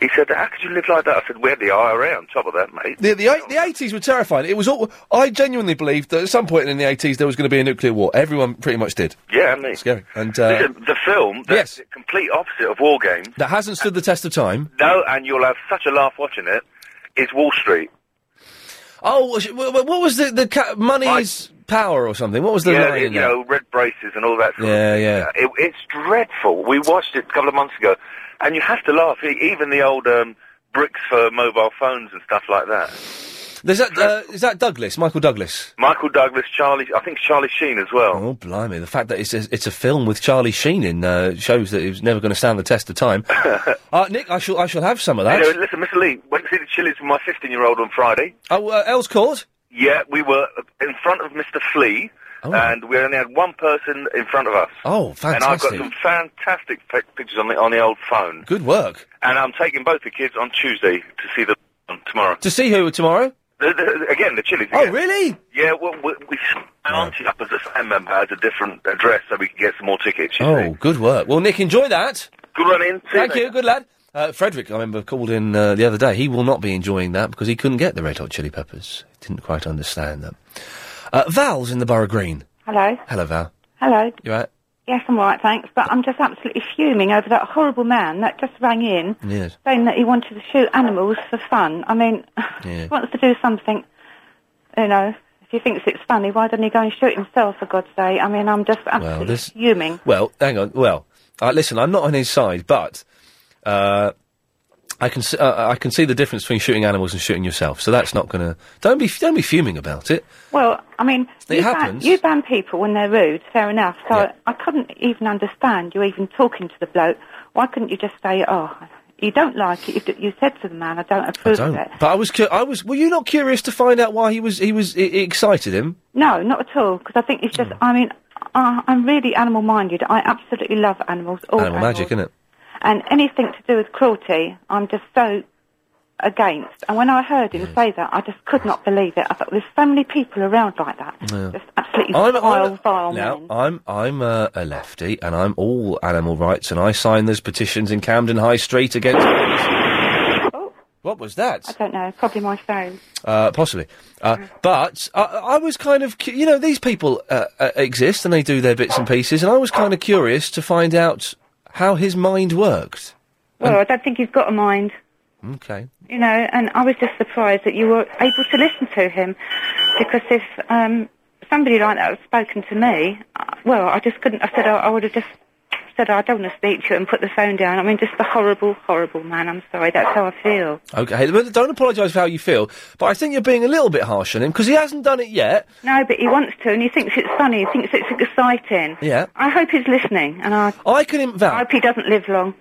Speaker 25: he, he said, "How could you live like that?" I said, "We had the IRA on top of that, mate."
Speaker 1: The the eight- the eighties were terrifying. It was all. I genuinely believed that at some point in the eighties there was going to be a nuclear war. Everyone pretty much did.
Speaker 25: Yeah, me.
Speaker 1: Scary. And uh,
Speaker 25: Listen, the film that's the complete opposite of War Games.
Speaker 1: that hasn't stood the test of time.
Speaker 25: No, and you'll have such a laugh watching it. It's Wall Street.
Speaker 1: Oh, was it- wh- wh- what was the the ca- money's power or something? What was the
Speaker 25: yeah,
Speaker 1: line?
Speaker 25: you
Speaker 1: in
Speaker 25: know, red braces and all that. Sort
Speaker 1: Yeah,
Speaker 25: of thing.
Speaker 1: yeah.
Speaker 25: It, it's dreadful. We watched it a couple of months ago, and you have to laugh. E- Even the old um, bricks for mobile phones and stuff like that.
Speaker 1: there? There's that, uh, is that Douglas? Michael Douglas?
Speaker 25: Michael Douglas, Charlie. I think Charlie Sheen as well.
Speaker 1: Oh blimey! The fact that it's a, it's a film with Charlie Sheen in uh, shows that it was never going to stand the test of
Speaker 25: <laughs>
Speaker 1: time. uh, Nick, I shall I shall have some of that.
Speaker 25: Anyway, listen, Mr. Lee, went to see the Chili's with my 15-year-old on Friday.
Speaker 1: Oh, uh, Els Court?
Speaker 25: Yeah, we were uh, in front of Mr. Flea, and we only had one person in front of us.
Speaker 1: Oh,
Speaker 25: And I've got
Speaker 1: fantastic!
Speaker 25: some fantastic pic- pictures on the on the old phone.
Speaker 1: Good work.
Speaker 25: And I'm taking both the kids on Tuesday to see the tomorrow.
Speaker 1: To see who tomorrow?
Speaker 25: The, the, again, the Chili's.
Speaker 1: Oh,
Speaker 25: again.
Speaker 1: really?
Speaker 25: Yeah, well, we, we my auntie up as a fan member at a different address so we can get some more tickets. you
Speaker 1: Oh, good work. Well, Nick, enjoy that.
Speaker 25: Good run in.
Speaker 1: Thank you. Good lad. Uh, Frederick, I remember, called in uh, the other day. He will not be enjoying that because he couldn't get the Red Hot Chili Peppers. He didn't quite understand them. Uh, Val's in the Borough Green.
Speaker 6: Hello.
Speaker 1: Hello, Val.
Speaker 6: Hello.
Speaker 1: You all right?
Speaker 6: Yes, I'm all right, thanks. But I'm just absolutely fuming over that horrible man that just rang in
Speaker 1: Yes.
Speaker 6: saying that he wanted to shoot animals for fun. I mean, <laughs>
Speaker 1: Yeah.
Speaker 6: he wants to do something, you know, if he thinks it's funny, why doesn't he go and shoot himself, for God's sake? I mean, I'm just absolutely
Speaker 1: this-
Speaker 6: fuming.
Speaker 1: Well, hang on. Well, uh, listen, I'm not on his side, but uh, I can s- uh, I can see the difference between shooting animals and shooting yourself. So that's not going to don't be don't be fuming about it.
Speaker 6: Well, I mean,
Speaker 1: It
Speaker 6: you, ban,
Speaker 1: happens.
Speaker 6: you ban people when they're rude, fair enough. So I, I couldn't even understand you even talking to the bloke. Why couldn't you just say, oh, you don't like it? You, d- you said to the man, I don't approve
Speaker 1: Don't.
Speaker 6: of it.
Speaker 1: But I was cu- I was were you not curious to find out why he was he was it, it excited him?
Speaker 6: No, not at all, because I think it's just,
Speaker 1: Hmm.
Speaker 6: I mean, I, I'm really animal minded. I absolutely love animals, all
Speaker 1: Animal
Speaker 6: animals.
Speaker 1: magic, isn't it?
Speaker 6: And anything to do with cruelty, I'm just so against. And when I heard
Speaker 1: Hmm.
Speaker 6: him say that, I just could not believe it. I thought, there's so many people around like that.
Speaker 1: Yeah.
Speaker 6: Absolutely
Speaker 1: I'm-
Speaker 6: vile,
Speaker 1: I'm-
Speaker 6: vile men.
Speaker 1: Now, I'm I'm uh, a lefty, and I'm all animal rights, and I sign those petitions in Camden High Street against. What was that? I
Speaker 6: don't know. Probably my phone.
Speaker 1: Uh, possibly, uh, but I, I was kind of, cu- you know, these people uh, uh, exist and they do their bits and pieces, and I was kind of curious to find out how his mind worked.
Speaker 6: Well, I don't think he's got a mind,
Speaker 1: Okay,
Speaker 6: you know, and I was just surprised that you were able to listen to him because if um, somebody like that had spoken to me, uh, well, I just couldn't, I said I, I would have just said, I don't want to speak to you and put the phone down. I mean, just a horrible, horrible man. I'm sorry. That's how I feel.
Speaker 1: Okay, but don't apologise for how you feel, but I think you're being a little bit harsh on him because he hasn't done it yet.
Speaker 6: No, but he wants to and he thinks it's funny. He thinks it's exciting.
Speaker 1: Yeah.
Speaker 6: I hope he's listening and I,
Speaker 1: I can Im-
Speaker 6: I hope he doesn't live long.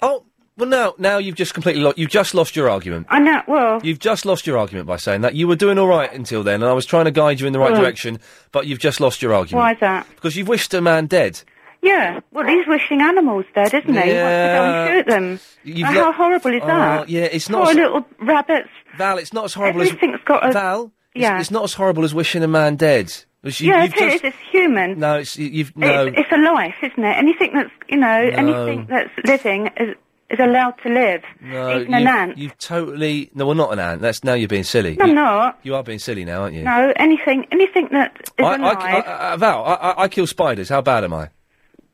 Speaker 1: Oh, well, now, now you've just completely lo- you've just lost your argument.
Speaker 6: I know, well,
Speaker 1: You've just lost your argument by saying that you were doing all right until then, and I was trying to guide you in the right
Speaker 6: Right.
Speaker 1: direction, but you've just lost your argument
Speaker 6: why is that?
Speaker 1: because you've wished a man dead.
Speaker 6: Yeah. Well, he's wishing animals dead, isn't he? He wants to go
Speaker 1: Yeah.
Speaker 6: and shoot them.
Speaker 1: You've
Speaker 6: Now,
Speaker 1: let-
Speaker 6: how horrible is
Speaker 1: Oh,
Speaker 6: that?
Speaker 1: yeah, it's
Speaker 6: Poor
Speaker 1: not as-
Speaker 6: little rabbits.
Speaker 1: Val, it's not as horrible as
Speaker 6: Everything's got a...
Speaker 1: Val. It's,
Speaker 6: Yeah.
Speaker 1: it's not as horrible as wishing a man dead. Which you,
Speaker 6: yeah,
Speaker 1: you've
Speaker 6: it is.
Speaker 1: just-
Speaker 6: It's human.
Speaker 1: No, it's you- you've no.
Speaker 6: It's, it's a life, isn't it? Anything that's you know,
Speaker 1: No.
Speaker 6: anything that's living is is allowed to live.
Speaker 1: no,
Speaker 6: even an
Speaker 1: you've,
Speaker 6: ant.
Speaker 1: you've totally no. Well, not an ant. That's now you're being silly.
Speaker 6: No,
Speaker 1: you,
Speaker 6: I'm not.
Speaker 1: You are being silly now, aren't you?
Speaker 6: No, anything, anything that is
Speaker 1: I, I,
Speaker 6: alive.
Speaker 1: I, I- Val, I, I, I kill spiders. How bad am I?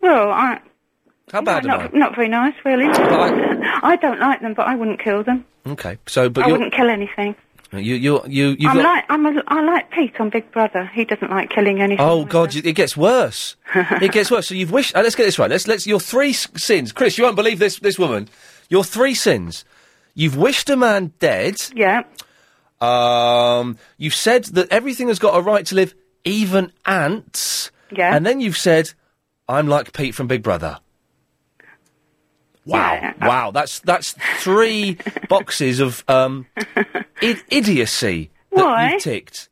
Speaker 6: well, I.
Speaker 1: How bad
Speaker 6: no,
Speaker 1: am
Speaker 6: not, not very nice, really. <laughs> I, don't like them, but I wouldn't kill them.
Speaker 1: I? Okay, so but
Speaker 6: I
Speaker 1: you're,
Speaker 6: wouldn't kill anything.
Speaker 1: you you you you've
Speaker 6: I'm
Speaker 1: got.
Speaker 6: like I'm a, I like Pete on Big Brother. He doesn't like killing anything.
Speaker 1: Oh God, you- it gets worse. it gets worse. So you've wished. Uh, let's get this right. Let's let's your three s- sins, Chris. You won't believe this. This woman, your three sins. You've wished a man dead.
Speaker 6: Yeah.
Speaker 1: Um, you've said that everything has got a right to live, even ants.
Speaker 6: Yeah.
Speaker 1: And then you've said, "I'm like Pete from Big Brother." Wow! wow! That's that's
Speaker 6: <laughs>
Speaker 1: three boxes of um, I- idiocy that
Speaker 6: Why?
Speaker 1: you've ticked.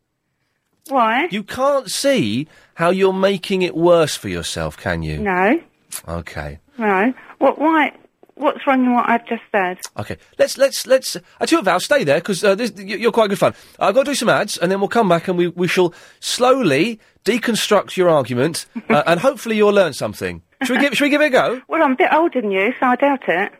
Speaker 6: Why?
Speaker 1: You can't see how you're making it worse for yourself, can you?
Speaker 6: No, Mm.
Speaker 1: Okay.
Speaker 6: no. What? Why? What's wrong with what I've just said?
Speaker 1: Okay. Let's let's let's. I tell you what, Val, stay there because uh, this- y- you're quite good fun. I've got to do some ads, and then we'll come back and we we shall slowly deconstruct your argument, uh,
Speaker 6: <laughs>
Speaker 1: and hopefully you'll learn something. Should we give Should we give it a go?
Speaker 6: Well, I'm a bit older than you, so I doubt it.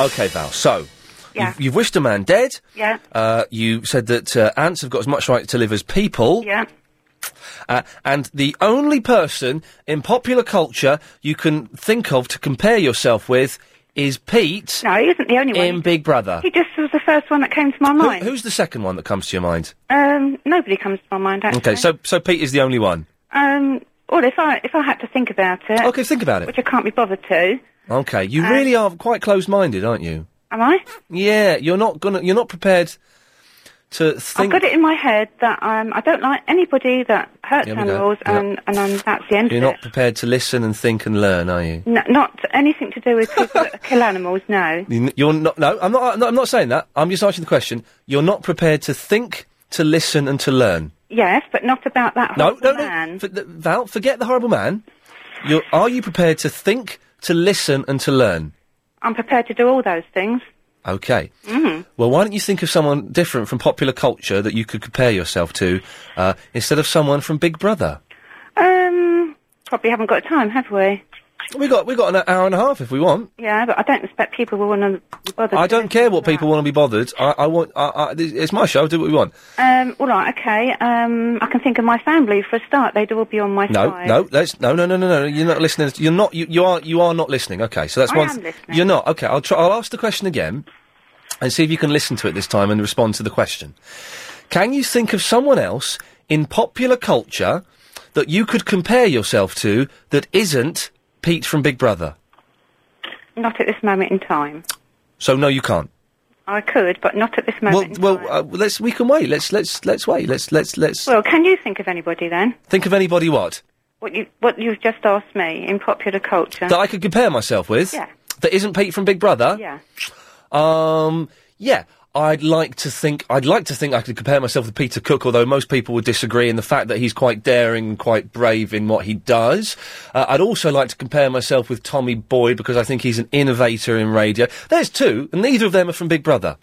Speaker 1: Okay, Val. So.
Speaker 6: Yeah.
Speaker 1: You've, you've wished a man dead.
Speaker 6: Yeah.
Speaker 1: Uh, you said that uh, ants have got as much right to live as people.
Speaker 6: Yeah.
Speaker 1: Uh, and the only person in popular culture you can think of to compare yourself with is Pete.
Speaker 6: No, he isn't the only one.
Speaker 1: In Big Brother.
Speaker 6: He just was the first one that came to my
Speaker 1: Who-
Speaker 6: mind.
Speaker 1: who's the second one that comes to your mind?
Speaker 6: Um, nobody comes to my mind actually.
Speaker 1: Okay, so so Pete is the only one.
Speaker 6: Um, well, if I if I had to think about it.
Speaker 1: Okay, think about it.
Speaker 6: Which I can't be bothered to.
Speaker 1: Okay, you
Speaker 6: Uh,
Speaker 1: really are quite closed-minded, aren't you?
Speaker 6: Am I?
Speaker 1: Yeah, you're not gonna, you're not prepared to think.
Speaker 6: I've got it in my head that um, I don't like anybody that hurts
Speaker 1: Here we go.
Speaker 6: animals,
Speaker 1: Yeah.
Speaker 6: and and um, that's the end
Speaker 1: You're
Speaker 6: of it.
Speaker 1: not prepared to listen and think and learn, are you?
Speaker 6: N- not anything to do with people
Speaker 1: <laughs>
Speaker 6: that kill animals. No.
Speaker 1: You n- You're not. No, I'm not. I'm not- I'm not saying that. I'm just asking the question. You're not prepared to think, to listen, and to learn.
Speaker 6: Yes, but not about that
Speaker 1: No,
Speaker 6: horrible
Speaker 1: no,
Speaker 6: man.
Speaker 1: no. For the, Val, forget the horrible man. You're, are you prepared to think, to listen, and to learn?
Speaker 6: I'm prepared to do all those things.
Speaker 1: Okay.
Speaker 6: Mm.
Speaker 1: Well, why don't you think of someone different from popular culture that you could compare yourself to, uh, instead of someone from Big Brother?
Speaker 6: Um, probably haven't got time, have we?
Speaker 1: We got we got an hour and a half if we want.
Speaker 6: Yeah, but I don't expect people will want to bother.
Speaker 1: I don't care what people want to be bothered. I, I want. I, I, it's my show. Do what we want.
Speaker 6: Um, all right, okay. Um, I can think of my family for a start. They'd all be on my
Speaker 1: No,
Speaker 6: side.
Speaker 1: no, that's no, no, no, no, no. You're not listening. You're not. You, you are. You are not listening. Okay, so that's
Speaker 6: I
Speaker 1: one.
Speaker 6: am
Speaker 1: th-
Speaker 6: listening.
Speaker 1: You're not. Okay, I'll try. I'll ask the question again, and see if you can listen to it this time and respond to the question. Can you think of someone else in popular culture that you could compare yourself to that isn't Pete from Big Brother?
Speaker 6: Not at this moment in time.
Speaker 1: So no, you can't.
Speaker 6: I could, but not at this
Speaker 1: Well,
Speaker 6: moment.
Speaker 1: well, uh, let's. We can wait. Let's. Let's. Let's wait. Let's. Let's. Let's
Speaker 6: Well, can you think of anybody then?
Speaker 1: think of anybody what
Speaker 6: What you what you've just asked me in popular culture?
Speaker 1: that I could compare myself with
Speaker 6: Yeah.
Speaker 1: that isn't Pete from Big Brother.
Speaker 6: yeah.
Speaker 1: Um, yeah, I'd like to think I'd like to think I could compare myself with Peter Cook, although most people would disagree in the fact that he's quite daring and quite brave in what he does. Uh, I'd also like to compare myself with Tommy Boyd because I think he's an innovator in radio. There's two, and neither of them are from Big Brother.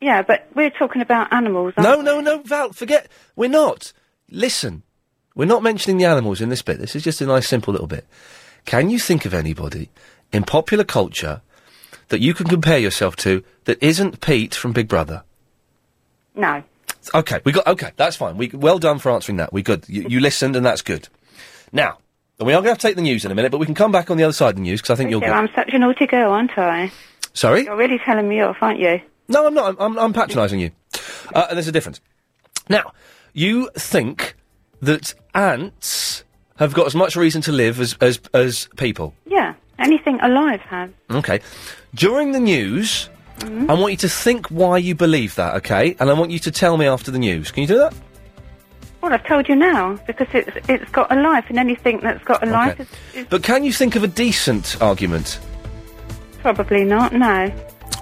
Speaker 6: Yeah, but we're talking about animals. aren't
Speaker 1: No, no, no, Val, forget. We're not. Listen, we're not mentioning the animals in this bit. This is just a nice, simple little bit. Can you think of anybody in popular culture that you can compare yourself to that isn't Pete from Big Brother?
Speaker 6: we? No.
Speaker 1: Okay, we got. Okay, that's fine. We well done for answering that. We good. You, you listened, and that's good. Now, and we are going to have to take the news in a minute, but we can come back on the other side of the news because I think you're
Speaker 6: Yeah, I'm
Speaker 1: good.
Speaker 6: such a naughty girl, aren't I?
Speaker 1: Sorry.
Speaker 6: You're really telling me off, aren't you?
Speaker 1: No, I'm not. I'm, I'm, I'm patronising you. Uh, and there's a difference. Now, you think that ants have got as much reason to live as as, as people.
Speaker 6: Yeah, anything alive has.
Speaker 1: Okay. During the news, I want you to think why you believe that, okay? And I want you to tell me after the news. Can you do that?
Speaker 6: Well, I've told you now because it's it's got a life, and anything that's got a life is
Speaker 1: But can you think of a decent argument?
Speaker 6: probably not. No.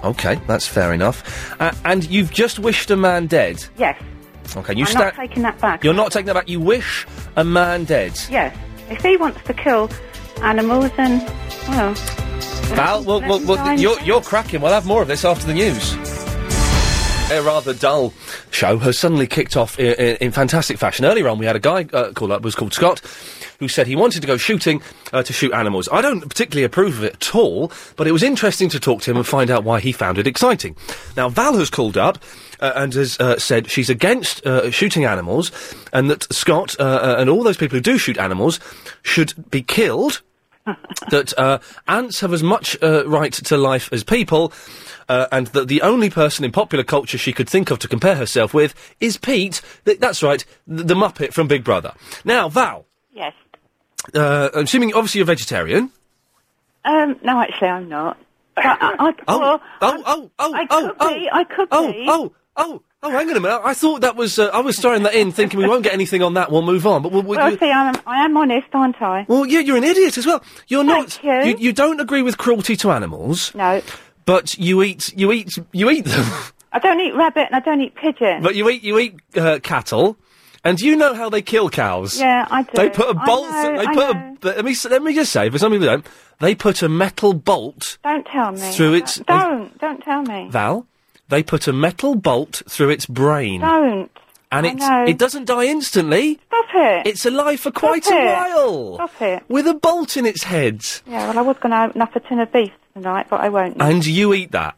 Speaker 1: Okay, that's fair enough. Uh, and you've just wished a man dead.
Speaker 6: Yes.
Speaker 1: Okay, you
Speaker 6: I'm
Speaker 1: sta-
Speaker 6: not taking that back.
Speaker 1: You're not taking that back. You wish a man dead.
Speaker 6: Yes. If he wants to kill animals, then well.
Speaker 1: Val, well, well, well
Speaker 6: Valentine's
Speaker 1: you're, you're cracking. We'll have more of this after the news. A rather dull show has suddenly kicked off in, in, in fantastic fashion. Earlier on, we had a guy uh, call up, was called Scott, who said he wanted to go shooting uh, to shoot animals. I don't particularly approve of it at all, but it was interesting to talk to him and find out why he found it exciting. Now, Val has called up uh, and has uh, said she's against uh, shooting animals and that Scott uh, uh, and all those people who do shoot animals should be killed that uh, ants have as much uh, right to life as people, uh, and that the only person in popular culture she could think of to compare herself with is Pete. Th- that's right, th- the Muppet from Big Brother. Now, Val,
Speaker 6: Yes.
Speaker 1: uh, I'm assuming obviously you're vegetarian.
Speaker 6: Um, no, actually, I'm not. But I, I,
Speaker 1: <laughs> Oh,
Speaker 6: well,
Speaker 1: oh, oh, oh,
Speaker 6: I
Speaker 1: oh,
Speaker 6: could
Speaker 1: oh,
Speaker 6: be, I could
Speaker 1: oh,
Speaker 6: be.
Speaker 1: oh, oh, oh, hang on a minute. I thought that was uh, I was throwing that in, thinking we won't get anything on that. We'll move on, but we'll, we'll,
Speaker 6: Well, see, I'm, I am honest, aren't I?
Speaker 1: Well, yeah, you're an idiot as well. You're not.
Speaker 6: you.
Speaker 1: You, don't agree with cruelty to animals.
Speaker 6: No.
Speaker 1: But you eat. You eat. You eat them. <laughs>
Speaker 6: I don't eat rabbit and I don't eat pigeon.
Speaker 1: but you eat. You eat uh, cattle. And you know how they kill cows.
Speaker 6: Yeah, I do.
Speaker 1: They put a
Speaker 6: I
Speaker 1: bolt.
Speaker 6: know,
Speaker 1: they
Speaker 6: I
Speaker 1: put. A, let me s- let me just say, for some people don't, they put a metal bolt
Speaker 6: Don't tell me.
Speaker 1: through its
Speaker 6: Don't, don't tell me.
Speaker 1: Val. They put a metal bolt through its brain,
Speaker 6: Don't.
Speaker 1: and
Speaker 6: I
Speaker 1: it
Speaker 6: know.
Speaker 1: it doesn't die instantly.
Speaker 6: Stop it.
Speaker 1: It's alive for quite
Speaker 6: Stop
Speaker 1: a
Speaker 6: it.
Speaker 1: while.
Speaker 6: Stop it.
Speaker 1: With a bolt in its head,
Speaker 6: Yeah, well, I was going to open up a tin of beef tonight, but I won't.
Speaker 1: and you
Speaker 6: <laughs>
Speaker 1: eat that.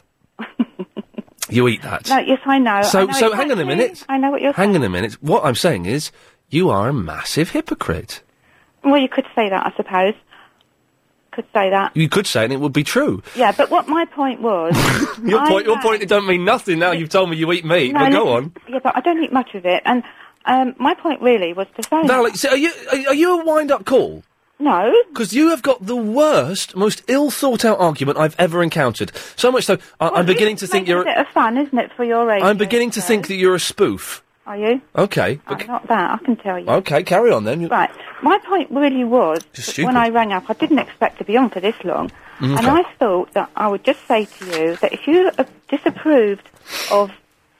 Speaker 1: you eat that.
Speaker 6: No, yes, I know.
Speaker 1: So-
Speaker 6: I know
Speaker 1: so hang on a
Speaker 6: exactly-
Speaker 1: minute.
Speaker 6: I know what you're
Speaker 1: Hang on a minute. What I'm saying is, you are a massive hypocrite.
Speaker 6: Well, you could say that, I suppose. Could say that.
Speaker 1: You could say, it and it would be true. <laughs>
Speaker 6: Yeah, but what my point was.
Speaker 1: Your
Speaker 6: I
Speaker 1: point, your
Speaker 6: know-
Speaker 1: point, it don't mean nothing now. You've told me you eat meat,
Speaker 6: No,
Speaker 1: but go
Speaker 6: listen,
Speaker 1: on.
Speaker 6: Yeah, but I don't eat much of it, and um, my point really was to say.
Speaker 1: Val, so are you are, are you a wind up
Speaker 6: Oh.
Speaker 1: call?
Speaker 6: No.
Speaker 1: Because you have got the worst, most ill thought out argument I've ever encountered. So much so, I, I'm beginning to think
Speaker 6: It's a
Speaker 1: you're.
Speaker 6: bit of fun, isn't it, for your age?
Speaker 1: I'm beginning to think that you're a spoof.
Speaker 6: Are you?
Speaker 1: Okay.
Speaker 6: I'm not that. I can tell you.
Speaker 1: Okay, carry on then. You-
Speaker 6: Right. My point really was
Speaker 1: Mm. Just
Speaker 6: that
Speaker 1: stupid.
Speaker 6: when I rang up, I didn't expect to be on for this long, and
Speaker 1: Mm, okay.
Speaker 6: I thought that I would just say to you that if you uh, disapproved of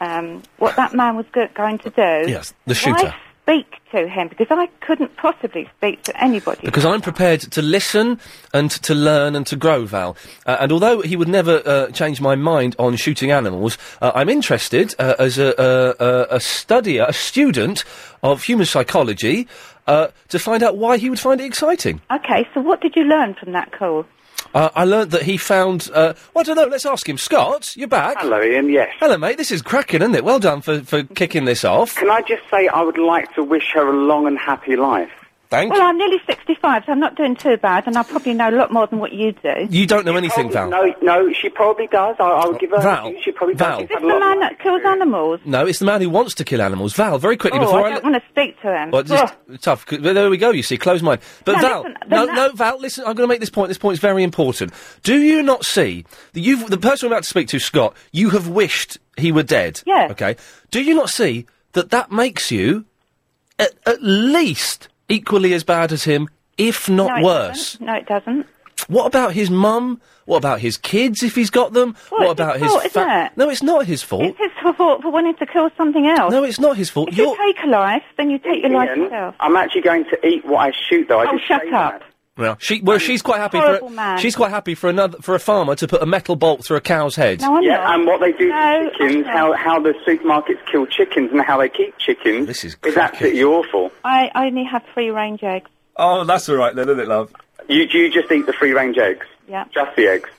Speaker 6: um, what that man was go- going to do,
Speaker 1: Yes, the shooter.
Speaker 6: why speak to him? Because I couldn't possibly speak to anybody.
Speaker 1: Because I'm prepared to listen and to learn and to grow, Val. Uh, and although he would never uh, change my mind on shooting animals, uh, I'm interested uh, as a, uh, uh, a studier, a student of human psychology, uh, to find out why he would find it exciting.
Speaker 6: Okay, so what did you learn from that call?
Speaker 1: Uh, I learnt that he found. Uh, well, I don't know. Let's ask him. Scott, you're back. Hello,
Speaker 5: Ian. Yes.
Speaker 1: Hello, mate. This is cracking, isn't it? Well done for, for kicking this off.
Speaker 5: Can I just say I would like to wish her a long and happy life?
Speaker 1: Thank
Speaker 6: Well, I'm nearly 65, so I'm not doing too bad, and I probably know a lot more than what you do.
Speaker 1: you. Don't know anything, Val.
Speaker 5: No, no, she probably does. I, I would give her.
Speaker 1: Val,
Speaker 5: She probably
Speaker 1: Val.
Speaker 5: does. She's
Speaker 6: Is this
Speaker 5: had
Speaker 6: the
Speaker 5: a lot
Speaker 6: man that kills animals?
Speaker 1: No, it's the man who wants to kill animals. Val, very quickly
Speaker 6: oh,
Speaker 1: before
Speaker 6: I
Speaker 1: let-
Speaker 6: don't want to speak to him.
Speaker 1: Well, it's just
Speaker 6: Ugh.
Speaker 1: tough. 'cause- well, There we go. You see, close mind. But
Speaker 6: Ah. No,
Speaker 1: Val,
Speaker 6: listen,
Speaker 1: no,
Speaker 6: then
Speaker 1: no, Val. Listen, I'm going to make this point. This point is very important. Do you not see that you've the person I'm about to speak to, Scott? You have wished he were dead.
Speaker 6: Yeah.
Speaker 1: Okay. Do you not see that that makes you at, at least equally as bad as him, if
Speaker 6: Oh, No,
Speaker 1: not
Speaker 6: it
Speaker 1: worse?
Speaker 6: doesn't. No, it doesn't.
Speaker 1: What about his mum? What about his kids if he's got them?
Speaker 6: Well,
Speaker 1: what
Speaker 6: it's his
Speaker 1: about his?
Speaker 6: fault, isn't
Speaker 1: fa-
Speaker 6: it?
Speaker 1: No, it's not his fault.
Speaker 6: It's his fault for wanting to kill something else.
Speaker 1: No, it's not his fault.
Speaker 6: If you take a life, then you take your life
Speaker 5: Ian,
Speaker 6: yourself.
Speaker 5: I'm actually going to eat what I shoot, though. I
Speaker 6: Oh,
Speaker 5: just
Speaker 6: shut
Speaker 5: say
Speaker 6: up.
Speaker 1: Well, she well she's quite happy for
Speaker 6: Horrible man.
Speaker 1: she's quite happy for another for a farmer to put a metal bolt through a cow's head.
Speaker 6: No, I'm
Speaker 5: yeah,
Speaker 6: not.
Speaker 5: and what they do
Speaker 6: No,
Speaker 5: to chickens,
Speaker 6: I'm
Speaker 5: how
Speaker 6: not.
Speaker 5: how the supermarkets kill chickens and how they keep chickens. This is is absolutely awful.
Speaker 6: I I only have free range eggs.
Speaker 1: Oh, that's all right then, isn't it, love?
Speaker 5: You you just eat the free range eggs,
Speaker 6: Yeah.
Speaker 5: just the eggs.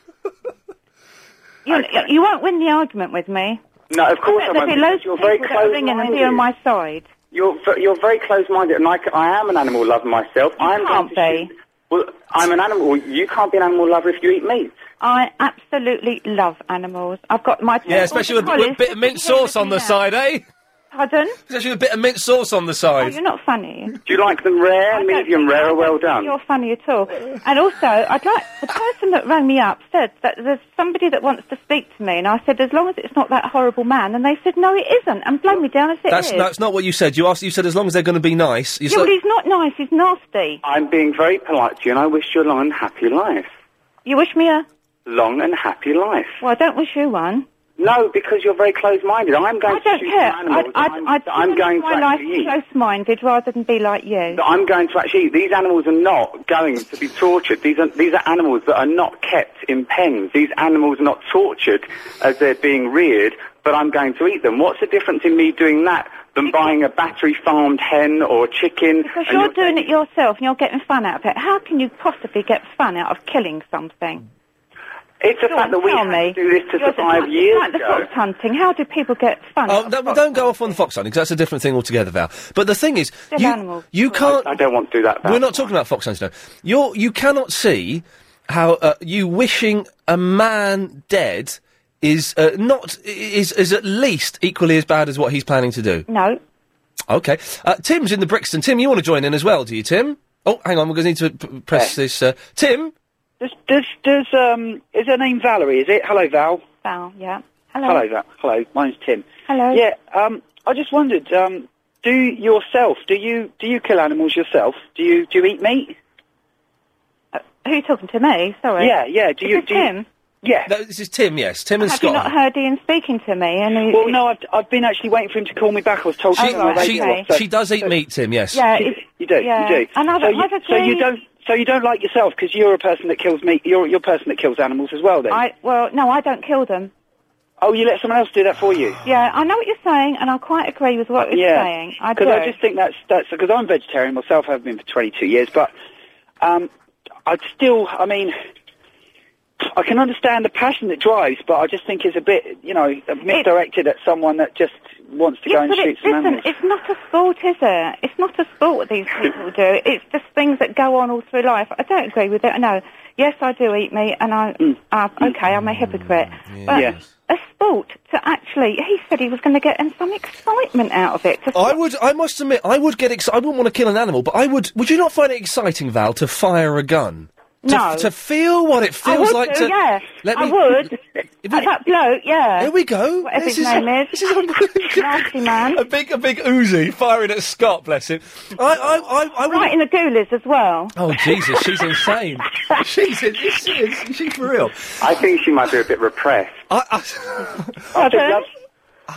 Speaker 6: You, you won't win the argument with me.
Speaker 5: No, of course
Speaker 6: I
Speaker 5: I
Speaker 6: bet there'll
Speaker 5: won't.
Speaker 6: be loads
Speaker 5: because You're
Speaker 6: of people
Speaker 5: very
Speaker 6: that are ringing and be on
Speaker 5: close-minded.
Speaker 6: my side.
Speaker 5: You're v- you're very close-minded, and I, c- I am an animal lover myself. I am
Speaker 6: can't
Speaker 5: going to shoot- Well, I'm an animal. You can't be an animal lover if you eat meat.
Speaker 6: I absolutely love animals. I've got my
Speaker 1: Yeah, especially with, with a bit of mint sauce on the side, eh?
Speaker 6: Pardon?
Speaker 1: There's actually a bit of mint sauce on the side.
Speaker 6: Oh, You're not funny.
Speaker 5: Do you like them rare, medium rare, or well done?
Speaker 6: You're funny at all. And also, I'd like the person that rang me up said that there's somebody that wants to speak to me, and I said as long as it's not that horrible man, and they said no, it isn't, and blow me down if it
Speaker 1: That's
Speaker 6: is.
Speaker 1: that's not what you said. You asked. You said as long as they're going to be nice. You
Speaker 6: yeah,
Speaker 1: said-
Speaker 6: well, he's not nice. He's nasty.
Speaker 5: I'm being very polite to you, and I wish you a long and happy life.
Speaker 6: You wish me a
Speaker 5: Long and happy life.
Speaker 6: well. I don't wish you one.
Speaker 5: No, because you're very close-minded. I'm going
Speaker 6: I don't
Speaker 5: to shoot
Speaker 6: care.
Speaker 5: some animals.
Speaker 6: I'd,
Speaker 5: that
Speaker 6: I'd,
Speaker 5: I'm,
Speaker 6: I'd
Speaker 5: that I'm
Speaker 6: live
Speaker 5: going to
Speaker 6: my life
Speaker 5: actually eat.
Speaker 6: close-minded rather than be like you.
Speaker 5: That I'm going to actually eat. These animals are not going to be tortured. These are these are animals that are not kept in pens. These animals are not tortured as they're being reared. But I'm going to eat them. What's the difference in me doing that than buying a battery farmed hen or chicken?
Speaker 6: Because
Speaker 5: and
Speaker 6: you're doing it yourself and you're getting fun out of it. How can you possibly get fun out of killing something?
Speaker 5: It's
Speaker 6: the fact that we have
Speaker 5: to do this to survive years
Speaker 6: like the
Speaker 5: ago.
Speaker 6: fox hunting. How do people get fun?
Speaker 1: Oh, no, don't go off on the fox hunting 'cause that's a different thing altogether, Val. But the thing is,
Speaker 6: They're
Speaker 1: you,
Speaker 6: animals. Oh,
Speaker 1: you can't.
Speaker 5: I, don't want to do that.
Speaker 1: We're not talking about fox hunting. No, you're you cannot see how uh, you wishing a man dead is uh, not i- is is at least equally as bad as what he's planning to do.
Speaker 6: No.
Speaker 1: Okay, uh, Tim's in the Brixton. Tim, you want to join in as well, do you, Tim? Oh, hang on, we're going to need to p- press this. Uh, Tim,
Speaker 11: Does, does, does, um, is her name Valerie, is it? Hello, Val.
Speaker 6: Val, yeah.
Speaker 11: Hello, Val. Hello, mine's Tim.
Speaker 6: Hello.
Speaker 11: Yeah, um, I just wondered, um, do yourself, do you, do you kill animals yourself? Do you, do you eat meat?
Speaker 6: Who are you talking to me? Sorry.
Speaker 11: Yeah, yeah. Do
Speaker 6: Is
Speaker 11: you-
Speaker 6: this
Speaker 11: do you-
Speaker 6: him?
Speaker 11: Yeah.
Speaker 1: No, this is Tim. Yes, Tim in
Speaker 6: Have you not
Speaker 1: Scotland.
Speaker 6: heard Ian speaking to me? And he,
Speaker 11: Well, no, I've, I've been actually waiting for him to call me back. I was told
Speaker 1: She,
Speaker 11: to call my
Speaker 1: she,
Speaker 11: radio up, so-
Speaker 1: she does eat meat, Tim. Yes.
Speaker 6: Yeah,
Speaker 11: She-
Speaker 6: it's-
Speaker 11: you do,
Speaker 6: yeah.
Speaker 11: you do.
Speaker 6: And I've-
Speaker 11: so, you,
Speaker 6: I've
Speaker 11: so you
Speaker 6: agreed.
Speaker 11: don't, so you don't like yourself because you're a person that kills meat. You're, you're a person that kills animals as well, then.
Speaker 6: I, well, no, I don't kill them.
Speaker 11: oh, you let someone else do that for you.
Speaker 6: Yeah, I know what you're saying, and I quite agree with what you're
Speaker 11: yeah,
Speaker 6: saying. I do.
Speaker 11: because I just think that's that's because I'm vegetarian myself. I've been for 22 years, but um, I'd still. I mean, I can understand the passion that drives, but I just think it's a bit, you know, misdirected at someone that just wants to
Speaker 6: Yes,
Speaker 11: go and
Speaker 6: but
Speaker 11: shoot
Speaker 6: it,
Speaker 11: some
Speaker 6: listen,
Speaker 11: animals.
Speaker 6: it's not a sport, is it? It's not a sport what these people do. It's just things that go on all through life. I don't agree with it. No. Yes, I do eat meat, and I,
Speaker 5: Mm.
Speaker 6: uh, okay, I'm a hypocrite. But
Speaker 1: Yes.
Speaker 6: a sport to actually, he said he was going to get in some excitement out of it. To
Speaker 1: I would. I must admit, I would get excited. I wouldn't want to kill an animal, but I would. Would you not find it exciting, Val, to fire a gun? To,
Speaker 6: No.
Speaker 1: To feel what it
Speaker 6: I
Speaker 1: feels
Speaker 6: would
Speaker 1: like
Speaker 6: do,
Speaker 1: to.
Speaker 6: yeah.
Speaker 1: Let
Speaker 6: I
Speaker 1: me- <laughs>
Speaker 6: would. Uh, that bloke, yeah.
Speaker 1: Here we go.
Speaker 6: Whatever
Speaker 1: <laughs> This
Speaker 6: his
Speaker 1: is-
Speaker 6: name is. This is <laughs> nasty man.
Speaker 1: A big, a big Uzi firing at Scott. Bless him. I, I, I, I would.
Speaker 6: Right in the ghoulies as
Speaker 1: <laughs>
Speaker 6: well.
Speaker 1: Oh Jesus,
Speaker 5: <laughs>
Speaker 1: she's insane. she's in, she is, she for real.
Speaker 5: I think she might be a bit repressed.
Speaker 1: I,
Speaker 5: <laughs>
Speaker 1: I think that's-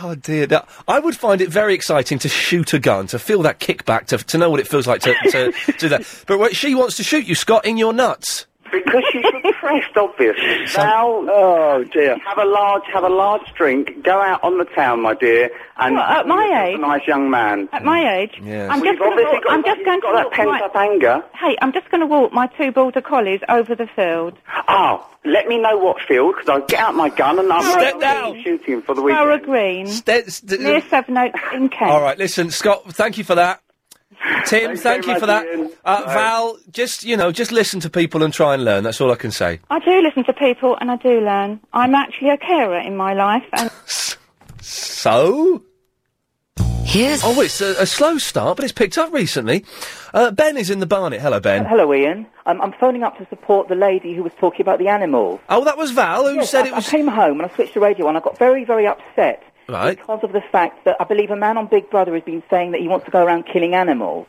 Speaker 1: Oh dear! Now, I would find it very exciting to shoot a gun, to feel that kickback, to, to know what it feels like to, to, to do that.
Speaker 6: <laughs>
Speaker 1: But what, she wants to shoot you, Scott, in your nuts.
Speaker 5: Because she's repressed, obviously. Now, oh dear. Have a large, have a large drink. Go out on the town, my dear, and
Speaker 6: Well, at my
Speaker 5: yourself a nice young man.
Speaker 6: At my age,
Speaker 5: Mm. Yes.
Speaker 6: I'm
Speaker 5: Well,
Speaker 6: just
Speaker 5: you've
Speaker 6: going to
Speaker 5: obviously
Speaker 6: walk, I'm just going to
Speaker 5: got that
Speaker 6: walk my,
Speaker 5: pent-up anger.
Speaker 6: Hey, I'm just going to walk my two border collies over the field.
Speaker 5: Oh, let me know what field, because I'll get out my gun and I'm
Speaker 6: Step
Speaker 5: going
Speaker 6: down.
Speaker 5: shooting for the weekend.
Speaker 6: Borough Green, near Seven Oaks in Kent.
Speaker 1: All right, listen, Scott. Thank you for that. Tim,
Speaker 6: Thanks
Speaker 1: thank
Speaker 6: very
Speaker 1: you for
Speaker 6: much,
Speaker 1: that.
Speaker 6: Ian.
Speaker 1: Uh,
Speaker 6: Bye.
Speaker 1: Val, just you know, just listen to people and try and learn. That's all I can say.
Speaker 6: I do listen to people and I do learn. I'm actually a carer in my life,
Speaker 12: <laughs>
Speaker 6: and
Speaker 1: So. Here's oh, it's a, a slow start, but it's picked up recently. Uh, ben is in the Barnet. Hello, Ben.
Speaker 12: Hello, Ian. Um, I'm phoning up to support the lady who was talking about the animals.
Speaker 1: Oh, that was Val who
Speaker 12: Yes,
Speaker 1: said
Speaker 12: I,
Speaker 1: it was.
Speaker 12: I came home and I switched the radio on. I got very, very upset
Speaker 1: Right.
Speaker 12: because of the fact that I believe a man on Big Brother has been saying that he wants to go around killing animals.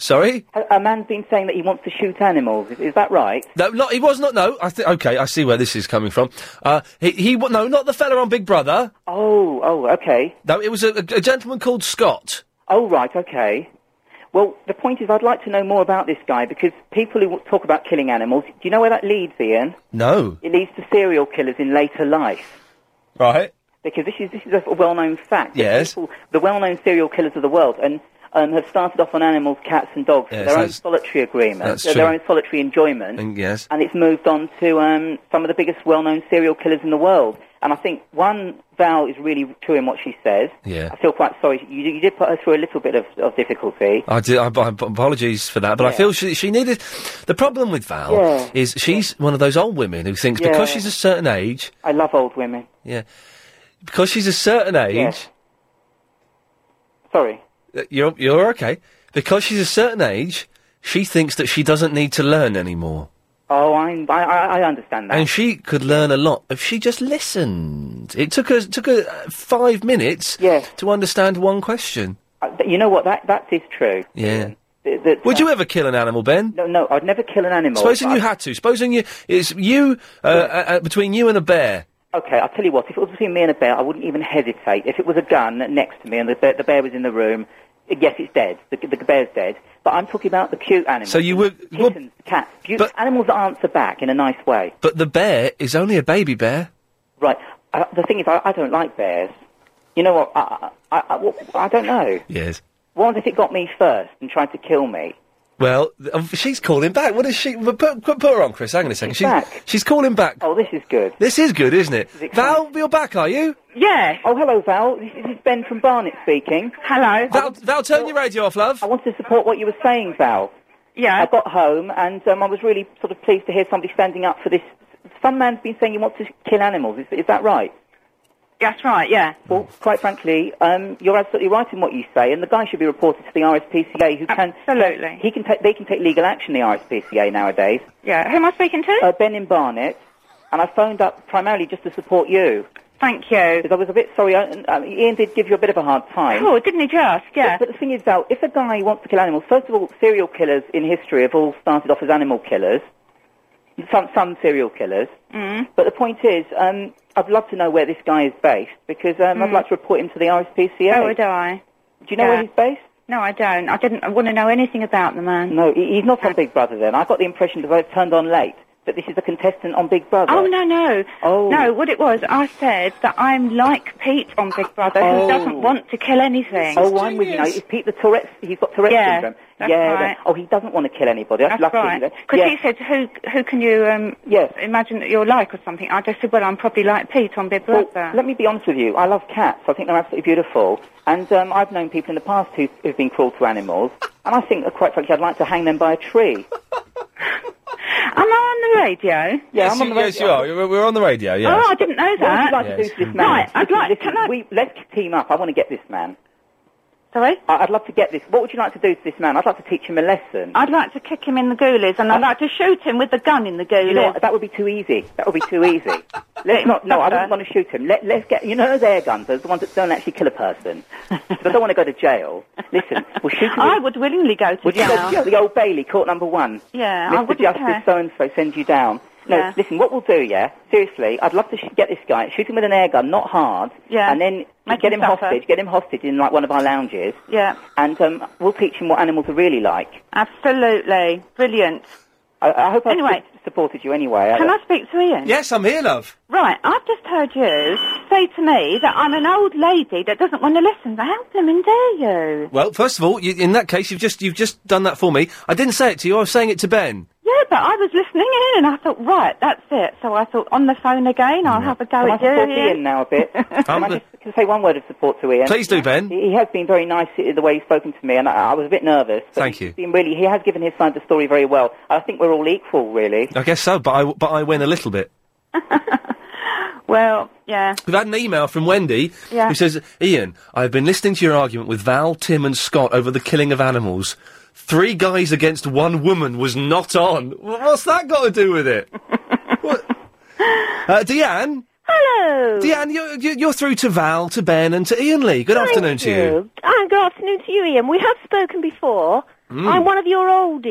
Speaker 1: Sorry.
Speaker 12: A, a man's been saying that he wants to shoot animals. Is, is that right?
Speaker 1: No, not he was not. No, I think. Okay, I see where this is coming from. Uh, he, he wa- no, not the fella on Big Brother.
Speaker 12: Oh, oh, okay.
Speaker 1: No, it was a, a, a gentleman called Scott.
Speaker 12: Oh, right, okay. Well, the point is, I'd like to know more about this guy because people who talk about killing animals, do you know where that leads, Ian?
Speaker 1: No,
Speaker 12: It leads to serial killers in later life.
Speaker 1: right.
Speaker 12: because this is this is a well-known fact. that
Speaker 1: Yes.
Speaker 12: people- the well-known serial killers of the world and um, have started off on animals, cats, and dogs
Speaker 1: Yes,
Speaker 12: for their own
Speaker 1: that's-
Speaker 12: solitary agreement,
Speaker 1: that's
Speaker 12: for their
Speaker 1: true.
Speaker 12: own solitary enjoyment,
Speaker 1: And yes,
Speaker 12: and it's moved on to um, some of the biggest well-known serial killers in the world. And I think one Val is really true in what she says.
Speaker 1: yeah.
Speaker 12: I feel quite sorry. You, you did put her through a little bit of, of difficulty.
Speaker 1: I did. I, I, apologies for that, but I
Speaker 12: Yeah.
Speaker 1: feel she, she needed. The problem with Val
Speaker 12: Yeah.
Speaker 1: is she's one of those old women who thinks
Speaker 12: Yeah.
Speaker 1: because she's a certain age,
Speaker 12: I love old women.
Speaker 1: yeah, because she's a certain age,
Speaker 12: Yes. Sorry.
Speaker 1: Uh, You're, you're okay. Because she's a certain age, she thinks that she doesn't need to learn anymore.
Speaker 12: Oh, I'm, I, I I understand that.
Speaker 1: And she could learn a lot if she just listened. It took her took her uh, five minutes to understand one question.
Speaker 12: Uh, th- you know what? That that is true.
Speaker 1: Yeah.
Speaker 12: Th- that-
Speaker 1: Would you ever kill an animal, Ben?
Speaker 12: No, no, I'd never kill an animal.
Speaker 1: Supposing
Speaker 12: but-
Speaker 1: you had to. Supposing you it's you uh, uh, uh, between you and a bear.
Speaker 12: Okay, I'll tell you what. If it was between me and a bear, I wouldn't even hesitate. If it was a gun next to me and the bear, the bear was in the room, uh, yes, it's dead. The, the bear's dead. But I'm talking about the cute animals.
Speaker 1: So you would. well,
Speaker 12: cats. Cute animals that answer back in a nice way.
Speaker 1: but the bear is only a baby bear.
Speaker 12: Right. Uh, the thing is, I, I don't like bears. You know what? I, I, I, I, well, I don't know.
Speaker 1: Yes.
Speaker 12: What if it got me first and tried to kill me?
Speaker 1: Well, th- um, she's calling back. What is she? Put, put, put her on, Chris. Hang on a second.
Speaker 12: She's
Speaker 1: she's,
Speaker 12: back.
Speaker 1: she's calling back.
Speaker 12: Oh, this is good.
Speaker 1: This is good, isn't it? Val, you're back, are you?
Speaker 12: Yeah. Oh, hello, Val. This this is Ben from Barnet speaking.
Speaker 6: Hello.
Speaker 1: Val, Val turn your radio off, love. I
Speaker 12: want to support what you were saying, Val.
Speaker 6: Yeah.
Speaker 12: I got home and um, I was really sort of pleased to hear somebody standing up for this. Some man's been saying he wants to kill animals. Is, is that right?
Speaker 6: That's right, yeah.
Speaker 12: Well, quite frankly, um, you're absolutely right in what you say, and the guy should be reported to the RSPCA, who can
Speaker 6: Absolutely.
Speaker 12: he can take they can take legal action. The RSPCA nowadays.
Speaker 6: Yeah. Who am I speaking to?
Speaker 12: Uh, ben in Barnet, and I phoned up primarily just to support you.
Speaker 6: Thank you.
Speaker 12: Because I was a bit sorry. I, I, Ian did give you a bit of a hard time.
Speaker 6: Oh, didn't he just? Yeah.
Speaker 12: But, but the thing is, though, if a guy wants to kill animals, first of all, serial killers in history have all started off as animal killers. Some, some serial killers.
Speaker 6: Mm.
Speaker 12: But the point is, um, I'd love to know where this guy is based because um, I'd
Speaker 6: Mm.
Speaker 12: like to report him to the RSPCA.
Speaker 6: Oh, do I?
Speaker 12: Do you know
Speaker 6: Yeah.
Speaker 12: where he's based?
Speaker 6: No, I don't. I didn't I want to know anything about the man. Uh,
Speaker 12: No, he, he's not on Big Brother then. I got the impression that I turned on late, but this is a contestant on Big Brother.
Speaker 6: Oh no no
Speaker 12: Oh.
Speaker 6: no! What it was, I said that I'm like Pete on Big Brother,
Speaker 12: Oh.
Speaker 6: who doesn't want to kill anything.
Speaker 12: Oh, I'm with you. now. It's Pete the Tourette's. He's got Tourette's
Speaker 6: Yeah,
Speaker 12: syndrome.
Speaker 6: that's
Speaker 12: yeah.
Speaker 6: right.
Speaker 12: then. Oh, he doesn't want to kill anybody. That's,
Speaker 6: That's
Speaker 12: lucky.
Speaker 6: right.
Speaker 12: then.
Speaker 6: Because
Speaker 12: yeah.
Speaker 6: he said, "Who who can you um,
Speaker 12: Yes.
Speaker 6: imagine that you're like or something?" I just said, "Well, I'm probably like Pete on Big
Speaker 12: Well,
Speaker 6: Brother."
Speaker 12: let me be honest with you. I love cats. I think they're absolutely beautiful. And um, I've known people in the past who've, who've been cruel to animals. And I think, that, quite frankly, I'd like to hang them by a tree.
Speaker 6: Am I on the radio?
Speaker 12: Yeah, I'm
Speaker 1: you,
Speaker 12: on the
Speaker 1: yes, you
Speaker 12: radio.
Speaker 1: are. You're- We're on the radio. Yes.
Speaker 6: Oh, I didn't know
Speaker 12: What would
Speaker 6: that.
Speaker 12: you like to do
Speaker 1: Yes.
Speaker 12: to this man?
Speaker 6: Right, I'd like-
Speaker 12: Listen, we, let's team up. I want to get this man.
Speaker 6: Sorry?
Speaker 12: I, I'd love to get this. What would you like to do to this man? I'd like to teach him a lesson.
Speaker 6: I'd like to kick him in the ghoulies, and I'd like to shoot him with the gun in the
Speaker 12: you know
Speaker 6: ghoulies.
Speaker 12: what? That would be too easy. That would be
Speaker 6: <laughs>
Speaker 12: too easy. Let's not. No, I don't want to shoot him. Let, let's get. You know, their guns. Those are the ones that don't actually kill a
Speaker 6: <laughs>
Speaker 12: person. But I don't want to go to jail. Listen, we'll shoot him.
Speaker 6: I would willingly go to
Speaker 12: Would you
Speaker 6: jail.
Speaker 12: go to the old Bailey, court number one?
Speaker 6: Yeah, I
Speaker 12: Mr.
Speaker 6: wouldn't care.
Speaker 12: Justice so and so sends you down. No,
Speaker 6: Yeah.
Speaker 12: listen, what we'll do, yeah, seriously, I'd love to sh- get this guy, shoot him with an air gun, not hard,
Speaker 6: Yeah.
Speaker 12: and then
Speaker 6: Make
Speaker 12: get
Speaker 6: him
Speaker 12: him,
Speaker 6: suffer.
Speaker 12: hostage, get him hostage in like one of our lounges,
Speaker 6: Yeah,
Speaker 12: and um, we'll teach him what animals are really like.
Speaker 6: absolutely. Brilliant.
Speaker 12: I, I hope
Speaker 6: Anyway.
Speaker 12: I've supported you anyway.
Speaker 6: Can I speak to Ian?
Speaker 1: Yes, I'm here, love.
Speaker 6: Right, I've just heard you say to me that I'm an old lady that doesn't want to listen. How blooming dare you?
Speaker 1: Well, first of all, you, in that case, you've just you've just done that for me. I didn't say it to you. I was saying it to Ben.
Speaker 6: Yeah, but I was listening in and I thought, right, that's it. So I thought, on the phone again,
Speaker 1: Mm.
Speaker 6: I'll have a go
Speaker 12: Can I
Speaker 6: at you.
Speaker 12: support
Speaker 6: Ian.
Speaker 12: Ian now
Speaker 1: <laughs>
Speaker 12: a bit? Can
Speaker 1: the-
Speaker 12: I just can I say one word of support to Ian?
Speaker 1: Please do, Ben.
Speaker 12: He he has been very nice i- the way he's spoken to me, and I, I was a bit nervous. But
Speaker 1: Thank you.
Speaker 12: he's been really, he has given his side of the story very well. I think we're all equal, really.
Speaker 1: I guess so, but I but I win a little bit.
Speaker 6: Well, yeah.
Speaker 1: We've had an email from Wendy
Speaker 6: Yeah.
Speaker 1: who says, Ian, I've been listening to your argument with Val, Tim, and Scott over the killing of animals. Three guys against one woman was not on. Wh- What's that got to do with it? what? Uh, Deanne?
Speaker 6: Oh.
Speaker 23: Hello.
Speaker 1: Deanne, you're, you're you're through to Val, to Ben, and to Ian Lee. Good afternoon to you.
Speaker 23: And good afternoon to you, Ian. We have spoken before.
Speaker 1: Mm.
Speaker 23: I'm one of your oldies.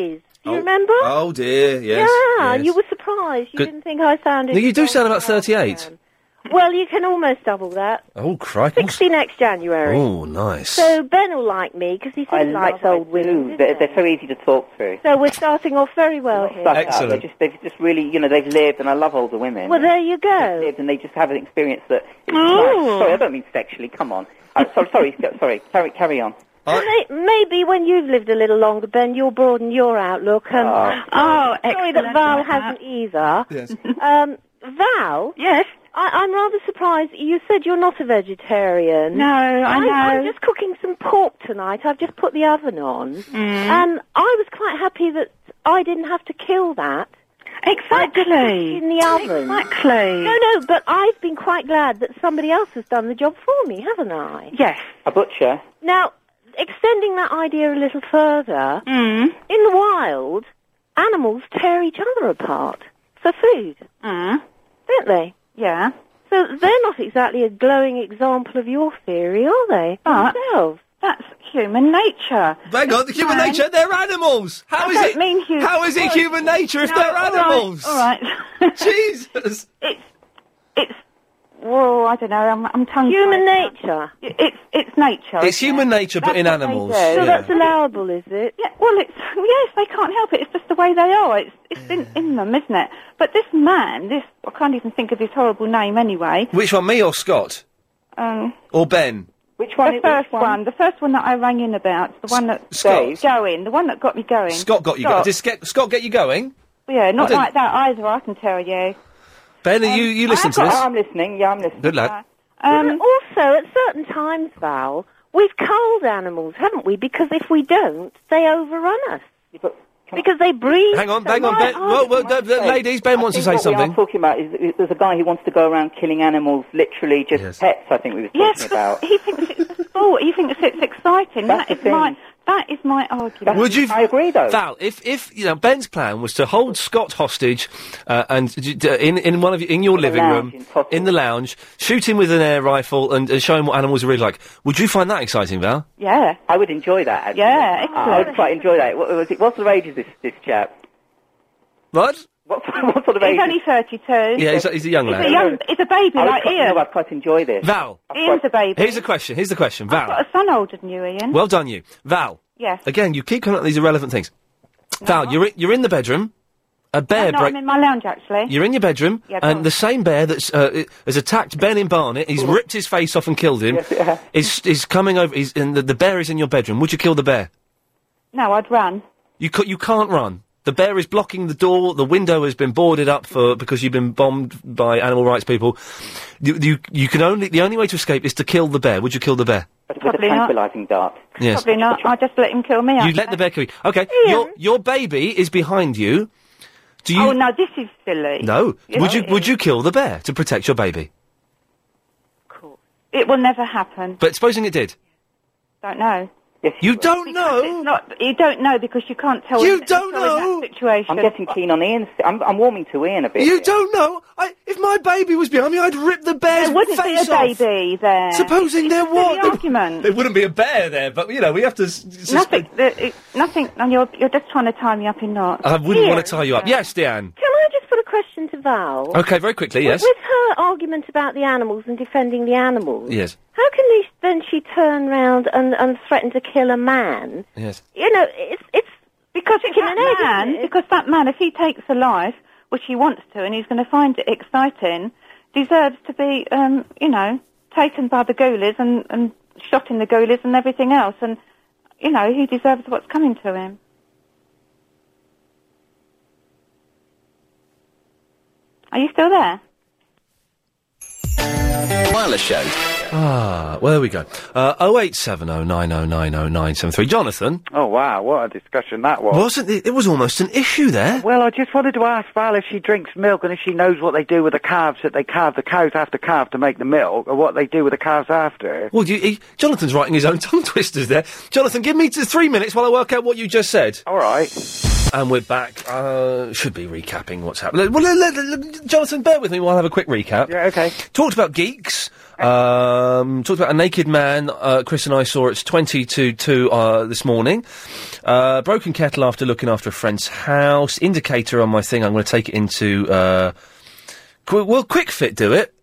Speaker 23: Do you
Speaker 1: Oh.
Speaker 23: remember?
Speaker 1: Oh, dear, yes.
Speaker 23: yeah,
Speaker 1: yes.
Speaker 23: you were surprised. You
Speaker 1: Good-
Speaker 23: didn't think I sounded.
Speaker 1: No, you do sound about 38.
Speaker 23: Well, you can almost double that.
Speaker 1: Oh, crikey. What's-
Speaker 23: 60 next January.
Speaker 1: Oh, nice.
Speaker 23: So Ben will like me because he
Speaker 12: I
Speaker 23: said he likes old women.
Speaker 12: They're, they're so easy to talk to.
Speaker 23: So we're starting off very well here.
Speaker 12: Stuck up. They just, they've just really, you know, they've lived, and I love older women.
Speaker 23: Well, there you go.
Speaker 12: They've lived, and they just have an experience that. It's
Speaker 23: Oh.
Speaker 12: nice. Sorry, I don't mean sexually. Come on. Uh, sorry, sorry, <laughs> go- sorry. Carry, carry on.
Speaker 23: May- Maybe when you've lived a little longer, Ben, you'll broaden your outlook. And
Speaker 6: Ah,
Speaker 12: Oh.
Speaker 23: I'm sorry that Val hasn't either.
Speaker 12: Yes.
Speaker 23: um, Val.
Speaker 6: Yes.
Speaker 23: I, I'm rather surprised. You said you're not a vegetarian.
Speaker 6: No, I
Speaker 23: I'm, I'm
Speaker 6: know.
Speaker 23: just cooking some pork tonight. I've just put the oven on,
Speaker 6: Mm.
Speaker 23: and I was quite happy that I didn't have to kill that.
Speaker 6: Exactly.
Speaker 23: In the oven.
Speaker 6: Exactly.
Speaker 23: No, no, but I've been quite glad that somebody else has done the job for me, haven't I?
Speaker 6: Yes.
Speaker 12: A butcher.
Speaker 23: Now, extending that idea a little further,
Speaker 6: Mm.
Speaker 23: in the wild, animals tear each other apart for food, mm. don't they?
Speaker 6: Yeah.
Speaker 23: So they're not exactly a glowing example of your theory, are they?
Speaker 6: But
Speaker 23: themselves?
Speaker 6: That's human nature.
Speaker 1: Hang on, the human
Speaker 6: Man-
Speaker 1: nature, they're animals. How
Speaker 6: I
Speaker 1: is
Speaker 6: don't
Speaker 1: it?
Speaker 6: mean human.
Speaker 1: How is it
Speaker 6: Well,
Speaker 1: human nature if
Speaker 6: no,
Speaker 1: they're
Speaker 6: all right,
Speaker 1: animals?
Speaker 6: All
Speaker 1: <laughs>
Speaker 6: right.
Speaker 1: Jesus.
Speaker 6: It's it's. Well, I don't know. I'm, I'm tongue.
Speaker 23: Human nature.
Speaker 6: It's it's nature.
Speaker 1: It's human nature, but
Speaker 6: That's
Speaker 1: in
Speaker 6: what they
Speaker 1: animals.
Speaker 6: do.
Speaker 1: yeah.
Speaker 23: allowable, is it?
Speaker 6: Yeah. Well, it's yes. They can't help it. It's just the way they are. It's it's in, in them, isn't it? But this man, this I can't even think of his horrible name anyway.
Speaker 1: Which one, me or Scott
Speaker 6: Um,
Speaker 1: or Ben?
Speaker 6: which one? The first one? The first one that I rang in about. The one that
Speaker 1: Scott.
Speaker 6: going. The one that got me going.
Speaker 1: Scott got you. Go- Did Sca- Scott get you going?
Speaker 6: Yeah, not
Speaker 1: I didn't-
Speaker 6: like that either. I can tell you.
Speaker 1: Ben, are you
Speaker 6: Um,
Speaker 1: you listen to this?
Speaker 6: listening. Yeah, I'm listening. Uh,
Speaker 1: Good lad.
Speaker 23: Um, also, at certain times, Val, we've culled animals, haven't we? Because if we don't, they overrun us. Because they breed.
Speaker 1: Hang on,
Speaker 23: so
Speaker 1: hang on,
Speaker 23: why
Speaker 1: Ben.
Speaker 23: aren't
Speaker 1: Whoa, whoa, d- d- ladies, Ben wants to say
Speaker 12: what
Speaker 1: something.
Speaker 12: we are talking about is, is there's a guy who wants to go around killing animals, literally just pets. I think we were talking
Speaker 6: Yes, <laughs>
Speaker 12: about.
Speaker 6: he thinks it's sport. He thinks it's exciting.
Speaker 12: That's
Speaker 6: That
Speaker 12: the
Speaker 6: is my that is my argument.
Speaker 1: Would you? Val. If if you know Ben's plan was to hold Scott hostage, uh, and d- d- in in one of y- in your living
Speaker 12: lounge
Speaker 1: room, in the lounge, shoot him with an air rifle and, and show him what animals are really like. Would you find that exciting, Val?
Speaker 12: Yeah, I would enjoy that. Actually.
Speaker 6: Yeah,
Speaker 12: I would quite enjoy that. What was it? What sort of age is this this chap?
Speaker 1: What?
Speaker 12: What, <laughs> what sort of age?
Speaker 6: He's only thirty-two.
Speaker 1: Yeah, he's a, he's a young
Speaker 6: He's
Speaker 1: lad.
Speaker 6: a young. He's a baby
Speaker 12: I would
Speaker 6: like
Speaker 12: quite,
Speaker 6: Ian.
Speaker 12: No, I'd quite enjoy this.
Speaker 1: Val.
Speaker 6: Ian's a baby.
Speaker 1: Here's the question. Here's the question, Val.
Speaker 6: Got a son older than you, Ian.
Speaker 1: Well done, you, Val.
Speaker 6: Yes.
Speaker 1: Again, you keep coming up with these irrelevant things. Val, you're in, you're in the bedroom. A bear
Speaker 6: no, Uh-huh.
Speaker 1: break.
Speaker 6: I'm in my lounge actually.
Speaker 1: You're in your bedroom,
Speaker 6: Yeah, go
Speaker 1: and
Speaker 6: on.
Speaker 1: the same bear that's uh, i- has attacked Ben in Barnet, he's ripped his face off and killed him. is is coming over? Is and the, the bear is in your bedroom. Would you kill the bear?
Speaker 6: No, I'd run.
Speaker 1: You ca- you can't run. The bear is blocking the door. The window has been boarded up for because you've been bombed by animal rights people. You you, you can only the only way to escape is to kill the bear. Would you kill the bear?
Speaker 6: Probably not.
Speaker 12: Tranquilising dart.
Speaker 1: Yes.
Speaker 6: Probably not. I'll just let him kill me.
Speaker 1: You let the bear kill you. Okay, your your baby is behind you. Do you?
Speaker 6: Oh no, this is silly.
Speaker 1: no.
Speaker 6: Yes,
Speaker 1: would you
Speaker 6: it
Speaker 1: would you kill the bear to protect your baby?
Speaker 6: It will never happen.
Speaker 1: But supposing it did.
Speaker 6: Don't know.
Speaker 1: You don't
Speaker 6: know. It's not, you don't know because you can't tell.
Speaker 1: You
Speaker 6: in-
Speaker 1: don't
Speaker 6: tell in that
Speaker 1: know.
Speaker 6: situation.
Speaker 12: I'm getting keen on Ian. I'm, I'm warming to Ian a bit.
Speaker 1: You don't know. I, if my baby was behind me, I'd rip the bear's
Speaker 6: There wouldn't be a
Speaker 1: face off.
Speaker 6: baby there.
Speaker 1: Supposing there was.
Speaker 6: the argument.
Speaker 1: There wouldn't be a bear there, but you know we have to. s- s-
Speaker 6: Nothing. The, it, nothing. And you're you're just trying to tie me up in knots.
Speaker 1: I wouldn't want to tie you up. Yes, Deanne.
Speaker 23: Can I just put a question to Val?
Speaker 1: Okay, very quickly.
Speaker 23: With-
Speaker 1: Yes.
Speaker 23: With her argument about the animals and defending the animals,
Speaker 1: Yes.
Speaker 23: how can they, then she turn round and, and threaten to kill a man?
Speaker 1: Yes.
Speaker 23: You know, it's it's
Speaker 6: because it's
Speaker 23: chicken and egg,
Speaker 6: that man.
Speaker 23: isn't it?
Speaker 6: Because that man, if he takes a life, which he wants to, and he's going to find it exciting, deserves to be, um, you know, taken by the ghoulies and and shot in the ghoulies and everything else, and you know he deserves what's coming to him. Are you still there?
Speaker 1: Wireless show. Ah, well, there we go. Uh, 08709090973. Jonathan.
Speaker 7: Oh wow, what a discussion that was.
Speaker 1: Wasn't it? It was almost an issue there.
Speaker 7: Well, I just wanted to ask Val if she drinks milk and if she knows what they do with the calves that they calve the cows after calve to make the milk, or what they do with the calves after.
Speaker 1: Well, you, he, Jonathan's writing his own <laughs> tongue twisters there. Jonathan, give me t- three minutes while I work out what you just said.
Speaker 7: All right.
Speaker 1: And we're back. Uh, should be recapping what's happened. Uh, Well, let- let- let- Jonathan, bear with me while I have a quick recap. Yeah,
Speaker 7: okay.
Speaker 1: Talked about geeks. Um, talked about a naked man. Uh, Chris and I saw it's twenty to two uh, this morning. Uh, broken kettle after looking after a friend's house. Indicator on my thing. I'm going to take it into. Uh, qu- will Quick Fit do it?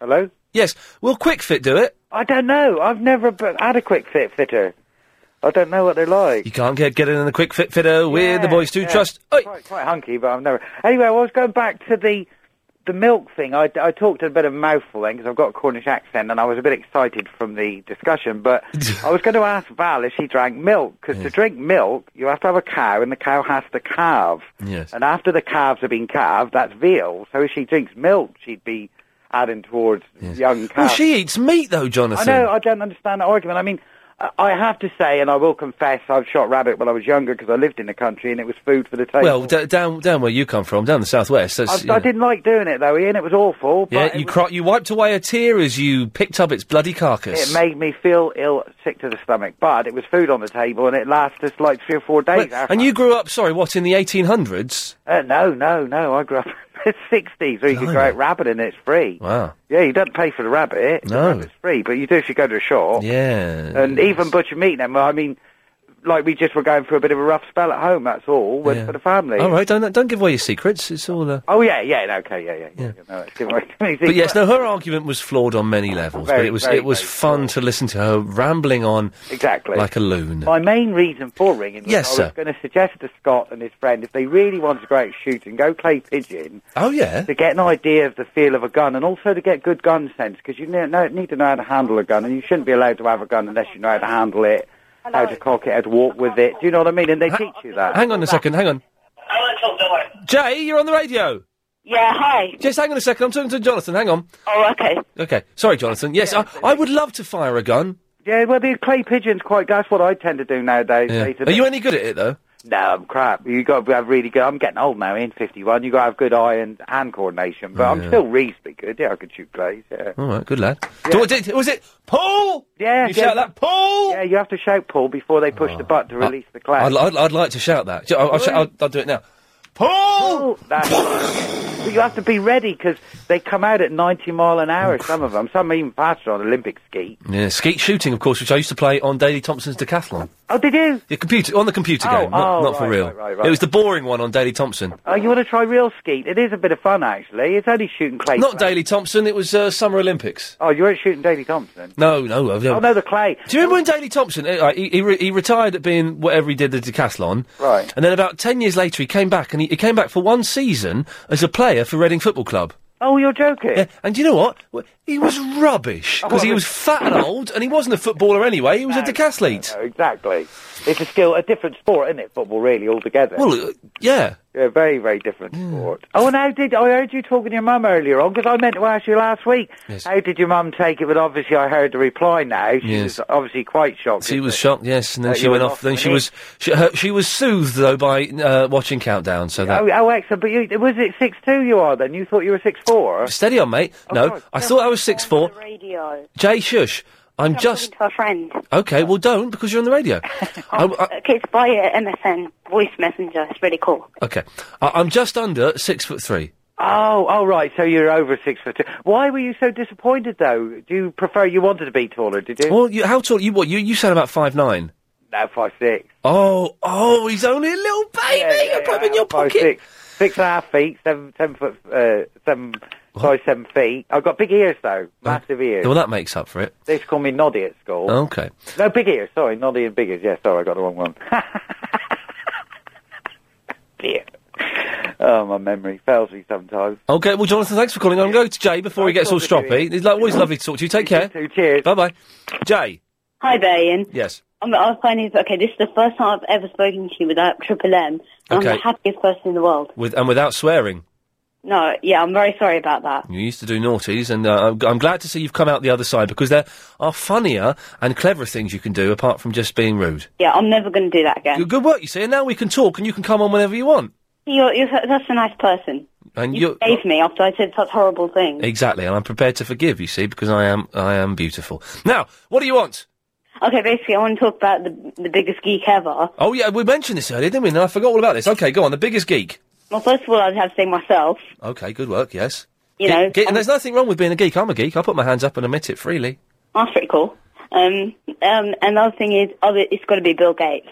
Speaker 7: Hello.
Speaker 1: Yes. Will Quick Fit do it?
Speaker 7: I don't know. I've never b- had a quick fit fitter. I don't know what they're like.
Speaker 1: You can't get get it in the Quick Fit fitter. We're the boys to
Speaker 7: yeah.
Speaker 1: trust.
Speaker 7: Quite, quite hunky, but I've never. Anyway, I was going back to the the milk thing. I, I talked a bit of a mouthful then because I've got a Cornish accent and I was a bit excited from the discussion.
Speaker 1: <laughs>
Speaker 7: But I was going to ask Val if she drank milk because to drink milk you have to have a cow and the cow has to calve.
Speaker 1: Yes.
Speaker 7: And after the calves have been calved, that's veal. So if she drinks milk, she'd be adding towards young
Speaker 1: Well,
Speaker 7: calves.
Speaker 1: she eats meat though, Jonathan.
Speaker 7: I know. I don't understand that argument. I mean, I have to say, and I will confess, I've shot rabbit when I was younger because I lived in the country and it was food for the table.
Speaker 1: Well, d- down down where you come from, down the southwest.
Speaker 7: I,
Speaker 1: That's,
Speaker 7: I
Speaker 1: yeah,
Speaker 7: didn't like doing it though, Ian. It was awful. But
Speaker 1: Yeah,
Speaker 7: it
Speaker 1: you cro- you wiped away a tear as you picked up its bloody carcass.
Speaker 7: It made me feel ill, sick to the stomach, but it was food on the table, and it lasted like three or four days.
Speaker 1: Wait, and you grew up, sorry, what in the 1800s?
Speaker 7: Uh, no, no, no. I grew up <laughs> in the sixties, where you could go out rabbit and it's free.
Speaker 1: Wow.
Speaker 7: Yeah, you don't pay for the rabbit.
Speaker 1: No.
Speaker 7: it's free, but you do if you go to a shop.
Speaker 1: Yeah.
Speaker 7: And even butcher meat. Now, I mean, like we just were going through a bit of a rough spell at home. That's all. Went
Speaker 1: Yeah.
Speaker 7: for the family.
Speaker 1: All right, don't don't give away your secrets. It's all. Uh...
Speaker 7: Oh yeah, yeah, no, okay, yeah, yeah, yeah. yeah. No, it's giving <laughs> away too many
Speaker 1: But yes,
Speaker 7: secrets.
Speaker 1: no, her argument was flawed on many levels, but
Speaker 7: Very,
Speaker 1: it was
Speaker 7: very,
Speaker 1: it was fun to listen to her rambling on
Speaker 7: exactly
Speaker 1: like a loon.
Speaker 7: My main reason for ringing was
Speaker 1: Yes,
Speaker 7: I
Speaker 1: sir.
Speaker 7: was going to suggest to Scott and his friend if they really wanted to go out shooting, go clay pigeon.
Speaker 1: Oh yeah,
Speaker 7: to get an idea of the feel of a gun and also to get good gun sense because you ne- know, need to know how to handle a gun and you shouldn't be allowed to have a gun unless you know how to handle it, how to cock it, how to walk with it. Do you know what I mean? And they teach you that.
Speaker 1: Hang on a second, hang on. Jay, you're on the radio.
Speaker 26: Yeah, hi.
Speaker 1: Just hang on a second. I'm talking to Jonathan. Hang on.
Speaker 26: Oh, okay.
Speaker 1: Okay, sorry, Jonathan. Yes, I, I would love to fire a gun.
Speaker 7: Yeah, well, the clay pigeon's quite. That's what I tend to do nowadays.
Speaker 1: Are you any good at it though?
Speaker 7: No, I'm crap. You got to have really good. I'm getting old now. In 51, you got to have good eye and hand coordination, but I'm
Speaker 1: Yeah.
Speaker 7: still reasonably good. Yeah, I can shoot clays. Yeah.
Speaker 1: All right, good lad. Do- did- was it Paul?
Speaker 7: Yeah.
Speaker 1: You
Speaker 7: yeah.
Speaker 1: shout that, Paul! Oh,
Speaker 7: Yeah, you have to shout Paul before they push the button to release the clay.
Speaker 1: I'd, I'd, I'd like to shout that. I'll, I'll, sh- I'll, I'll do it now. Paul! <laughs>
Speaker 7: That's but you have to be ready because they come out at 90 mile an hour, some of them. Some even faster on Olympic ski.
Speaker 1: Yeah, skeet shooting, of course, which I used to play on Daley Thompson's Decathlon.
Speaker 7: Oh, did you?
Speaker 1: The computer on the computer
Speaker 7: Oh,
Speaker 1: game, not,
Speaker 7: oh,
Speaker 1: not for
Speaker 7: right,
Speaker 1: real.
Speaker 7: right, right, right.
Speaker 1: It was the boring one on Daley Thompson.
Speaker 7: Oh, you want to try real skeet? It is a bit of fun, actually. It's only shooting clay.
Speaker 1: Not Daley Thompson. It was uh, Summer Olympics.
Speaker 7: Oh, you weren't shooting Daley Thompson?
Speaker 1: No, no, I've
Speaker 7: Oh, no, the clay.
Speaker 1: Do you remember when Daley Thompson? eh, like, he he, re- he retired at being whatever he did the decathlon,
Speaker 7: Right.
Speaker 1: And then about ten years later, he came back and he, he came back for one season as a player for Reading Football Club.
Speaker 7: Oh, you're joking.
Speaker 1: Yeah, and do you know what? Well, He was
Speaker 7: Oh,
Speaker 1: rubbish because he was fat and old, and he wasn't a footballer anyway. He was a decathlete.
Speaker 7: exactly. It's a skill, a different sport, isn't it? Football, really, altogether.
Speaker 1: Well, uh, yeah.
Speaker 7: Yeah, very, very different sport. Oh, and how did I heard you talking to your mum earlier on? Because I meant to ask you last week.
Speaker 1: Yes.
Speaker 7: How did your mum take it? But obviously, I heard the reply now. She
Speaker 1: Yes.
Speaker 7: was obviously quite shocked.
Speaker 1: She was shocked, yes, and then
Speaker 7: Uh,
Speaker 1: she
Speaker 7: you
Speaker 1: went
Speaker 7: were
Speaker 1: off. Then
Speaker 7: off
Speaker 1: she
Speaker 7: and
Speaker 1: was she, her, she was soothed though by uh, watching Countdown. So that
Speaker 7: Oh, oh, excellent! But you, was it six two? You are then. You thought you were six four.
Speaker 1: steady on, mate. no, I thought I was six four.
Speaker 26: Radio.
Speaker 1: Jay, shush. I'm just
Speaker 26: To a friend.
Speaker 1: okay. Well, don't because you're on the
Speaker 7: <laughs>
Speaker 1: radio. I- I-
Speaker 26: Okay, it's Oh, by uh, MSN voice messenger. It's really cool.
Speaker 1: okay, I, I'm just under six foot three.
Speaker 7: Oh, oh, right. So you're over six foot two. Why were you so disappointed though? Do you prefer you wanted to be taller? Did you?
Speaker 1: Well, you, how tall? You what? You you sound about five nine.
Speaker 7: No, five six.
Speaker 1: Oh, oh, he's only a little baby. I put him in your
Speaker 7: Five
Speaker 1: pocket.
Speaker 7: six, six and a half feet, seven, seven foot, uh, seven, five, seven feet. I've got big ears though, massive ears.
Speaker 1: Well, that makes up for it.
Speaker 7: They used to call me Noddy at school.
Speaker 1: Okay.
Speaker 7: No, big ears. Sorry, Noddy and big ears. Yeah, sorry, I got the wrong one. <laughs> Dear. Oh, my memory fails me sometimes.
Speaker 1: Okay, well, Jonathan, thanks for calling. I'm going to Jay before he gets all stroppy. It's like, always lovely to talk to you. Take care.
Speaker 7: Cheers.
Speaker 1: Bye bye. Jay.
Speaker 26: Hi there, Ian.
Speaker 1: Yes.
Speaker 26: I'm, I was finding okay. This is the first time I've ever spoken to you without Triple M. And
Speaker 1: Okay.
Speaker 26: I'm the happiest person in the world.
Speaker 1: With and without swearing.
Speaker 26: No, yeah, I'm very sorry about that.
Speaker 1: You used to do naughties, and uh, I'm, I'm glad to see you've come out the other side because there are funnier and cleverer things you can do apart from just being rude.
Speaker 26: Yeah, I'm never going to do that again.
Speaker 1: Good, good work, you see, and now we can talk and you can come on whenever you want.
Speaker 26: You're, you're su- such a nice person.
Speaker 1: And
Speaker 26: You
Speaker 1: you
Speaker 26: saved me after I said such horrible things.
Speaker 1: exactly, and I'm prepared to forgive, you see, because I am I am beautiful. Now, what do you want?
Speaker 26: Okay, basically, I want to talk about the the biggest geek ever.
Speaker 1: Oh yeah, we mentioned this earlier, didn't we? And I forgot all about this. Okay, go on. The biggest geek.
Speaker 26: Well, first of all, I'd have to say myself.
Speaker 1: Okay, good work. Yes.
Speaker 26: You
Speaker 1: Ge-
Speaker 26: know, um,
Speaker 1: ge- and there's nothing wrong with being a geek. I'm a geek. I put my hands up and admit it freely.
Speaker 26: That's pretty cool. Um, um, another thing is, oh, it- it's got to be Bill Gates.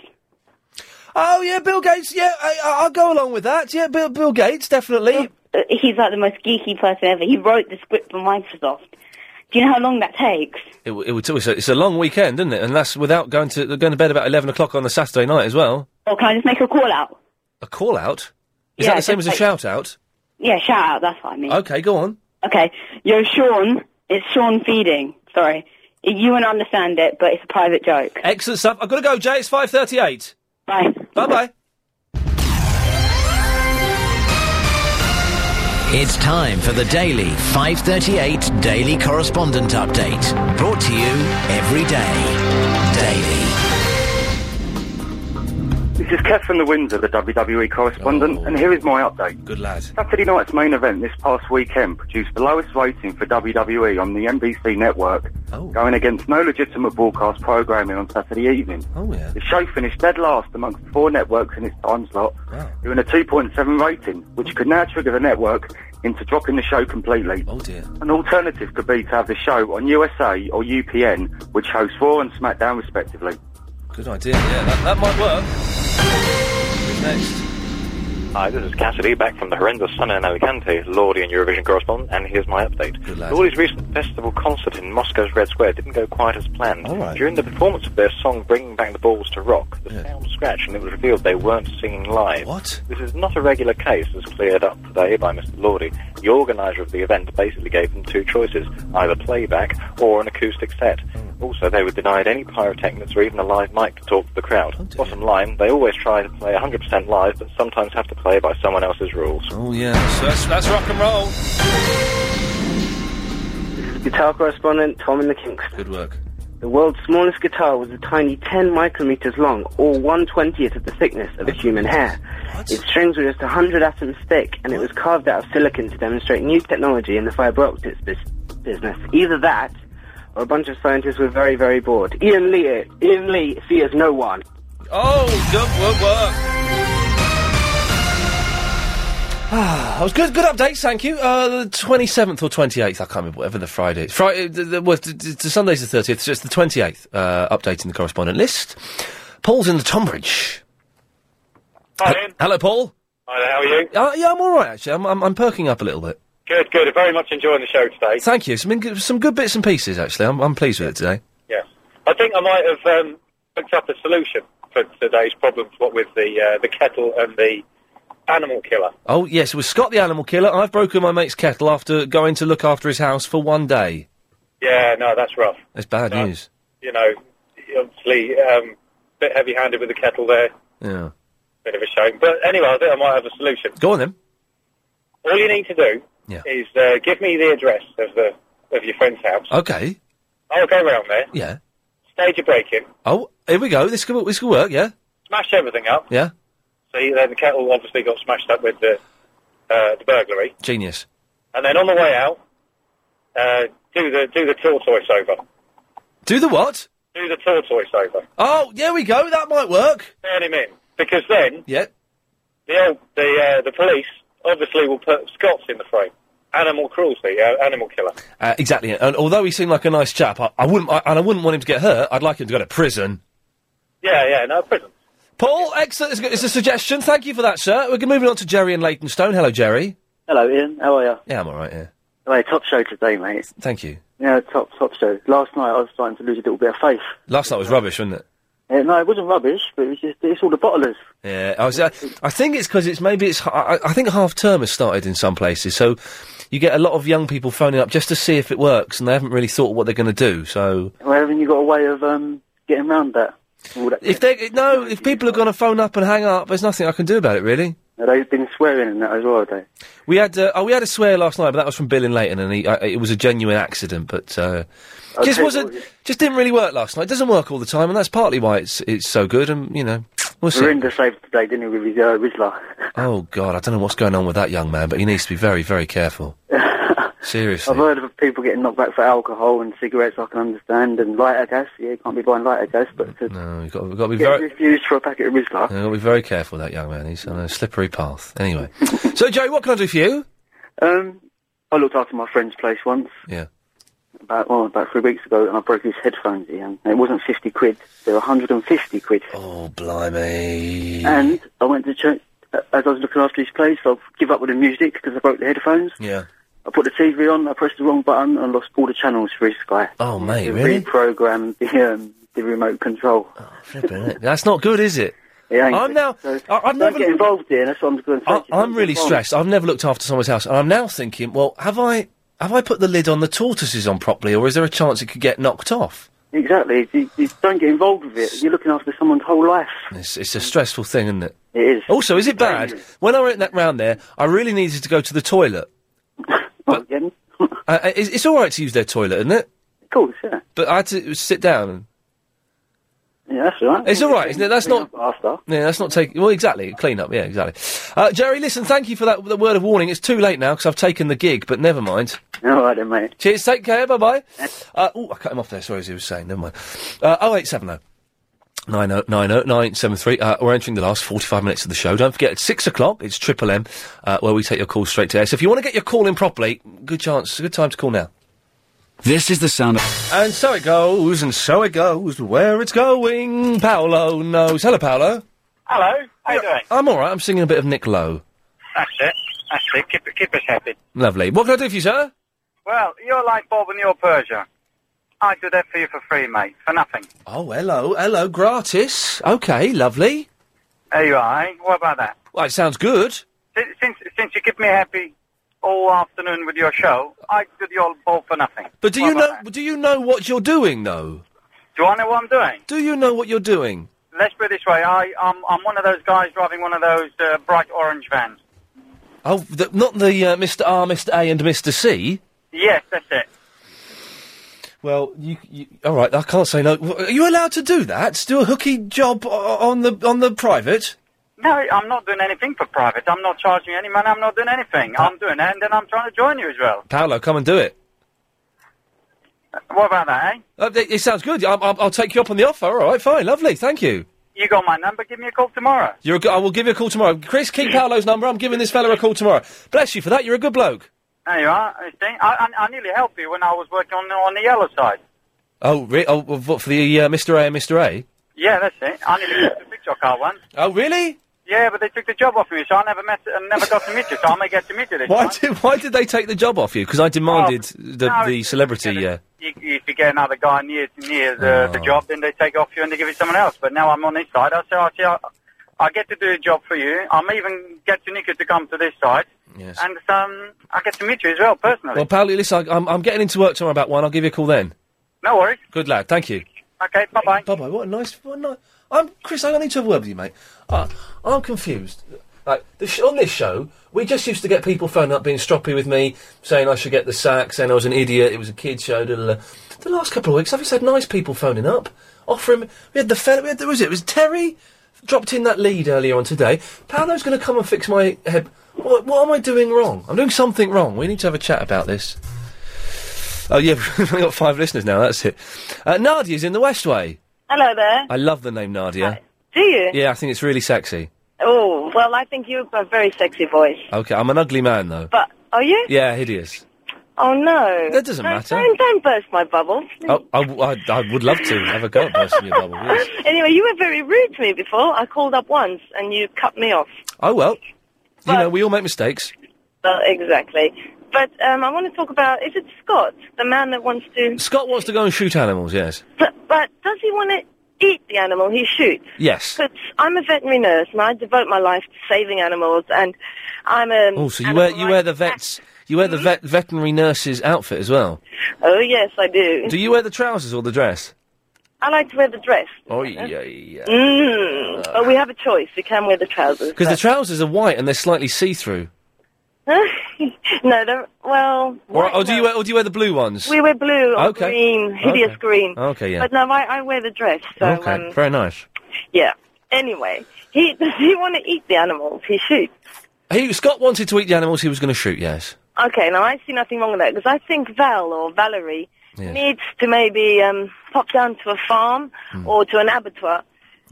Speaker 1: Oh yeah, Bill Gates. Yeah, I, I- I'll go along with that. Yeah, Bill, Bill Gates definitely.
Speaker 26: Uh, He's like the most geeky person ever. He wrote the script for Microsoft. Do you know how long that takes?
Speaker 1: It, w- it would. It's a, it's a long weekend, isn't it? And that's without going to going to bed about eleven o'clock on a Saturday night as well.
Speaker 26: Or can I just make a call out?
Speaker 1: A call out. Is
Speaker 26: Yeah,
Speaker 1: that the same as
Speaker 26: just
Speaker 1: a
Speaker 26: like-
Speaker 1: shout out?
Speaker 26: Yeah, shout out. That's what I mean.
Speaker 1: Okay, go on.
Speaker 26: Okay. Yo, Sean. It's Sean feeding. Sorry. You won't understand it, but it's a private joke.
Speaker 1: Excellent stuff. I've got to go, Jay. It's five thirty-eight.
Speaker 26: Bye.
Speaker 1: Bye bye.
Speaker 9: It's time for the daily 538 Daily Correspondent Update. Brought to you every day.
Speaker 18: Daily.
Speaker 8: This is Kev from the Windsor, the
Speaker 5: E
Speaker 8: WWE correspondent, and here is my update.
Speaker 1: Oh. Good lad.
Speaker 8: Saturday night's main event this past weekend produced the lowest rating for
Speaker 5: E
Speaker 8: WWE on the NBC network, Oh. going against no legitimate broadcast programming on Saturday evening.
Speaker 1: Oh, yeah.
Speaker 8: The show finished dead last amongst four networks in its time slot, doing a 2.7 rating, which could now trigger the network into dropping the show completely.
Speaker 1: Oh, dear.
Speaker 8: An alternative could be to have the show on USA or UPN, which hosts Raw and SmackDown respectively.
Speaker 1: Good idea, yeah. That, that might work. Who's next?
Speaker 10: Hi, this is Cassidy, back from the horrendous sun in Alicante, Lordy and Eurovision correspondent, and here's my update.
Speaker 1: Good lad.
Speaker 10: Lordy's recent festival concert in Moscow's Red Square didn't go quite as planned. During the performance of their song Bringing Back the Balls to Rock, the sound scratched and it was revealed they weren't singing live.
Speaker 1: What?
Speaker 10: This is not a regular case, as cleared up today by Mr. Lordy. The organiser of the event basically gave them two choices, either playback or an acoustic set.
Speaker 1: Hmm.
Speaker 10: Also, they were denied any pyrotechnics or even a live mic to talk to the crowd.
Speaker 1: Oh,
Speaker 10: Bottom line, they always try to play 100% live, but sometimes have to play by someone else's rules.
Speaker 1: Oh, yeah. So that's, that's rock and roll.
Speaker 27: Guitar correspondent Tom in the Kingston.
Speaker 1: Good work.
Speaker 27: The world's smallest guitar was a tiny 10 micrometers long, or 120th of the thickness of a human hair. Its strings were just 100 atoms thick, and it was carved out of silicon to demonstrate new technology in the fiber optics bus- business. Either that, or a bunch of scientists were very, very bored. Ian Lee, Ian Lee fears no one.
Speaker 1: Oh, good work, work. Ah, <sighs> that was good. Good updates, thank you. Uh, the twenty seventh or twenty eighth, I can't remember. Whatever the Friday, is. Friday, the, the, well, the, the Sunday's the thirtieth, so it's the twenty eighth. Uh, updating the correspondent list. Paul's in the Tunbridge.
Speaker 28: Hi, Ian.
Speaker 1: Hello, Paul.
Speaker 28: Hi there, how are you?
Speaker 1: Uh, yeah, I'm all right. Actually, I'm, I'm I'm perking up a little bit.
Speaker 28: Good, good. Very much enjoying the show today.
Speaker 1: Thank you. Some in- some good bits and pieces. Actually, I'm I'm pleased with it today.
Speaker 28: Yeah. I think I might have um, picked up a solution for today's problems, what with the uh, the kettle and the animal killer.
Speaker 1: Oh yes, it was Scott the Animal Killer. I've broken my mate's kettle after going to look after his house for one day.
Speaker 28: Yeah, no, that's rough.
Speaker 1: That's bad news.
Speaker 28: You know, obviously, um, bit heavy-handed with the kettle there.
Speaker 1: Yeah.
Speaker 28: Bit of a shame. But anyway, I think I might have a solution.
Speaker 1: Go on then.
Speaker 28: All you need to do
Speaker 1: Yeah.
Speaker 28: is uh, give me the address of the of your friend's house.
Speaker 1: Okay.
Speaker 28: I'll go round there,
Speaker 1: Yeah.
Speaker 28: stage a break-in,
Speaker 1: Oh, here we go. This could this could work. Yeah.
Speaker 28: smash everything up.
Speaker 1: Yeah.
Speaker 28: See, then the kettle obviously got smashed up with the uh, the burglary,
Speaker 1: Genius.
Speaker 28: and then on the way out, uh, do the do the tortoise over.
Speaker 1: Do the what?
Speaker 28: Do the tortoise over.
Speaker 1: Oh, there we go. That might work.
Speaker 28: Turn him in because then
Speaker 1: yeah,
Speaker 28: the old, the uh, the police obviously will put Scots in the frame. Animal cruelty, uh, animal killer.
Speaker 1: Uh, exactly. And although he seemed like a nice chap, I, I wouldn't I, and I wouldn't want him to get hurt. I'd like him to go to prison.
Speaker 28: Yeah, yeah, no prison.
Speaker 1: Paul, excellent. It's, a- it's a suggestion. Thank you for that, sir. We're moving on to Jerry in Leytonstone. Hello, Jerry.
Speaker 27: Hello, Ian. How are you?
Speaker 1: Yeah, I'm all right. Yeah.
Speaker 27: Hey, top show today, mate.
Speaker 1: Thank you.
Speaker 27: Yeah, top top show. Last night I was starting to lose a little bit of faith.
Speaker 1: Last night was rubbish, wasn't it?
Speaker 27: Uh, no, it wasn't rubbish, but it was just it's all the bottlers.
Speaker 1: Yeah, I was. Uh, I think it's because it's maybe it's. h- I, I think half term has started in some places, so you get a lot of young people phoning up just to see if it works, and they haven't really thought what they're going to do. So
Speaker 27: Well, haven't you got a way of um, getting round that? All that
Speaker 1: if they no, if people are going to phone up and hang up, there's nothing I can do about it really.
Speaker 27: Now, They've been swearing in that as well, have they?
Speaker 1: We had uh, oh, we had a swear last night, but that was from Bill in Leighton, and he, uh, it was a genuine accident. But uh,
Speaker 27: I'll
Speaker 1: just
Speaker 27: tell you
Speaker 1: wasn't just didn't really work last night. It doesn't work all the time, and that's partly why it's it's so good. And you know, we'll see.
Speaker 27: Verinder saved the day, didn't he, with his uh, Rizzler?
Speaker 1: Oh God, I don't know what's going on with that young man, but he needs to be very very careful. Seriously.
Speaker 27: I've heard of people getting knocked back for alcohol and cigarettes. I can understand, and lighter gas. Yeah, you can't be buying lighter gas, but to
Speaker 1: No, you've got, we've got to be
Speaker 27: get
Speaker 1: very.
Speaker 27: refused for a packet of Rizzler.
Speaker 1: I've got to be very careful with that young man. He's on a slippery path. Anyway, so Jerry, what can I do for you?
Speaker 27: Um, I looked after my friend's place once.
Speaker 1: Yeah.
Speaker 27: About well, about three weeks ago, and I broke his headphones. Ian. And it wasn't fifty quid; they were hundred and fifty quid.
Speaker 1: Oh, blimey!
Speaker 27: And I went to church as I was looking after his place. I give up with the music because I broke the headphones.
Speaker 1: Yeah.
Speaker 27: I put the TV on. I pressed the wrong button and lost all the channels for his guy.
Speaker 1: Oh, mate,
Speaker 27: They
Speaker 1: really? Oh,
Speaker 27: Reprogrammed the um, the remote control.
Speaker 1: Flipping
Speaker 27: <laughs>
Speaker 1: it. That's not good, is it?
Speaker 27: It ain't
Speaker 1: I'm
Speaker 27: good.
Speaker 1: now.
Speaker 27: So,
Speaker 1: I, I've
Speaker 27: don't
Speaker 1: never
Speaker 27: get involved in. That's what I'm going to
Speaker 1: I, I'm really stressed. I've never looked after someone's house, and I'm now thinking, well, have I have I put the lid on the tortoises on properly, or is there a chance it could get knocked off?
Speaker 27: Exactly. You, you don't get involved with it. You're looking after someone's whole life.
Speaker 1: It's, it's a stressful thing, isn't it?
Speaker 27: It is.
Speaker 1: Also, is it bad? When I went that round there, I really needed to go to the toilet.
Speaker 27: <laughs>
Speaker 1: But,
Speaker 27: again.
Speaker 1: <laughs> uh, it's, it's all right to use their toilet, isn't it?
Speaker 27: Of course, yeah.
Speaker 1: But I had to sit down. And,
Speaker 27: Yeah, that's all right.
Speaker 1: It's all right, isn't it? That's
Speaker 27: Clean
Speaker 1: not-
Speaker 27: up After.
Speaker 1: Yeah, that's not taking. Well, exactly. Clean up. Yeah, exactly. Uh, Jerry, listen, thank you for that the word of warning. It's too late now because I've taken the gig, but never mind.
Speaker 27: All right, then, mate.
Speaker 1: Cheers. Take care. Bye bye. Uh, oh, I cut him off there. Sorry, as he was saying. Never mind. Uh, 0870. oh, 9090973. Uh, we're entering the last 45 minutes of the show. Don't forget, at 6 o'clock, it's Triple M, uh, where we take your call straight to air. So if you want to get your call in properly, good chance, good time to call now.
Speaker 29: This is the sound of.
Speaker 1: And so it goes, and so it goes, where it's going, Paolo knows. Hello, Paolo.
Speaker 30: Hello, how you doing?
Speaker 1: I'm alright, I'm singing a bit of Nick Lowe.
Speaker 30: That's it. That's it. Keep, it- keep us happy.
Speaker 1: Lovely. What can I do for you, sir?
Speaker 30: Well, you're like Bob and you're Persia. I do that for you for free, mate, for nothing.
Speaker 1: Oh, hello, hello, gratis. Okay, lovely.
Speaker 30: There you are, eh? What about that?
Speaker 1: Well, it sounds good.
Speaker 30: Since, since, since you keep me happy all afternoon with your show, I do the old ball for nothing.
Speaker 1: But do you know? Do you know what you're doing, though?
Speaker 30: Do I know what I'm doing?
Speaker 1: Do you know what you're doing?
Speaker 30: Let's put it this way, I, I'm, I'm one of those guys driving one of those uh, bright orange vans.
Speaker 1: Oh, the, not the uh, Mr. R, Mr. A, and Mr. C.
Speaker 30: Yes, that's it.
Speaker 1: Well, you, you all right? I can't say no. W- Are you allowed to do that? Do a hooky job o- on the on the private?
Speaker 30: No, I'm not doing anything for private. I'm not charging any money. I'm not doing anything. I'm doing that, and then I'm trying to join you as well.
Speaker 1: Paolo, come and do it.
Speaker 30: What about that, eh?
Speaker 1: Uh, it, it sounds good. I, I, I'll take you up on the offer. All right, fine, lovely. Thank you.
Speaker 30: You got my number. Give me a call tomorrow.
Speaker 1: You're a go- I will give you a call tomorrow. Chris, keep Paolo's number. I'm giving this fella a call tomorrow. Bless you for that. You're a good bloke.
Speaker 30: There you are. You see, I, I, I nearly helped you when I was working on the, on the yellow side.
Speaker 1: Oh, re- oh well, what, for the uh, Mr. A and Mr. A.
Speaker 30: Yeah, that's it. I nearly helped the big jock car once.
Speaker 1: Oh, really?
Speaker 30: Yeah, but they took the job off me, so I never met and never got to meet you. So I may get to meet you this
Speaker 1: Why
Speaker 30: time.
Speaker 1: did why did they take the job off you? Because I demanded the
Speaker 30: Oh, no,
Speaker 1: the
Speaker 30: it's-
Speaker 1: celebrity. Uh,
Speaker 30: You, if you get another guy near near the, the
Speaker 1: Oh.
Speaker 30: job, then they take it off you and they give it to someone else. But now I'm on this side. I say, I see, I, I get to do a job for you. I'm even get to Nika to come to this side.
Speaker 1: Yes.
Speaker 30: And um, I get to meet you as well personally.
Speaker 1: well, Paolo, listen, I, I'm I'm getting into work tomorrow about one. I'll give you a call then.
Speaker 30: no worries.
Speaker 1: Good lad. Thank you.
Speaker 30: Okay. Bye bye.
Speaker 1: Bye bye. What a nice. What a nice. I'm Chris. I need to have a word with you, mate. Uh, I'm confused. Like the sh- on this show, we just used to get people phoning up being stroppy with me, saying I should get the sack, saying I was an idiot, it was a kids show. Da, da, da. The last couple of weeks, I've just had nice people phoning up, offering. We had the fella. We had, who was it? It was Terry. Dropped in that lead earlier on today. Paolo's going to come and fix my head. What, what am I doing wrong? I'm doing something wrong. We need to have a chat about this. Oh yeah, <laughs> we've only got five listeners now. That's it. Uh, Nadia's in the Westway.
Speaker 16: Hello there.
Speaker 1: I love the name Nadia.
Speaker 16: Do you?
Speaker 1: Yeah, I think it's really sexy.
Speaker 16: Oh, well, I think you've got a very sexy voice.
Speaker 1: Okay, I'm an ugly man though.
Speaker 16: But are you?
Speaker 1: Yeah, hideous.
Speaker 16: Oh no.
Speaker 1: That doesn't
Speaker 16: Don't-
Speaker 1: matter.
Speaker 16: Don't, don't burst my bubble. <laughs>
Speaker 1: Oh, I, w- I- I would love to have a go at bursting your bubble. Yes.
Speaker 16: Anyway, you were very rude to me before. I called up once and you cut me off.
Speaker 1: Oh well, you know we all make mistakes.
Speaker 16: Well, exactly. But um, I want to talk about is it Scott, the man that wants to?
Speaker 1: Scott wants to go and shoot animals. Yes,
Speaker 16: But, but does he want to eat the animal he shoots?
Speaker 1: yes.
Speaker 16: But I'm a veterinary nurse and I devote my life to saving animals. And I'm a
Speaker 1: Oh, so you wear you wear the vets you wear the
Speaker 16: Mm-hmm.
Speaker 1: vet, veterinary nurse's outfit as well.
Speaker 16: oh yes, I do.
Speaker 1: Do you wear the trousers or the dress?
Speaker 16: I like to wear the dress.
Speaker 1: Oh yeah, yeah.
Speaker 16: Mm. but we have a choice. We can wear the trousers.
Speaker 1: Because the trousers are white and they're slightly see through.
Speaker 16: <laughs> no, they're, well,
Speaker 1: Or, or do you wear or do you wear the blue ones?
Speaker 16: we wear blue or
Speaker 1: Okay.
Speaker 16: green, hideous
Speaker 1: Okay.
Speaker 16: green.
Speaker 1: Okay, yeah.
Speaker 16: But no, I, I wear the dress. So,
Speaker 1: okay,
Speaker 16: um,
Speaker 1: very nice.
Speaker 16: yeah. Anyway, he <laughs> does he want to eat the animals he shoots?
Speaker 1: He Scott wanted to eat the animals he was going to shoot. Yes.
Speaker 16: Okay, now I see nothing wrong with that because I think Val or Valerie
Speaker 1: Yes.
Speaker 16: needs to maybe um, pop down to a farm
Speaker 1: Hmm.
Speaker 16: or to an abattoir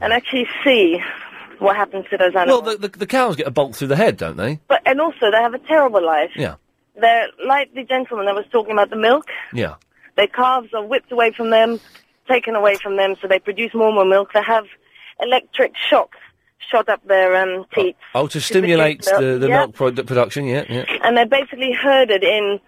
Speaker 16: and actually see what happens to those animals.
Speaker 1: Well, the, the the cows get a bolt through the head, don't they?
Speaker 16: but and also they have a terrible life.
Speaker 1: Yeah,
Speaker 16: They're like the gentleman that was talking about the milk.
Speaker 1: yeah.
Speaker 16: Their calves are whipped away from them, taken away from them, so they produce more and more milk. They have electric shocks shot up their um, teeth.
Speaker 1: Oh, to stimulate
Speaker 16: milk.
Speaker 1: the, the
Speaker 16: Yeah.
Speaker 1: milk produ- production, yeah, yeah.
Speaker 16: And they're basically herded in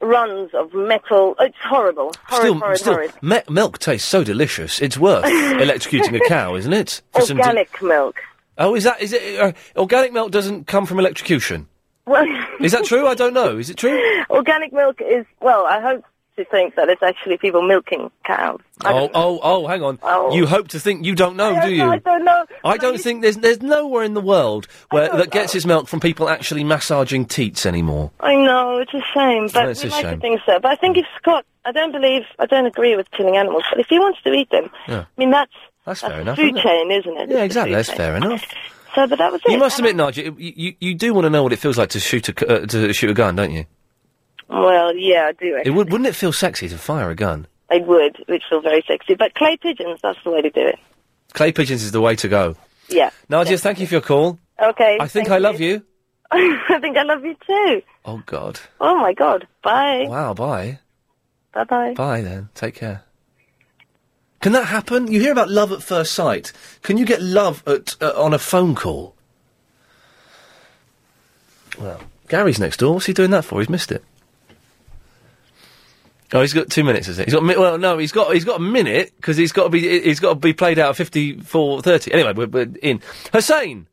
Speaker 16: runs of metal. Oh, It's horrible. Horrid, horrid,
Speaker 1: still,
Speaker 16: horrid.
Speaker 1: me- milk tastes so delicious. It's
Speaker 16: <laughs>
Speaker 1: worth electrocuting a cow, isn't it? For some de-
Speaker 16: Organic milk.
Speaker 1: oh, is that is it? Uh, organic milk doesn't come from electrocution.
Speaker 16: Well, <laughs>
Speaker 1: Is that true? I don't know. Is it true?
Speaker 16: organic milk is, well, I hope to think that it's actually people milking cows.
Speaker 1: Oh, oh, oh! Hang on.
Speaker 16: Oh.
Speaker 1: You hope to think you don't know, do you?
Speaker 16: I don't know.
Speaker 1: I don't think there's there's nowhere in the world where that gets its milk from people actually massaging teats anymore.
Speaker 16: I know, it's a shame, but
Speaker 1: Oh, it's
Speaker 16: we
Speaker 1: a
Speaker 16: like
Speaker 1: shame.
Speaker 16: to think so. But I think if Scott, I don't believe, I don't agree with killing animals, but if he wants to eat them,
Speaker 1: Yeah.
Speaker 16: I mean, that's
Speaker 1: That's
Speaker 16: That's
Speaker 1: fair
Speaker 16: the
Speaker 1: enough.
Speaker 16: food
Speaker 1: isn't it?
Speaker 16: chain, isn't it? It's
Speaker 1: Yeah,
Speaker 16: the
Speaker 1: exactly.
Speaker 16: food
Speaker 1: That's
Speaker 16: chain. <laughs>
Speaker 1: fair enough.
Speaker 16: So, but that was it.
Speaker 1: You must
Speaker 16: And
Speaker 1: admit, Nigel, you, you, you do want to know what it feels like to shoot a c- uh, to shoot a gun, don't you?
Speaker 16: I- Well, yeah, I do.
Speaker 1: It would, wouldn't it feel sexy to fire a gun?
Speaker 16: I would, it would feel very sexy. But clay pigeons, that's the way to do it.
Speaker 1: Clay pigeons is the way to go.
Speaker 16: Yeah.
Speaker 1: Nigel, thank you for your call.
Speaker 16: Okay.
Speaker 1: I think
Speaker 16: thank
Speaker 1: I love you.
Speaker 16: <laughs> I think I love you too.
Speaker 1: Oh God!
Speaker 16: Oh my God. Bye.
Speaker 1: Wow. Bye.
Speaker 16: Bye bye.
Speaker 1: Bye then. Take care. Can that happen? You hear about love at first sight. Can you get love at uh, on a phone call? Well, Gary's next door. What's he doing that for? He's missed it. Oh, he's got two minutes, is it? He's got mi- well, no, he's got he's got a minute because he's got to be he's got to be played out at fifty four thirty. Anyway, we're, we're in. Hussein,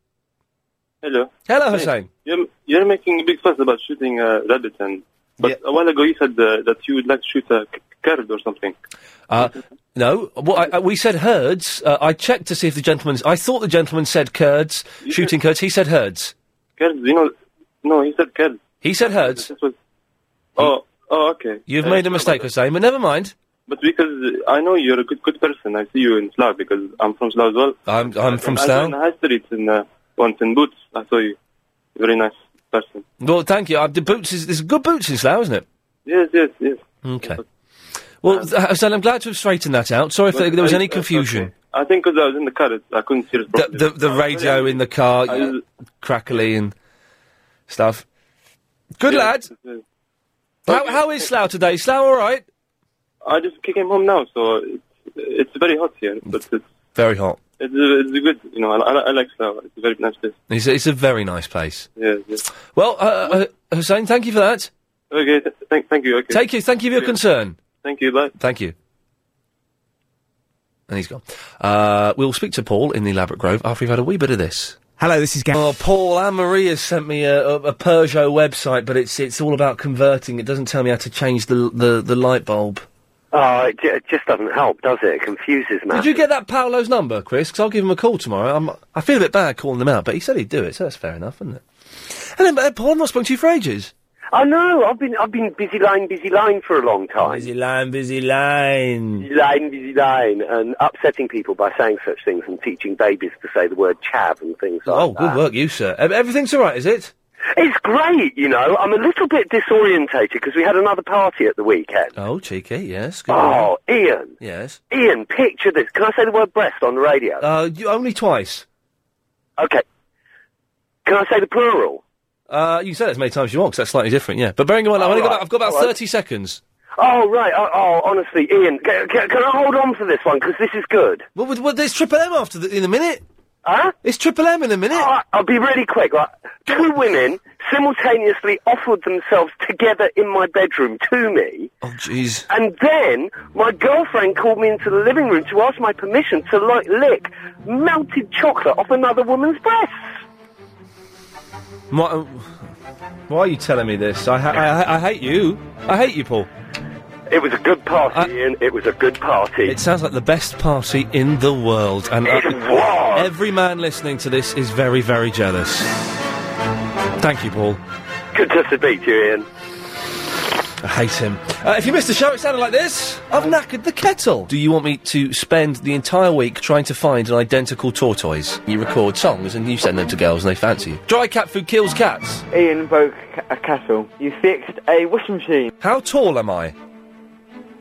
Speaker 31: Hello.
Speaker 1: hello,
Speaker 31: Oh, Hey.
Speaker 1: Hussein.
Speaker 31: You're, you're making a big fuss about shooting a rabbit, and but a while ago you said uh, that you would like to shoot a c- carrot or something.
Speaker 1: Uh, no, what I, I, we said herds. Uh, I checked to see if the gentleman's. I thought the gentleman said curds, shooting curds. He said herds.
Speaker 31: Carrots, you know? No, he said carrots.
Speaker 1: He said herds.
Speaker 31: Oh, oh, okay.
Speaker 1: You've
Speaker 31: Uh,
Speaker 1: made a mistake, Hussein, but never mind.
Speaker 31: But because uh, I know you're a good good person, I see you in Slough because I'm from Slough as well.
Speaker 1: I'm I'm from
Speaker 31: I saw you in
Speaker 1: Slough.
Speaker 31: High Street in uh, once in Boots. I saw you. Very nice person.
Speaker 1: Well, thank you. Uh, the boots is there's good boots in Slough, isn't it?
Speaker 31: Yes, yes, yes.
Speaker 1: Okay. Well, th- Hussein, I'm glad to have straightened that out. Sorry if
Speaker 31: But
Speaker 1: there, there was
Speaker 31: I-
Speaker 1: any
Speaker 31: that's
Speaker 1: confusion.
Speaker 31: I think because I was in the car, I couldn't hear it properly.
Speaker 1: The, the radio in the car, yeah, crackly and stuff. Good
Speaker 31: Yeah,
Speaker 1: lad.
Speaker 31: it's, uh,
Speaker 1: How, how is Slough today? Slough all right?
Speaker 31: I just came home now, so it's, it's very hot here, but it's
Speaker 1: Very hot.
Speaker 31: it's, it's good. You know, I, I, I like Slough. It's a very nice place.
Speaker 1: It's, a- it's a very nice place.
Speaker 31: Yeah, yes.
Speaker 1: Well, uh, uh, Hussein, thank you for that.
Speaker 31: Okay, th- thank, thank you. Okay.
Speaker 1: Thank you. Thank you for your
Speaker 31: Yeah.
Speaker 1: concern.
Speaker 31: Thank you. Bye.
Speaker 1: Thank you. And he's gone. Uh, we'll speak to Paul in the Elaborate Grove after we've had a wee bit of this.
Speaker 32: Hello, this is Gary.
Speaker 1: Oh, Paul, Anne Marie has sent me a, a, a Peugeot website, but it's it's all about converting. It doesn't tell me how to change the the, the light bulb.
Speaker 8: Oh, it, ju- it just doesn't help, does it? It confuses me.
Speaker 1: Did you get that Paolo's number, Chris? 'Cause I'll give him a call tomorrow. I'm, I feel a bit bad calling him out, but he said he'd do it, so that's fair enough, isn't it? And then, but, uh, Paul, I've not spoken to you for ages.
Speaker 8: I know. I've been I've been busy line, busy line for a long time.
Speaker 1: Busy line, busy line.
Speaker 8: Busy line, busy line, and upsetting people by saying such things and teaching babies to say the word chav and things like
Speaker 1: Oh,
Speaker 8: that.
Speaker 1: good work, you, sir. Ev- Everything's all right, is it?
Speaker 8: It's great, you know. I'm a little bit disorientated because we had another party at the weekend.
Speaker 1: Oh, cheeky, yes. Good
Speaker 8: Oh,
Speaker 1: work.
Speaker 8: Ian.
Speaker 1: Yes.
Speaker 8: Ian, picture this. Can I say the word breast on the radio?
Speaker 1: Uh, you, only twice.
Speaker 8: Okay. Can I say the plural?
Speaker 1: Uh, you can say that as many times as you want, 'cause that's slightly different, yeah. But bearing in mind, I've,
Speaker 8: All
Speaker 1: only got
Speaker 8: right,
Speaker 1: about, I've got about
Speaker 8: all right.
Speaker 1: 30 seconds.
Speaker 8: Oh, right. Oh, oh honestly, Ian, can, can, can I hold on for this one? Because this is good.
Speaker 1: Well, well, well, there's Triple M after the, in a minute.
Speaker 8: Huh? Oh,
Speaker 1: It's Triple M in a minute.
Speaker 8: I'll be really quick. Like, two women simultaneously offered themselves together in my bedroom to me.
Speaker 1: Oh, jeez.
Speaker 8: And then my girlfriend called me into the living room to ask my permission to like lick melted chocolate off another woman's breast.
Speaker 1: Why, oh. why are you telling me this? I, ha- I, I, I hate you. I hate you, Paul.
Speaker 8: It was a good party, Ian. It was a good party.
Speaker 1: It sounds like the best party in the world, and I-
Speaker 8: It was.
Speaker 1: every man listening to this is very, very jealous. Thank you, Paul.
Speaker 8: Good to speak to you, Ian.
Speaker 1: I hate him. Uh, if you missed the show, it sounded like this. I've knackered the kettle. Do you want me to spend the entire week trying to find an identical tortoise? You record songs and you send them to girls and they fancy you. Dry cat food kills cats.
Speaker 33: Ian broke c- a castle. You fixed a washing machine.
Speaker 1: How tall am I?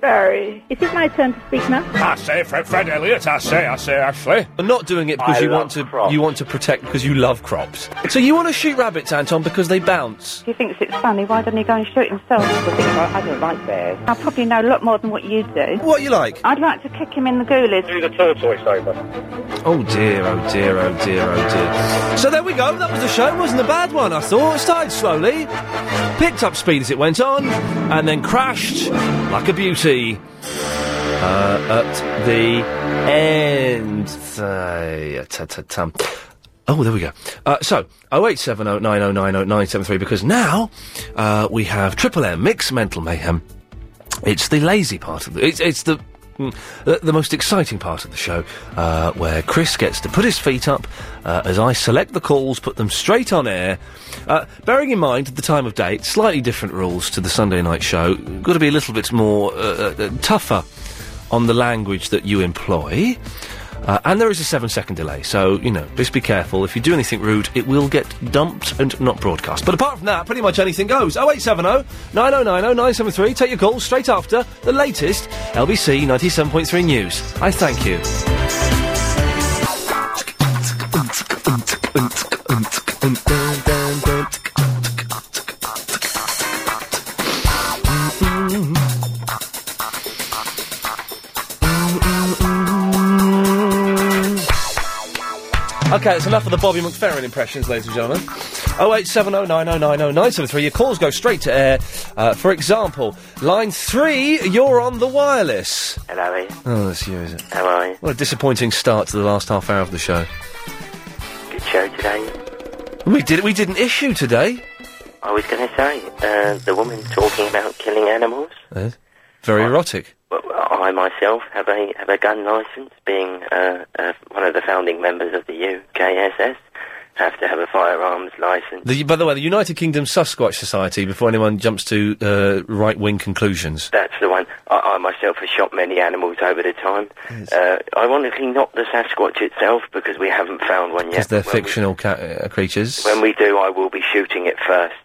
Speaker 33: Very.
Speaker 9: Is it my turn to speak now?
Speaker 1: I say Fred, Fred Elliott. uh. I say, I say, Ashley. I'm not doing it because
Speaker 8: I
Speaker 1: you
Speaker 8: love
Speaker 1: want to. You want to protect because you love crops. So you want to shoot rabbits, Anton, because they bounce.
Speaker 6: He thinks it's funny. Why doesn't he go and shoot himself?
Speaker 34: I don't like bears.
Speaker 6: I probably know a lot more than what you do.
Speaker 1: What you like?
Speaker 6: I'd like to kick him in the ghoulies.
Speaker 28: Do the tortoise over.
Speaker 1: Oh dear, oh dear, oh dear, oh dear. So there we go. That was the show. It wasn't a bad one, I thought. It started slowly, picked up speed as it went on, and then crashed like a beauty uh, at the end. Thay- ta- ta- tum. Oh, there we go. Uh, so, 08709090973, because now uh, we have Triple M, Mix Mental Mayhem. It's the lazy part of the... It's, it's the, mm, the... The most exciting part of the show, uh, where Chris gets to put his feet up uh, as I select the calls, put them straight on air. Uh, bearing in mind the time of day, it's slightly different rules to the Sunday night show. Got to be a little bit more uh, uh, uh, tougher on the language that you employ. Uh, Uh, and there is a seven second delay, so, you know, just be careful. If you do anything rude, it will get dumped and not broadcast. But apart from that, pretty much anything goes. 0870 9090 973. Take your call straight after the latest LBC 97.3 news. I thank you.
Speaker 8: Mm-hmm.
Speaker 1: Mm. Okay, that's enough of the Bobby McFerrin impressions, ladies and gentlemen. 08709090973. Your calls go straight to air. Uh, for example, line three, you're on the wireless.
Speaker 4: Hello, Ian.
Speaker 1: Oh, that's you, is it?
Speaker 4: How are you?
Speaker 1: What a disappointing start to the last half hour of the show.
Speaker 4: Good show today.
Speaker 1: We did we did an issue today.
Speaker 4: I was going to say, uh, the woman talking about killing animals.
Speaker 1: Eh? very erotic.
Speaker 4: Well, I myself have a have a gun license, being uh, uh, one of the founding members of the UKSS. Have to have a firearms license.
Speaker 1: The, by the way, the United Kingdom Sasquatch Society. Before anyone jumps to uh, right wing conclusions.
Speaker 4: That's the one. I, I myself have shot many animals over the time. Uh, ironically, not the Sasquatch itself because we haven't found one
Speaker 1: Because
Speaker 4: yet.
Speaker 1: they're
Speaker 4: When we-
Speaker 1: fictional ca- uh, creatures.
Speaker 4: When we do, I will be shooting it first.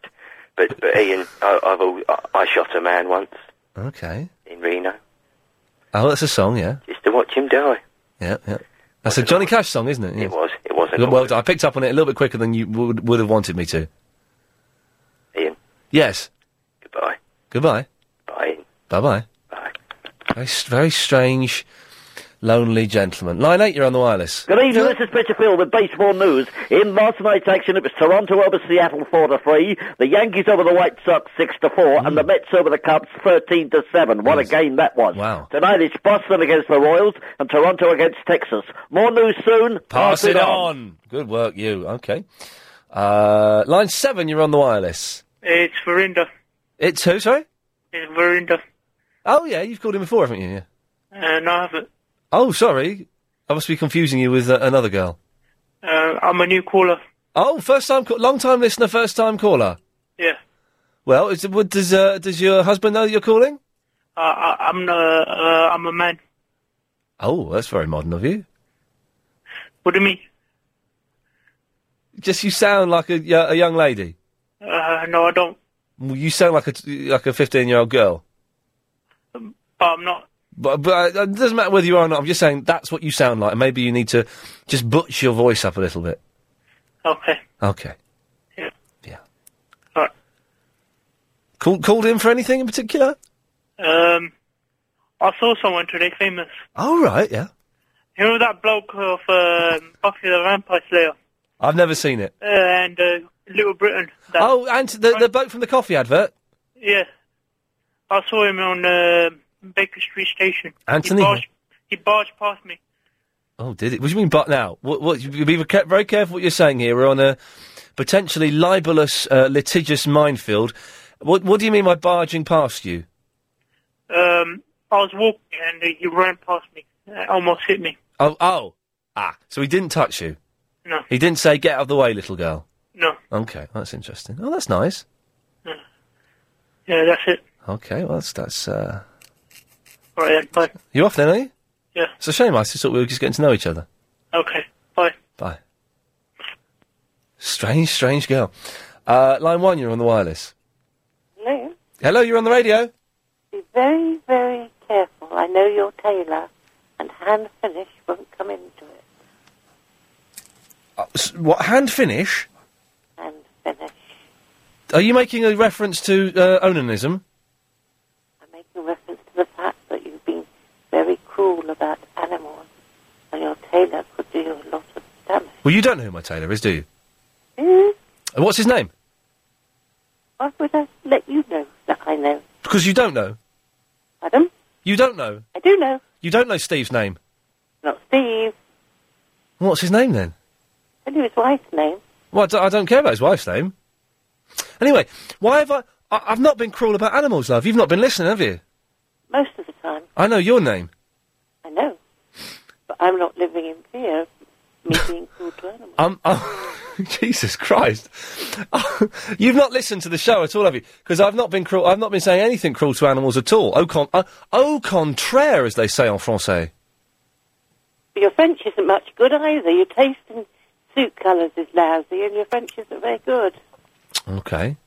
Speaker 4: But, but Ian, I, I've al- I, I shot a man once
Speaker 1: Okay.
Speaker 4: in Reno
Speaker 1: Oh, that's a song, yeah.
Speaker 4: just to watch him die.
Speaker 1: Yeah, yeah. That's a Johnny Cash song, isn't it? Yes. It
Speaker 4: was. It was.
Speaker 1: Well, well, I picked up on it a little bit quicker than you would, would have wanted me to.
Speaker 4: Ian.
Speaker 1: Yes.
Speaker 4: Goodbye.
Speaker 1: Goodbye.
Speaker 4: Bye.
Speaker 1: Bye bye. Very, s- very strange, lonely gentleman. Line 8, you're on the wireless.
Speaker 18: Good evening, this is Peter Field with Baseball News. In last night's action, it was Toronto over Seattle 4 to 3, the Yankees over the White Sox 6 to 4, and the Mets over the Cubs 13 to 7. What a game that was. Wow. Tonight it's Boston against the Royals and Toronto against Texas. More news soon.
Speaker 1: Pass it on. Good work, you. Okay. Uh, line 7, you're on the wireless.
Speaker 35: It's Verinda.
Speaker 1: It's who, sorry?
Speaker 35: It's Verinda.
Speaker 1: Oh, yeah, you've called him before, haven't you? Yeah.
Speaker 35: Uh, no, I haven't.
Speaker 1: Oh, sorry. I must be confusing you with uh, another girl.
Speaker 35: Uh, I'm a new caller.
Speaker 1: Oh, first time, ca- long time listener, first time caller.
Speaker 35: Yeah.
Speaker 1: Well, is, what, does uh, does your husband know that you're calling?
Speaker 35: Uh, I, I'm, uh, uh, I'm a man.
Speaker 1: Oh, that's very modern of you.
Speaker 35: What do you mean?
Speaker 1: Just you sound like a, y- a young lady.
Speaker 35: Uh, no, I don't.
Speaker 1: Well, You sound like a t- like a fifteen year old girl.
Speaker 35: But I'm not.
Speaker 1: But, but uh, it doesn't matter whether you are or not. I'm just saying that's what you sound like. Maybe you need to just butch your voice up a little bit.
Speaker 35: Okay.
Speaker 1: Okay.
Speaker 35: Yeah.
Speaker 1: Yeah.
Speaker 35: Alright.
Speaker 1: Called called in for anything in particular?
Speaker 35: Um, I saw someone today famous.
Speaker 1: Oh right, yeah.
Speaker 35: You know that bloke of um, Buffy the Vampire Slayer
Speaker 1: I've never seen it.
Speaker 35: uh, and uh, Little Britain? That,
Speaker 1: Oh, and the the bloke from the coffee advert.
Speaker 35: Yeah. I saw him on uh, Baker Street Station.
Speaker 1: Anthony?
Speaker 35: He barged, he barged past me.
Speaker 1: Oh, did it? What do you mean, but now? What, what, you be ca- very careful what you're saying here. We're on a potentially libelous, uh, litigious minefield. What, what do you mean by barging past you?
Speaker 35: Um, I was walking and he ran past me. Uh, almost hit me.
Speaker 1: Oh, oh. Ah, so he didn't touch you?
Speaker 35: No.
Speaker 1: He didn't say, get out of the way, little girl?
Speaker 35: No.
Speaker 1: Okay, that's interesting. Oh, that's nice.
Speaker 35: Yeah, that's it.
Speaker 1: Okay, well, that's, that's, uh...
Speaker 35: All right, then. Bye.
Speaker 1: You off then, are you?
Speaker 35: Yeah.
Speaker 1: It's a shame, I just thought we were just getting to know each other.
Speaker 35: Okay. Bye.
Speaker 1: Bye. Strange, strange girl. Uh, line one, you're on the wireless.
Speaker 36: Hello.
Speaker 1: Hello, you're on the radio?
Speaker 36: Be very, very careful. I know you're Taylor, and hand finish won't come into it.
Speaker 1: Uh, s- what, hand finish?
Speaker 36: Hand finish.
Speaker 1: Are you making a reference to uh, onanism?
Speaker 36: I'm making reference to the fact that you've been very cruel about animals, and your Taylor could do you a lot of damage.
Speaker 1: Well, you don't know who my tailor is, do you?
Speaker 36: Eh,
Speaker 1: And what's his name?
Speaker 36: Why would I let you know that I know?
Speaker 1: Because you don't know.
Speaker 36: Adam,
Speaker 1: You don't know.
Speaker 36: I do know.
Speaker 1: You don't know Steve's name.
Speaker 36: Not Steve.
Speaker 1: What's his name then?
Speaker 36: I knew his wife's name.
Speaker 1: Well, I don't, I don't care about his wife's name. Anyway, why have I, I? I've not been cruel about animals, love. You've not been listening, have you?
Speaker 36: Most of the time,
Speaker 1: I know your name.
Speaker 36: I know. But I'm not living in fear of me being cruel to animals.
Speaker 1: Um, <laughs> oh, Jesus Christ! Oh, You've not listened to the show at all, have you? Because I've not been cruel. I've not been saying anything cruel to animals at all. Au, con- uh, au contraire, as they say en français.
Speaker 36: But your French isn't much good either. Your taste in suit colours is lousy, and your French isn't very good. <laughs>
Speaker 1: Okay.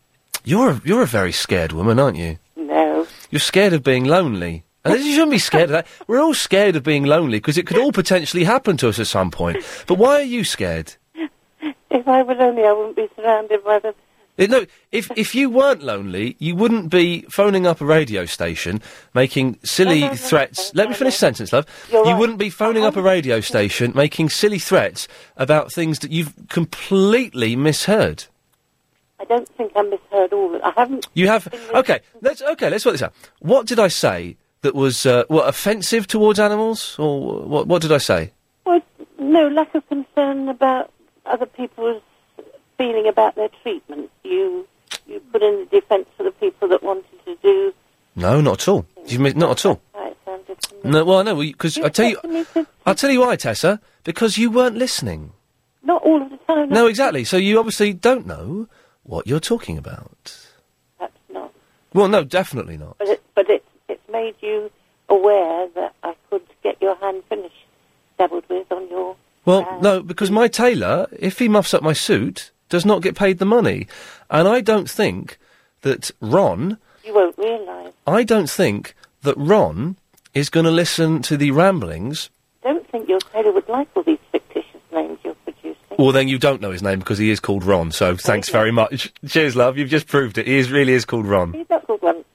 Speaker 1: You're a, you're a very scared woman, aren't you?
Speaker 36: No.
Speaker 1: You're scared of being lonely. And you shouldn't be scared of that. We're all scared of being lonely because it could all potentially happen to us at some point. But why are you scared?
Speaker 36: If I were lonely, I wouldn't be surrounded by them.
Speaker 1: Eh, No, if if you weren't lonely, you wouldn't be phoning up a radio station, making silly threats. Let me finish sentence, love. you wouldn't be phoning up a radio station, making silly threats about things that you've completely misheard.
Speaker 36: I don't think I misheard all. of- I haven't.
Speaker 1: You have okay. Let's okay. Let's work this out. What did I say that was uh, what offensive towards animals, or what? What did I say?
Speaker 36: Well, no lack of concern about other people's feeling about their treatment. You you put in the defence for the people that wanted to do. uh,
Speaker 1: No, not at all. You mi- not at all.
Speaker 36: Right, so I'm just
Speaker 1: No, well, no, because I tell you, I'll tell you why, Tessa. Because you weren't listening.
Speaker 36: not all of the time.
Speaker 1: No, exactly. So you obviously don't know what you're talking about.
Speaker 36: Perhaps not.
Speaker 1: Well, no, definitely not.
Speaker 36: But it, but it, it's made you aware that I could get your hand finished dabbled with on your.
Speaker 1: Well, no, because my tailor, if he muffs up my suit, does not get paid the money, and I don't think that Ron,
Speaker 36: You won't realise.
Speaker 1: I don't think that Ron is going to listen to the ramblings.
Speaker 36: Don't think your tailor would like all these fictitious names you're producing.
Speaker 1: Well, then you don't know his name because he is called Ron. So thanks very much. <laughs> Cheers, love. You've just proved it. He is really is called Ron.
Speaker 36: He's not called one.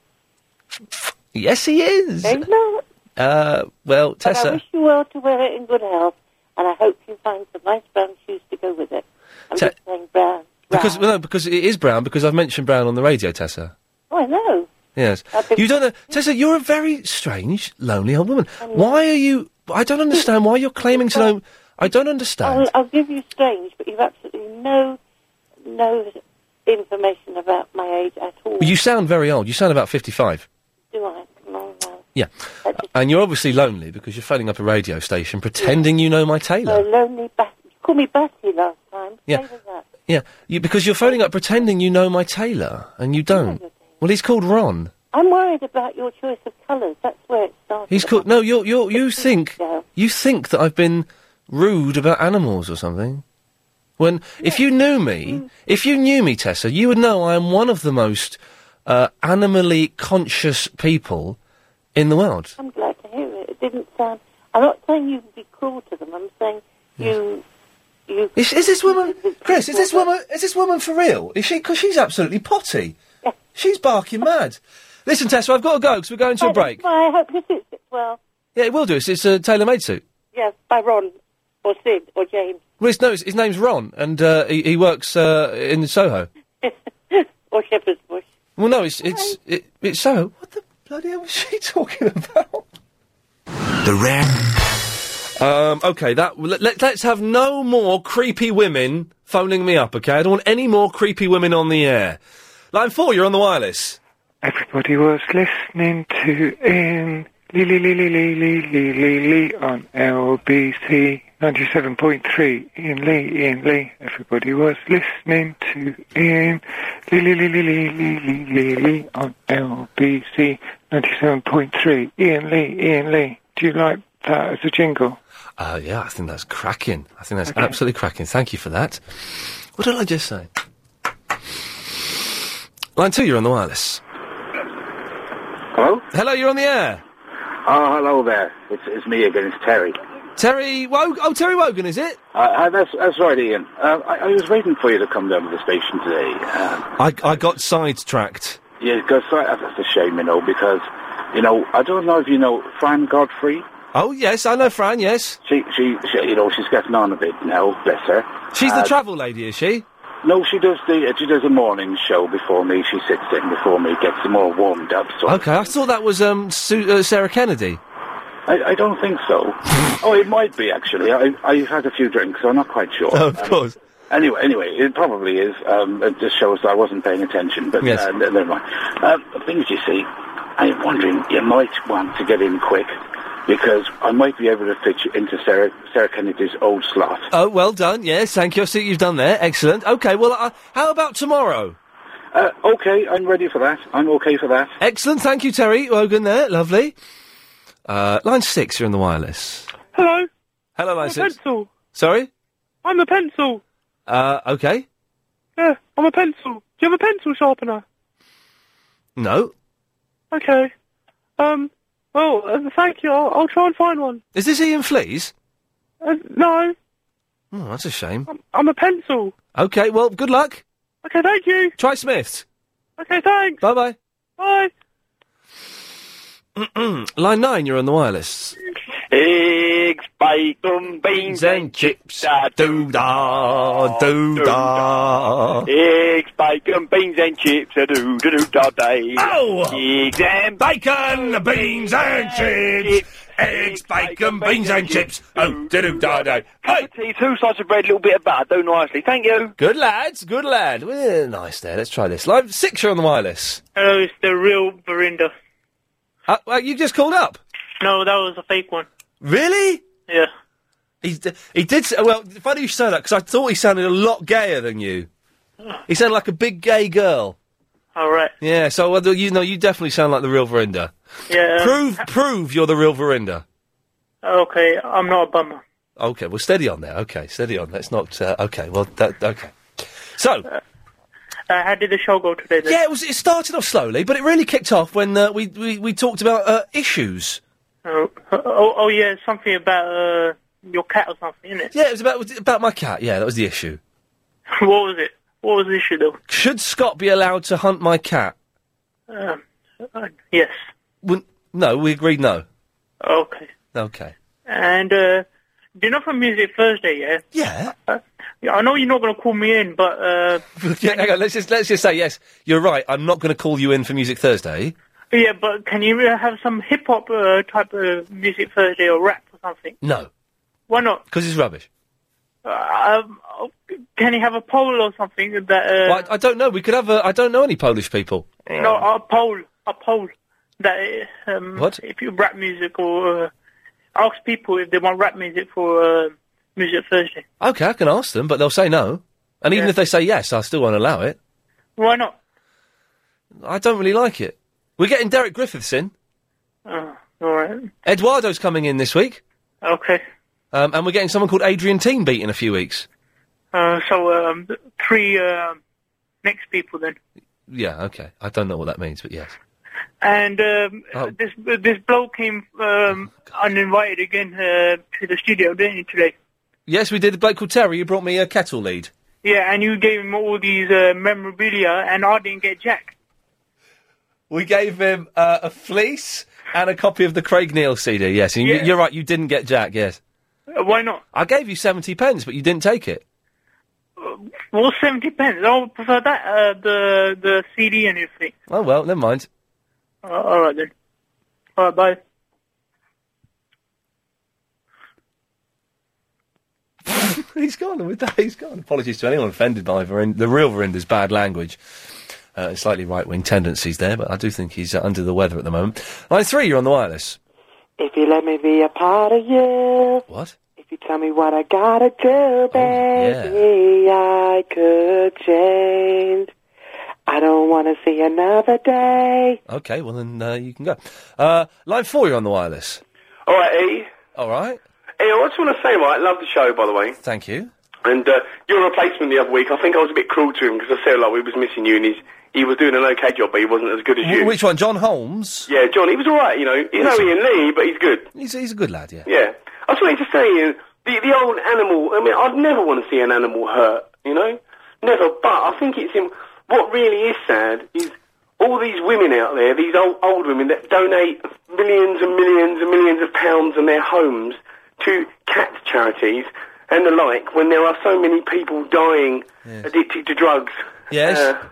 Speaker 1: Yes, he is.
Speaker 36: No, he's not.
Speaker 1: Uh, well,
Speaker 36: But I
Speaker 1: Tessa.
Speaker 36: wish you well to wear it in good health, and I hope you find some nice brown shoes to go with it. I'm
Speaker 1: Te-
Speaker 36: just saying brown.
Speaker 1: Because well, no, because it is brown. Because I've mentioned brown on the radio, Tessa.
Speaker 36: Oh, I know.
Speaker 1: Yes, you don't know, Tessa. You're a very strange, lonely old woman. Why are you? I don't understand why you're claiming to know. I don't understand.
Speaker 36: I'll, I'll give you strange, but you've absolutely no no information about my age at all.
Speaker 1: You sound very old. You sound about fifty-five.
Speaker 36: Do I? No, no.
Speaker 1: Yeah, and you're obviously lonely because you're phoning up a radio station pretending you know my tailor.
Speaker 36: Oh, lonely Bat- You called me Batty last time.
Speaker 1: Yeah.
Speaker 36: Say that.
Speaker 1: Yeah, you, because you're phoning up pretending you know my tailor, and you don't. Well, he's called Ron.
Speaker 36: I'm worried about your choice of colours. That's where it started.
Speaker 1: He's called. No, you're, you're, you think you think that I've been rude about animals or something. When if you knew me, if you knew me, Tessa, you would know I am one of the most uh, animally conscious people in the world.
Speaker 36: I'm glad to hear it. It didn't sound. I'm not saying you be cruel to them. I'm saying you. you
Speaker 1: Is, is this woman, Chris? Is this woman? Is this woman for real? Is she? Because she's absolutely potty. She's barking mad. Listen, Tessa, I've got to go because we're going to a break.
Speaker 36: Well, I hope your suit fits well.
Speaker 1: Yeah, it will do. It's, it's a tailor-made suit.
Speaker 36: Yes, by Ron or Sid or James
Speaker 1: Well, his, no, his, his name's Ron, and uh, he, he works uh, in Soho.
Speaker 36: or Shepherd's Bush.
Speaker 1: Well, no, it's it's it, it's Soho. What the bloody hell was she <laughs> talking about? The rare. Um, okay, that let, let, let's have no more creepy women phoning me up. Okay, I don't want any more creepy women on the air. Line four, you're on the wireless.
Speaker 37: Everybody was listening to in Lee Lee Lee Lee Lee Lee Lee Lee Lee on LBC 97.3 in Lee in Lee. Everybody was listening to in Lee Lee Lee Lee Lee Lee Lee Lee Lee on LBC 97.3 in Lee in Lee. Do you like that as a jingle?
Speaker 1: Uh, yeah, I think that's cracking. I think that's absolutely cracking. Thank you for that. What did I just say? Line two, you're on the wireless.
Speaker 38: Hello?
Speaker 1: Hello, you're on the air.
Speaker 38: Oh, hello there. It's, it's me again. It's Terry.
Speaker 1: Terry Wogan. Oh, Terry Wogan, is it?
Speaker 38: Uh, uh, that's, that's right, Ian. Uh, I, I was waiting for you to come down to the station today. Uh,
Speaker 1: I, I got sidetracked.
Speaker 38: yeah, because that's a shame, you know, because, you know, I don't know if you know Fran Godfrey.
Speaker 1: Oh, yes, I know Fran, yes.
Speaker 38: She, she, she you know, she's getting on a bit now, bless her.
Speaker 1: She's
Speaker 38: Uh,
Speaker 1: the travel lady, is she?
Speaker 38: No, she does the uh, she does a morning show before me. She sits in before me, gets them all warmed up. So
Speaker 1: Okay, I thought that was um, Su- uh, Sarah Kennedy.
Speaker 38: I, I don't think
Speaker 1: <laughs>
Speaker 38: so. oh, it might be actually. I, I've had a few drinks, so I'm not quite sure.
Speaker 1: Oh, of
Speaker 38: Um,
Speaker 1: course.
Speaker 38: Anyway, anyway, it probably is. Um, it just shows that I wasn't paying attention. But
Speaker 1: Yes.
Speaker 38: uh, ne- never mind. Um, things you see, I'm wondering you might want to get in quick because I might be able to fit you into Sarah Sarah Kennedy's old slot.
Speaker 1: Oh, well done, yes, thank you. I see what you've done there. Excellent. Okay, well, uh, how about tomorrow?
Speaker 38: Uh, okay, I'm ready for that. I'm okay for that.
Speaker 1: Excellent, thank you, Terry Wogan there. Lovely. Uh, line six, you're on the wireless.
Speaker 8: Hello.
Speaker 1: Hello, line
Speaker 8: I'm a
Speaker 1: six.
Speaker 8: pencil.
Speaker 1: Sorry?
Speaker 8: I'm a pencil.
Speaker 1: Uh, okay.
Speaker 8: Yeah, I'm a pencil. Do you have a pencil sharpener?
Speaker 1: No.
Speaker 8: Okay. Um. Well, uh, thank you. I'll, I'll try and find one.
Speaker 1: Is this Ian Fleas?
Speaker 8: Uh, no,
Speaker 1: Oh, that's a shame.
Speaker 8: I'm a pencil.
Speaker 1: Okay, well, good luck.
Speaker 8: Okay, thank you.
Speaker 1: Try Smith's.
Speaker 8: Okay, thanks.
Speaker 1: Bye bye.
Speaker 8: Bye.
Speaker 1: <clears throat> Line nine, you're on the wireless.
Speaker 28: Eggs, bacon, beans and chips. Da
Speaker 1: do
Speaker 28: Oh,
Speaker 1: da, do da.
Speaker 28: Eggs, bacon, beans and chips. Da do da do da day.
Speaker 1: Oh!
Speaker 28: Eggs and
Speaker 1: bacon, beans and chips. Eggs, bacon, beans and chips. Oh, do do da da. Hey!
Speaker 28: Tea, two slices of bread, a little bit of butter. Do nicely. Thank you.
Speaker 1: Good lads, good lad. We're nice there. Let's try this. Line six, you're on the wireless.
Speaker 35: Hello, it's the real Verinda.
Speaker 1: Uh, well, you just called up.
Speaker 35: No, that was a fake one.
Speaker 1: Really?
Speaker 35: Yeah.
Speaker 1: He d- he did. s- Well, funny you say that because I thought he sounded a lot gayer than you. He sounded like a big gay girl.
Speaker 35: All right.
Speaker 1: Yeah. So well, you know, you definitely sound like the real Verinda.
Speaker 35: Yeah. um,
Speaker 1: prove prove you're the real Verinda.
Speaker 35: Okay, I'm not a bummer.
Speaker 1: Okay. Well, steady on there. Okay, steady on. Let's not. Uh, okay. Well, that okay. So.
Speaker 35: Uh, how did the show go today? Then?
Speaker 1: Yeah, it was. It started off slowly, but it really kicked off when uh, we, we we talked about uh, issues.
Speaker 35: Oh, oh, oh, yeah, something about uh, your cat or something, isn't it?
Speaker 1: Yeah, it was about was it about my cat. Yeah, that was the issue.
Speaker 35: <laughs> what was it? What was the issue though?
Speaker 1: Should Scott be allowed to hunt my cat?
Speaker 35: Um, uh, yes.
Speaker 1: Well, no, we agreed no.
Speaker 35: Okay.
Speaker 1: Okay. <laughs>
Speaker 35: And uh, do you know from Music Thursday? Yeah.
Speaker 1: Yeah.
Speaker 35: Uh, yeah, I know you're not going to call me in, but uh,
Speaker 1: yeah, hang on, let's just let's just say yes. You're right. I'm not going to call you in for Music Thursday.
Speaker 35: yeah, but can you uh, have some hip hop uh, type of Music Thursday or rap or something?
Speaker 1: No,
Speaker 35: Why not?
Speaker 1: because it's rubbish.
Speaker 35: Uh, um, can you have a poll or something that? Uh,
Speaker 1: Well, I, I don't know. We could have. A, I don't know any Polish people.
Speaker 35: No, a poll, a poll that uh, um,
Speaker 1: What?
Speaker 35: if you rap music or uh, ask people if they want rap music for uh, Music Thursday.
Speaker 1: Okay, I can ask them, but they'll say no. And even
Speaker 35: Yeah.
Speaker 1: if they say yes, I still won't allow it.
Speaker 35: Why not?
Speaker 1: I don't really like it. We're getting Derek Griffiths in.
Speaker 35: Oh, all right.
Speaker 1: Eduardo's coming in this week,
Speaker 35: Okay.
Speaker 1: um, and we're getting someone called Adrian Teambeat in a few weeks.
Speaker 35: Uh, so um, th- three um next people then,
Speaker 1: Yeah, okay. I don't know what that means, but yes.
Speaker 35: and um,
Speaker 1: Oh.
Speaker 35: this this bloke came um, uninvited again uh, to the studio, didn't he today?
Speaker 1: Yes, we did. A bloke called Terry. You brought me a kettle lead.
Speaker 35: Yeah, and you gave him all these uh, memorabilia, and I didn't get jack.
Speaker 1: We gave him uh, a fleece and a copy of the Craig Neal CD. Yes, and
Speaker 35: Yeah.
Speaker 1: you, you're right. You didn't get Jack. Yes.
Speaker 35: Uh, why not?
Speaker 1: I gave you seventy pence, but you didn't take it.
Speaker 35: Well, seventy pence. I would prefer that uh, the the CD and everything.
Speaker 1: Oh well, never mind. <laughs>
Speaker 35: Uh, all right then. All right, bye.
Speaker 1: he's gone with that. He's gone. Apologies to anyone offended by Verind- the real Verinder's bad language. Uh, slightly right wing tendencies there, but I do think he's uh, under the weather at the moment. Line three, you're on the wireless.
Speaker 19: If you let me be a part of you,
Speaker 1: What?
Speaker 19: if you tell me what I gotta do, baby, I could change. I don't want to see another day.
Speaker 1: Okay, well then uh, you can go. Uh, line four, you're on the wireless.
Speaker 10: All right, E.
Speaker 1: All right.
Speaker 10: E, I just want to say, right, love the show, by the way.
Speaker 1: Thank you.
Speaker 10: And uh, your replacement the other week, I think I was a bit cruel to him because I felt like we was missing you, and he's, he was doing an okay job, but he wasn't as good as
Speaker 1: Wh-
Speaker 10: you.
Speaker 1: which one, John Holmes?
Speaker 10: Yeah, John, he was all right, you know. He's no Ian Lee, but he's good.
Speaker 1: He's he's a good lad, yeah.
Speaker 10: Yeah. I just wanted to say, Ian, the, the old animal, I mean, I'd never want to see an animal hurt, you know? Never, but I think it's in, what really is sad is all these women out there, these old, old women that donate millions and millions and millions of pounds and their homes to cat charities and the like when there are so many people dying addicted to drugs.
Speaker 1: Yes.
Speaker 10: Uh,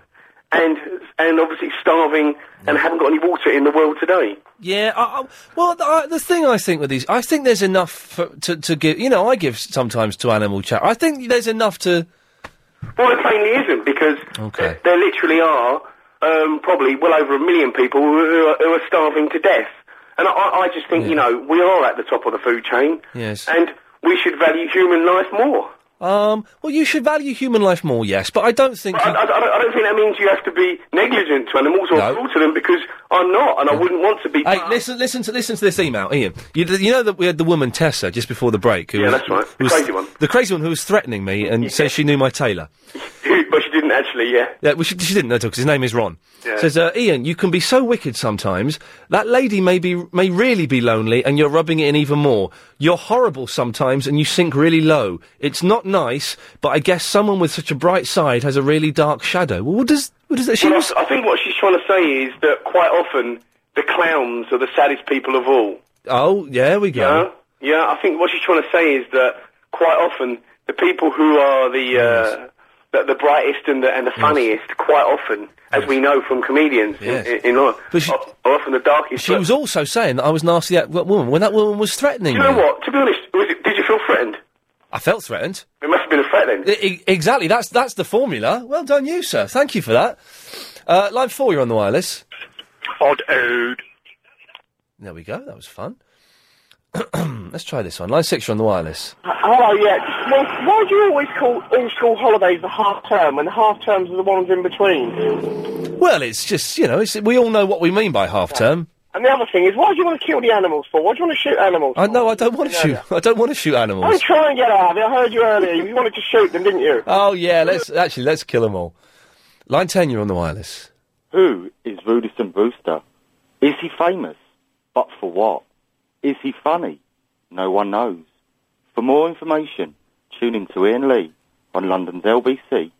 Speaker 10: and, and obviously starving and haven't got any water in the world today.
Speaker 1: Yeah, I, I, well, the, I, the thing I think with these, I think there's enough for, to, to give. You know, I give sometimes to animal chat. I think there's enough to.
Speaker 10: Well, it plainly isn't because
Speaker 1: Okay.
Speaker 10: there literally are um, probably well over a million people who are, who are starving to death. And I, I just think, you know, we are at the top of the food chain
Speaker 1: Yes.
Speaker 10: and we should value human life more.
Speaker 1: Um, well, you should value human life more, yes, but I don't think.
Speaker 10: I, I, I don't- I don't think that means you have to be negligent to animals or cruel to them because I'm not, and I wouldn't want to be.
Speaker 1: Hey, listen, listen to listen to this email, Ian. You, you know that we had the woman Tessa just before the break. Who
Speaker 10: Yeah,
Speaker 1: was,
Speaker 10: that's right.
Speaker 1: who
Speaker 10: The
Speaker 1: was-
Speaker 10: crazy one.
Speaker 1: The crazy one who was threatening me and says she knew my tailor.
Speaker 10: but she didn't actually. Yeah.
Speaker 1: Yeah, well, she, she didn't know because his name is Ron.
Speaker 10: Yeah.
Speaker 1: Says uh, Ian, you can be so wicked sometimes. That lady may be may really be lonely, and you're rubbing it in even more. You're horrible sometimes, and you sink really low. It's not nice, but I guess someone with such a bright side has a really dark shadow. Well, what does what does that? She
Speaker 10: Well, I-
Speaker 1: was
Speaker 10: I think what she's trying to say is that quite often the clowns are the saddest people of all.
Speaker 1: oh yeah, we go.
Speaker 10: Yeah, yeah. I think what she's trying to say is that quite often the people who are the uh, the, the brightest and the, and the funniest, quite often, as we know from comedians,
Speaker 1: Yes.
Speaker 10: in, in, in life, are, are often the darkest.
Speaker 1: She was also saying that I was nasty at that woman when that woman was threatening
Speaker 10: Do you know
Speaker 1: me.
Speaker 10: what? To be honest, was it, did you feel threatened?
Speaker 1: I felt threatened.
Speaker 10: It must have been a threat then.
Speaker 1: I- I- exactly. That's that's the formula. Well done, you sir. Thank you for that. Uh, line four, you're on the wireless.
Speaker 39: Odd ode.
Speaker 1: There we go. That was fun. <clears throat> Let's try this one. Line six, you're on the wireless.
Speaker 8: Hello, Oh, yeah. Well, why do you always call all school holidays the half term and half terms are the ones in between?
Speaker 1: Well, it's just you know, it's, we all know what we mean by half term.
Speaker 8: And the other thing is, why do you want to kill the animals for? Why do you want to shoot animals?
Speaker 1: I know I don't want to shoot. I don't want to shoot
Speaker 8: Don't <laughs>
Speaker 1: animals.
Speaker 8: try and get out of it. I heard you earlier. You wanted to shoot them, didn't you?
Speaker 1: Oh yeah, let's actually let's kill them all. Line ten, you're on the wireless.
Speaker 40: Who is Rudison Brewster? Is he famous? But for what? Is he funny? No one knows. For more information, tune in to Ian Lee on London's LBC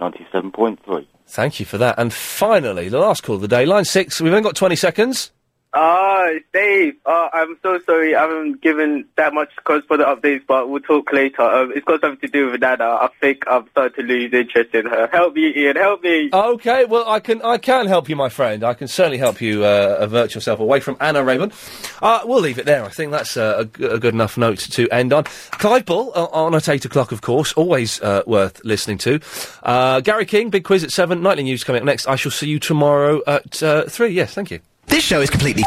Speaker 40: 97.3.
Speaker 1: Thank you for that. And finally, the last call of the day, line six. We've only got twenty seconds.
Speaker 2: Ah, it's Dave. Uh, I'm so sorry. I haven't given that much cause for the updates, but we'll talk later. Um, it's got something to do with Nana. I think I'm starting to lose interest in her. Help me, Ian. Help me.
Speaker 1: Okay, well, I can I can help you, my friend. I can certainly help you uh, avert yourself away from Anna Raven. Uh, we'll leave it there. I think that's uh, a, g- a good enough note to end on. Clive Bull uh, on at eight o'clock, of course, always uh, worth listening to. Uh, Gary King, big quiz at seven. Nightly news coming up next. I shall see you tomorrow at uh, three. Yes, thank you. This show is completely.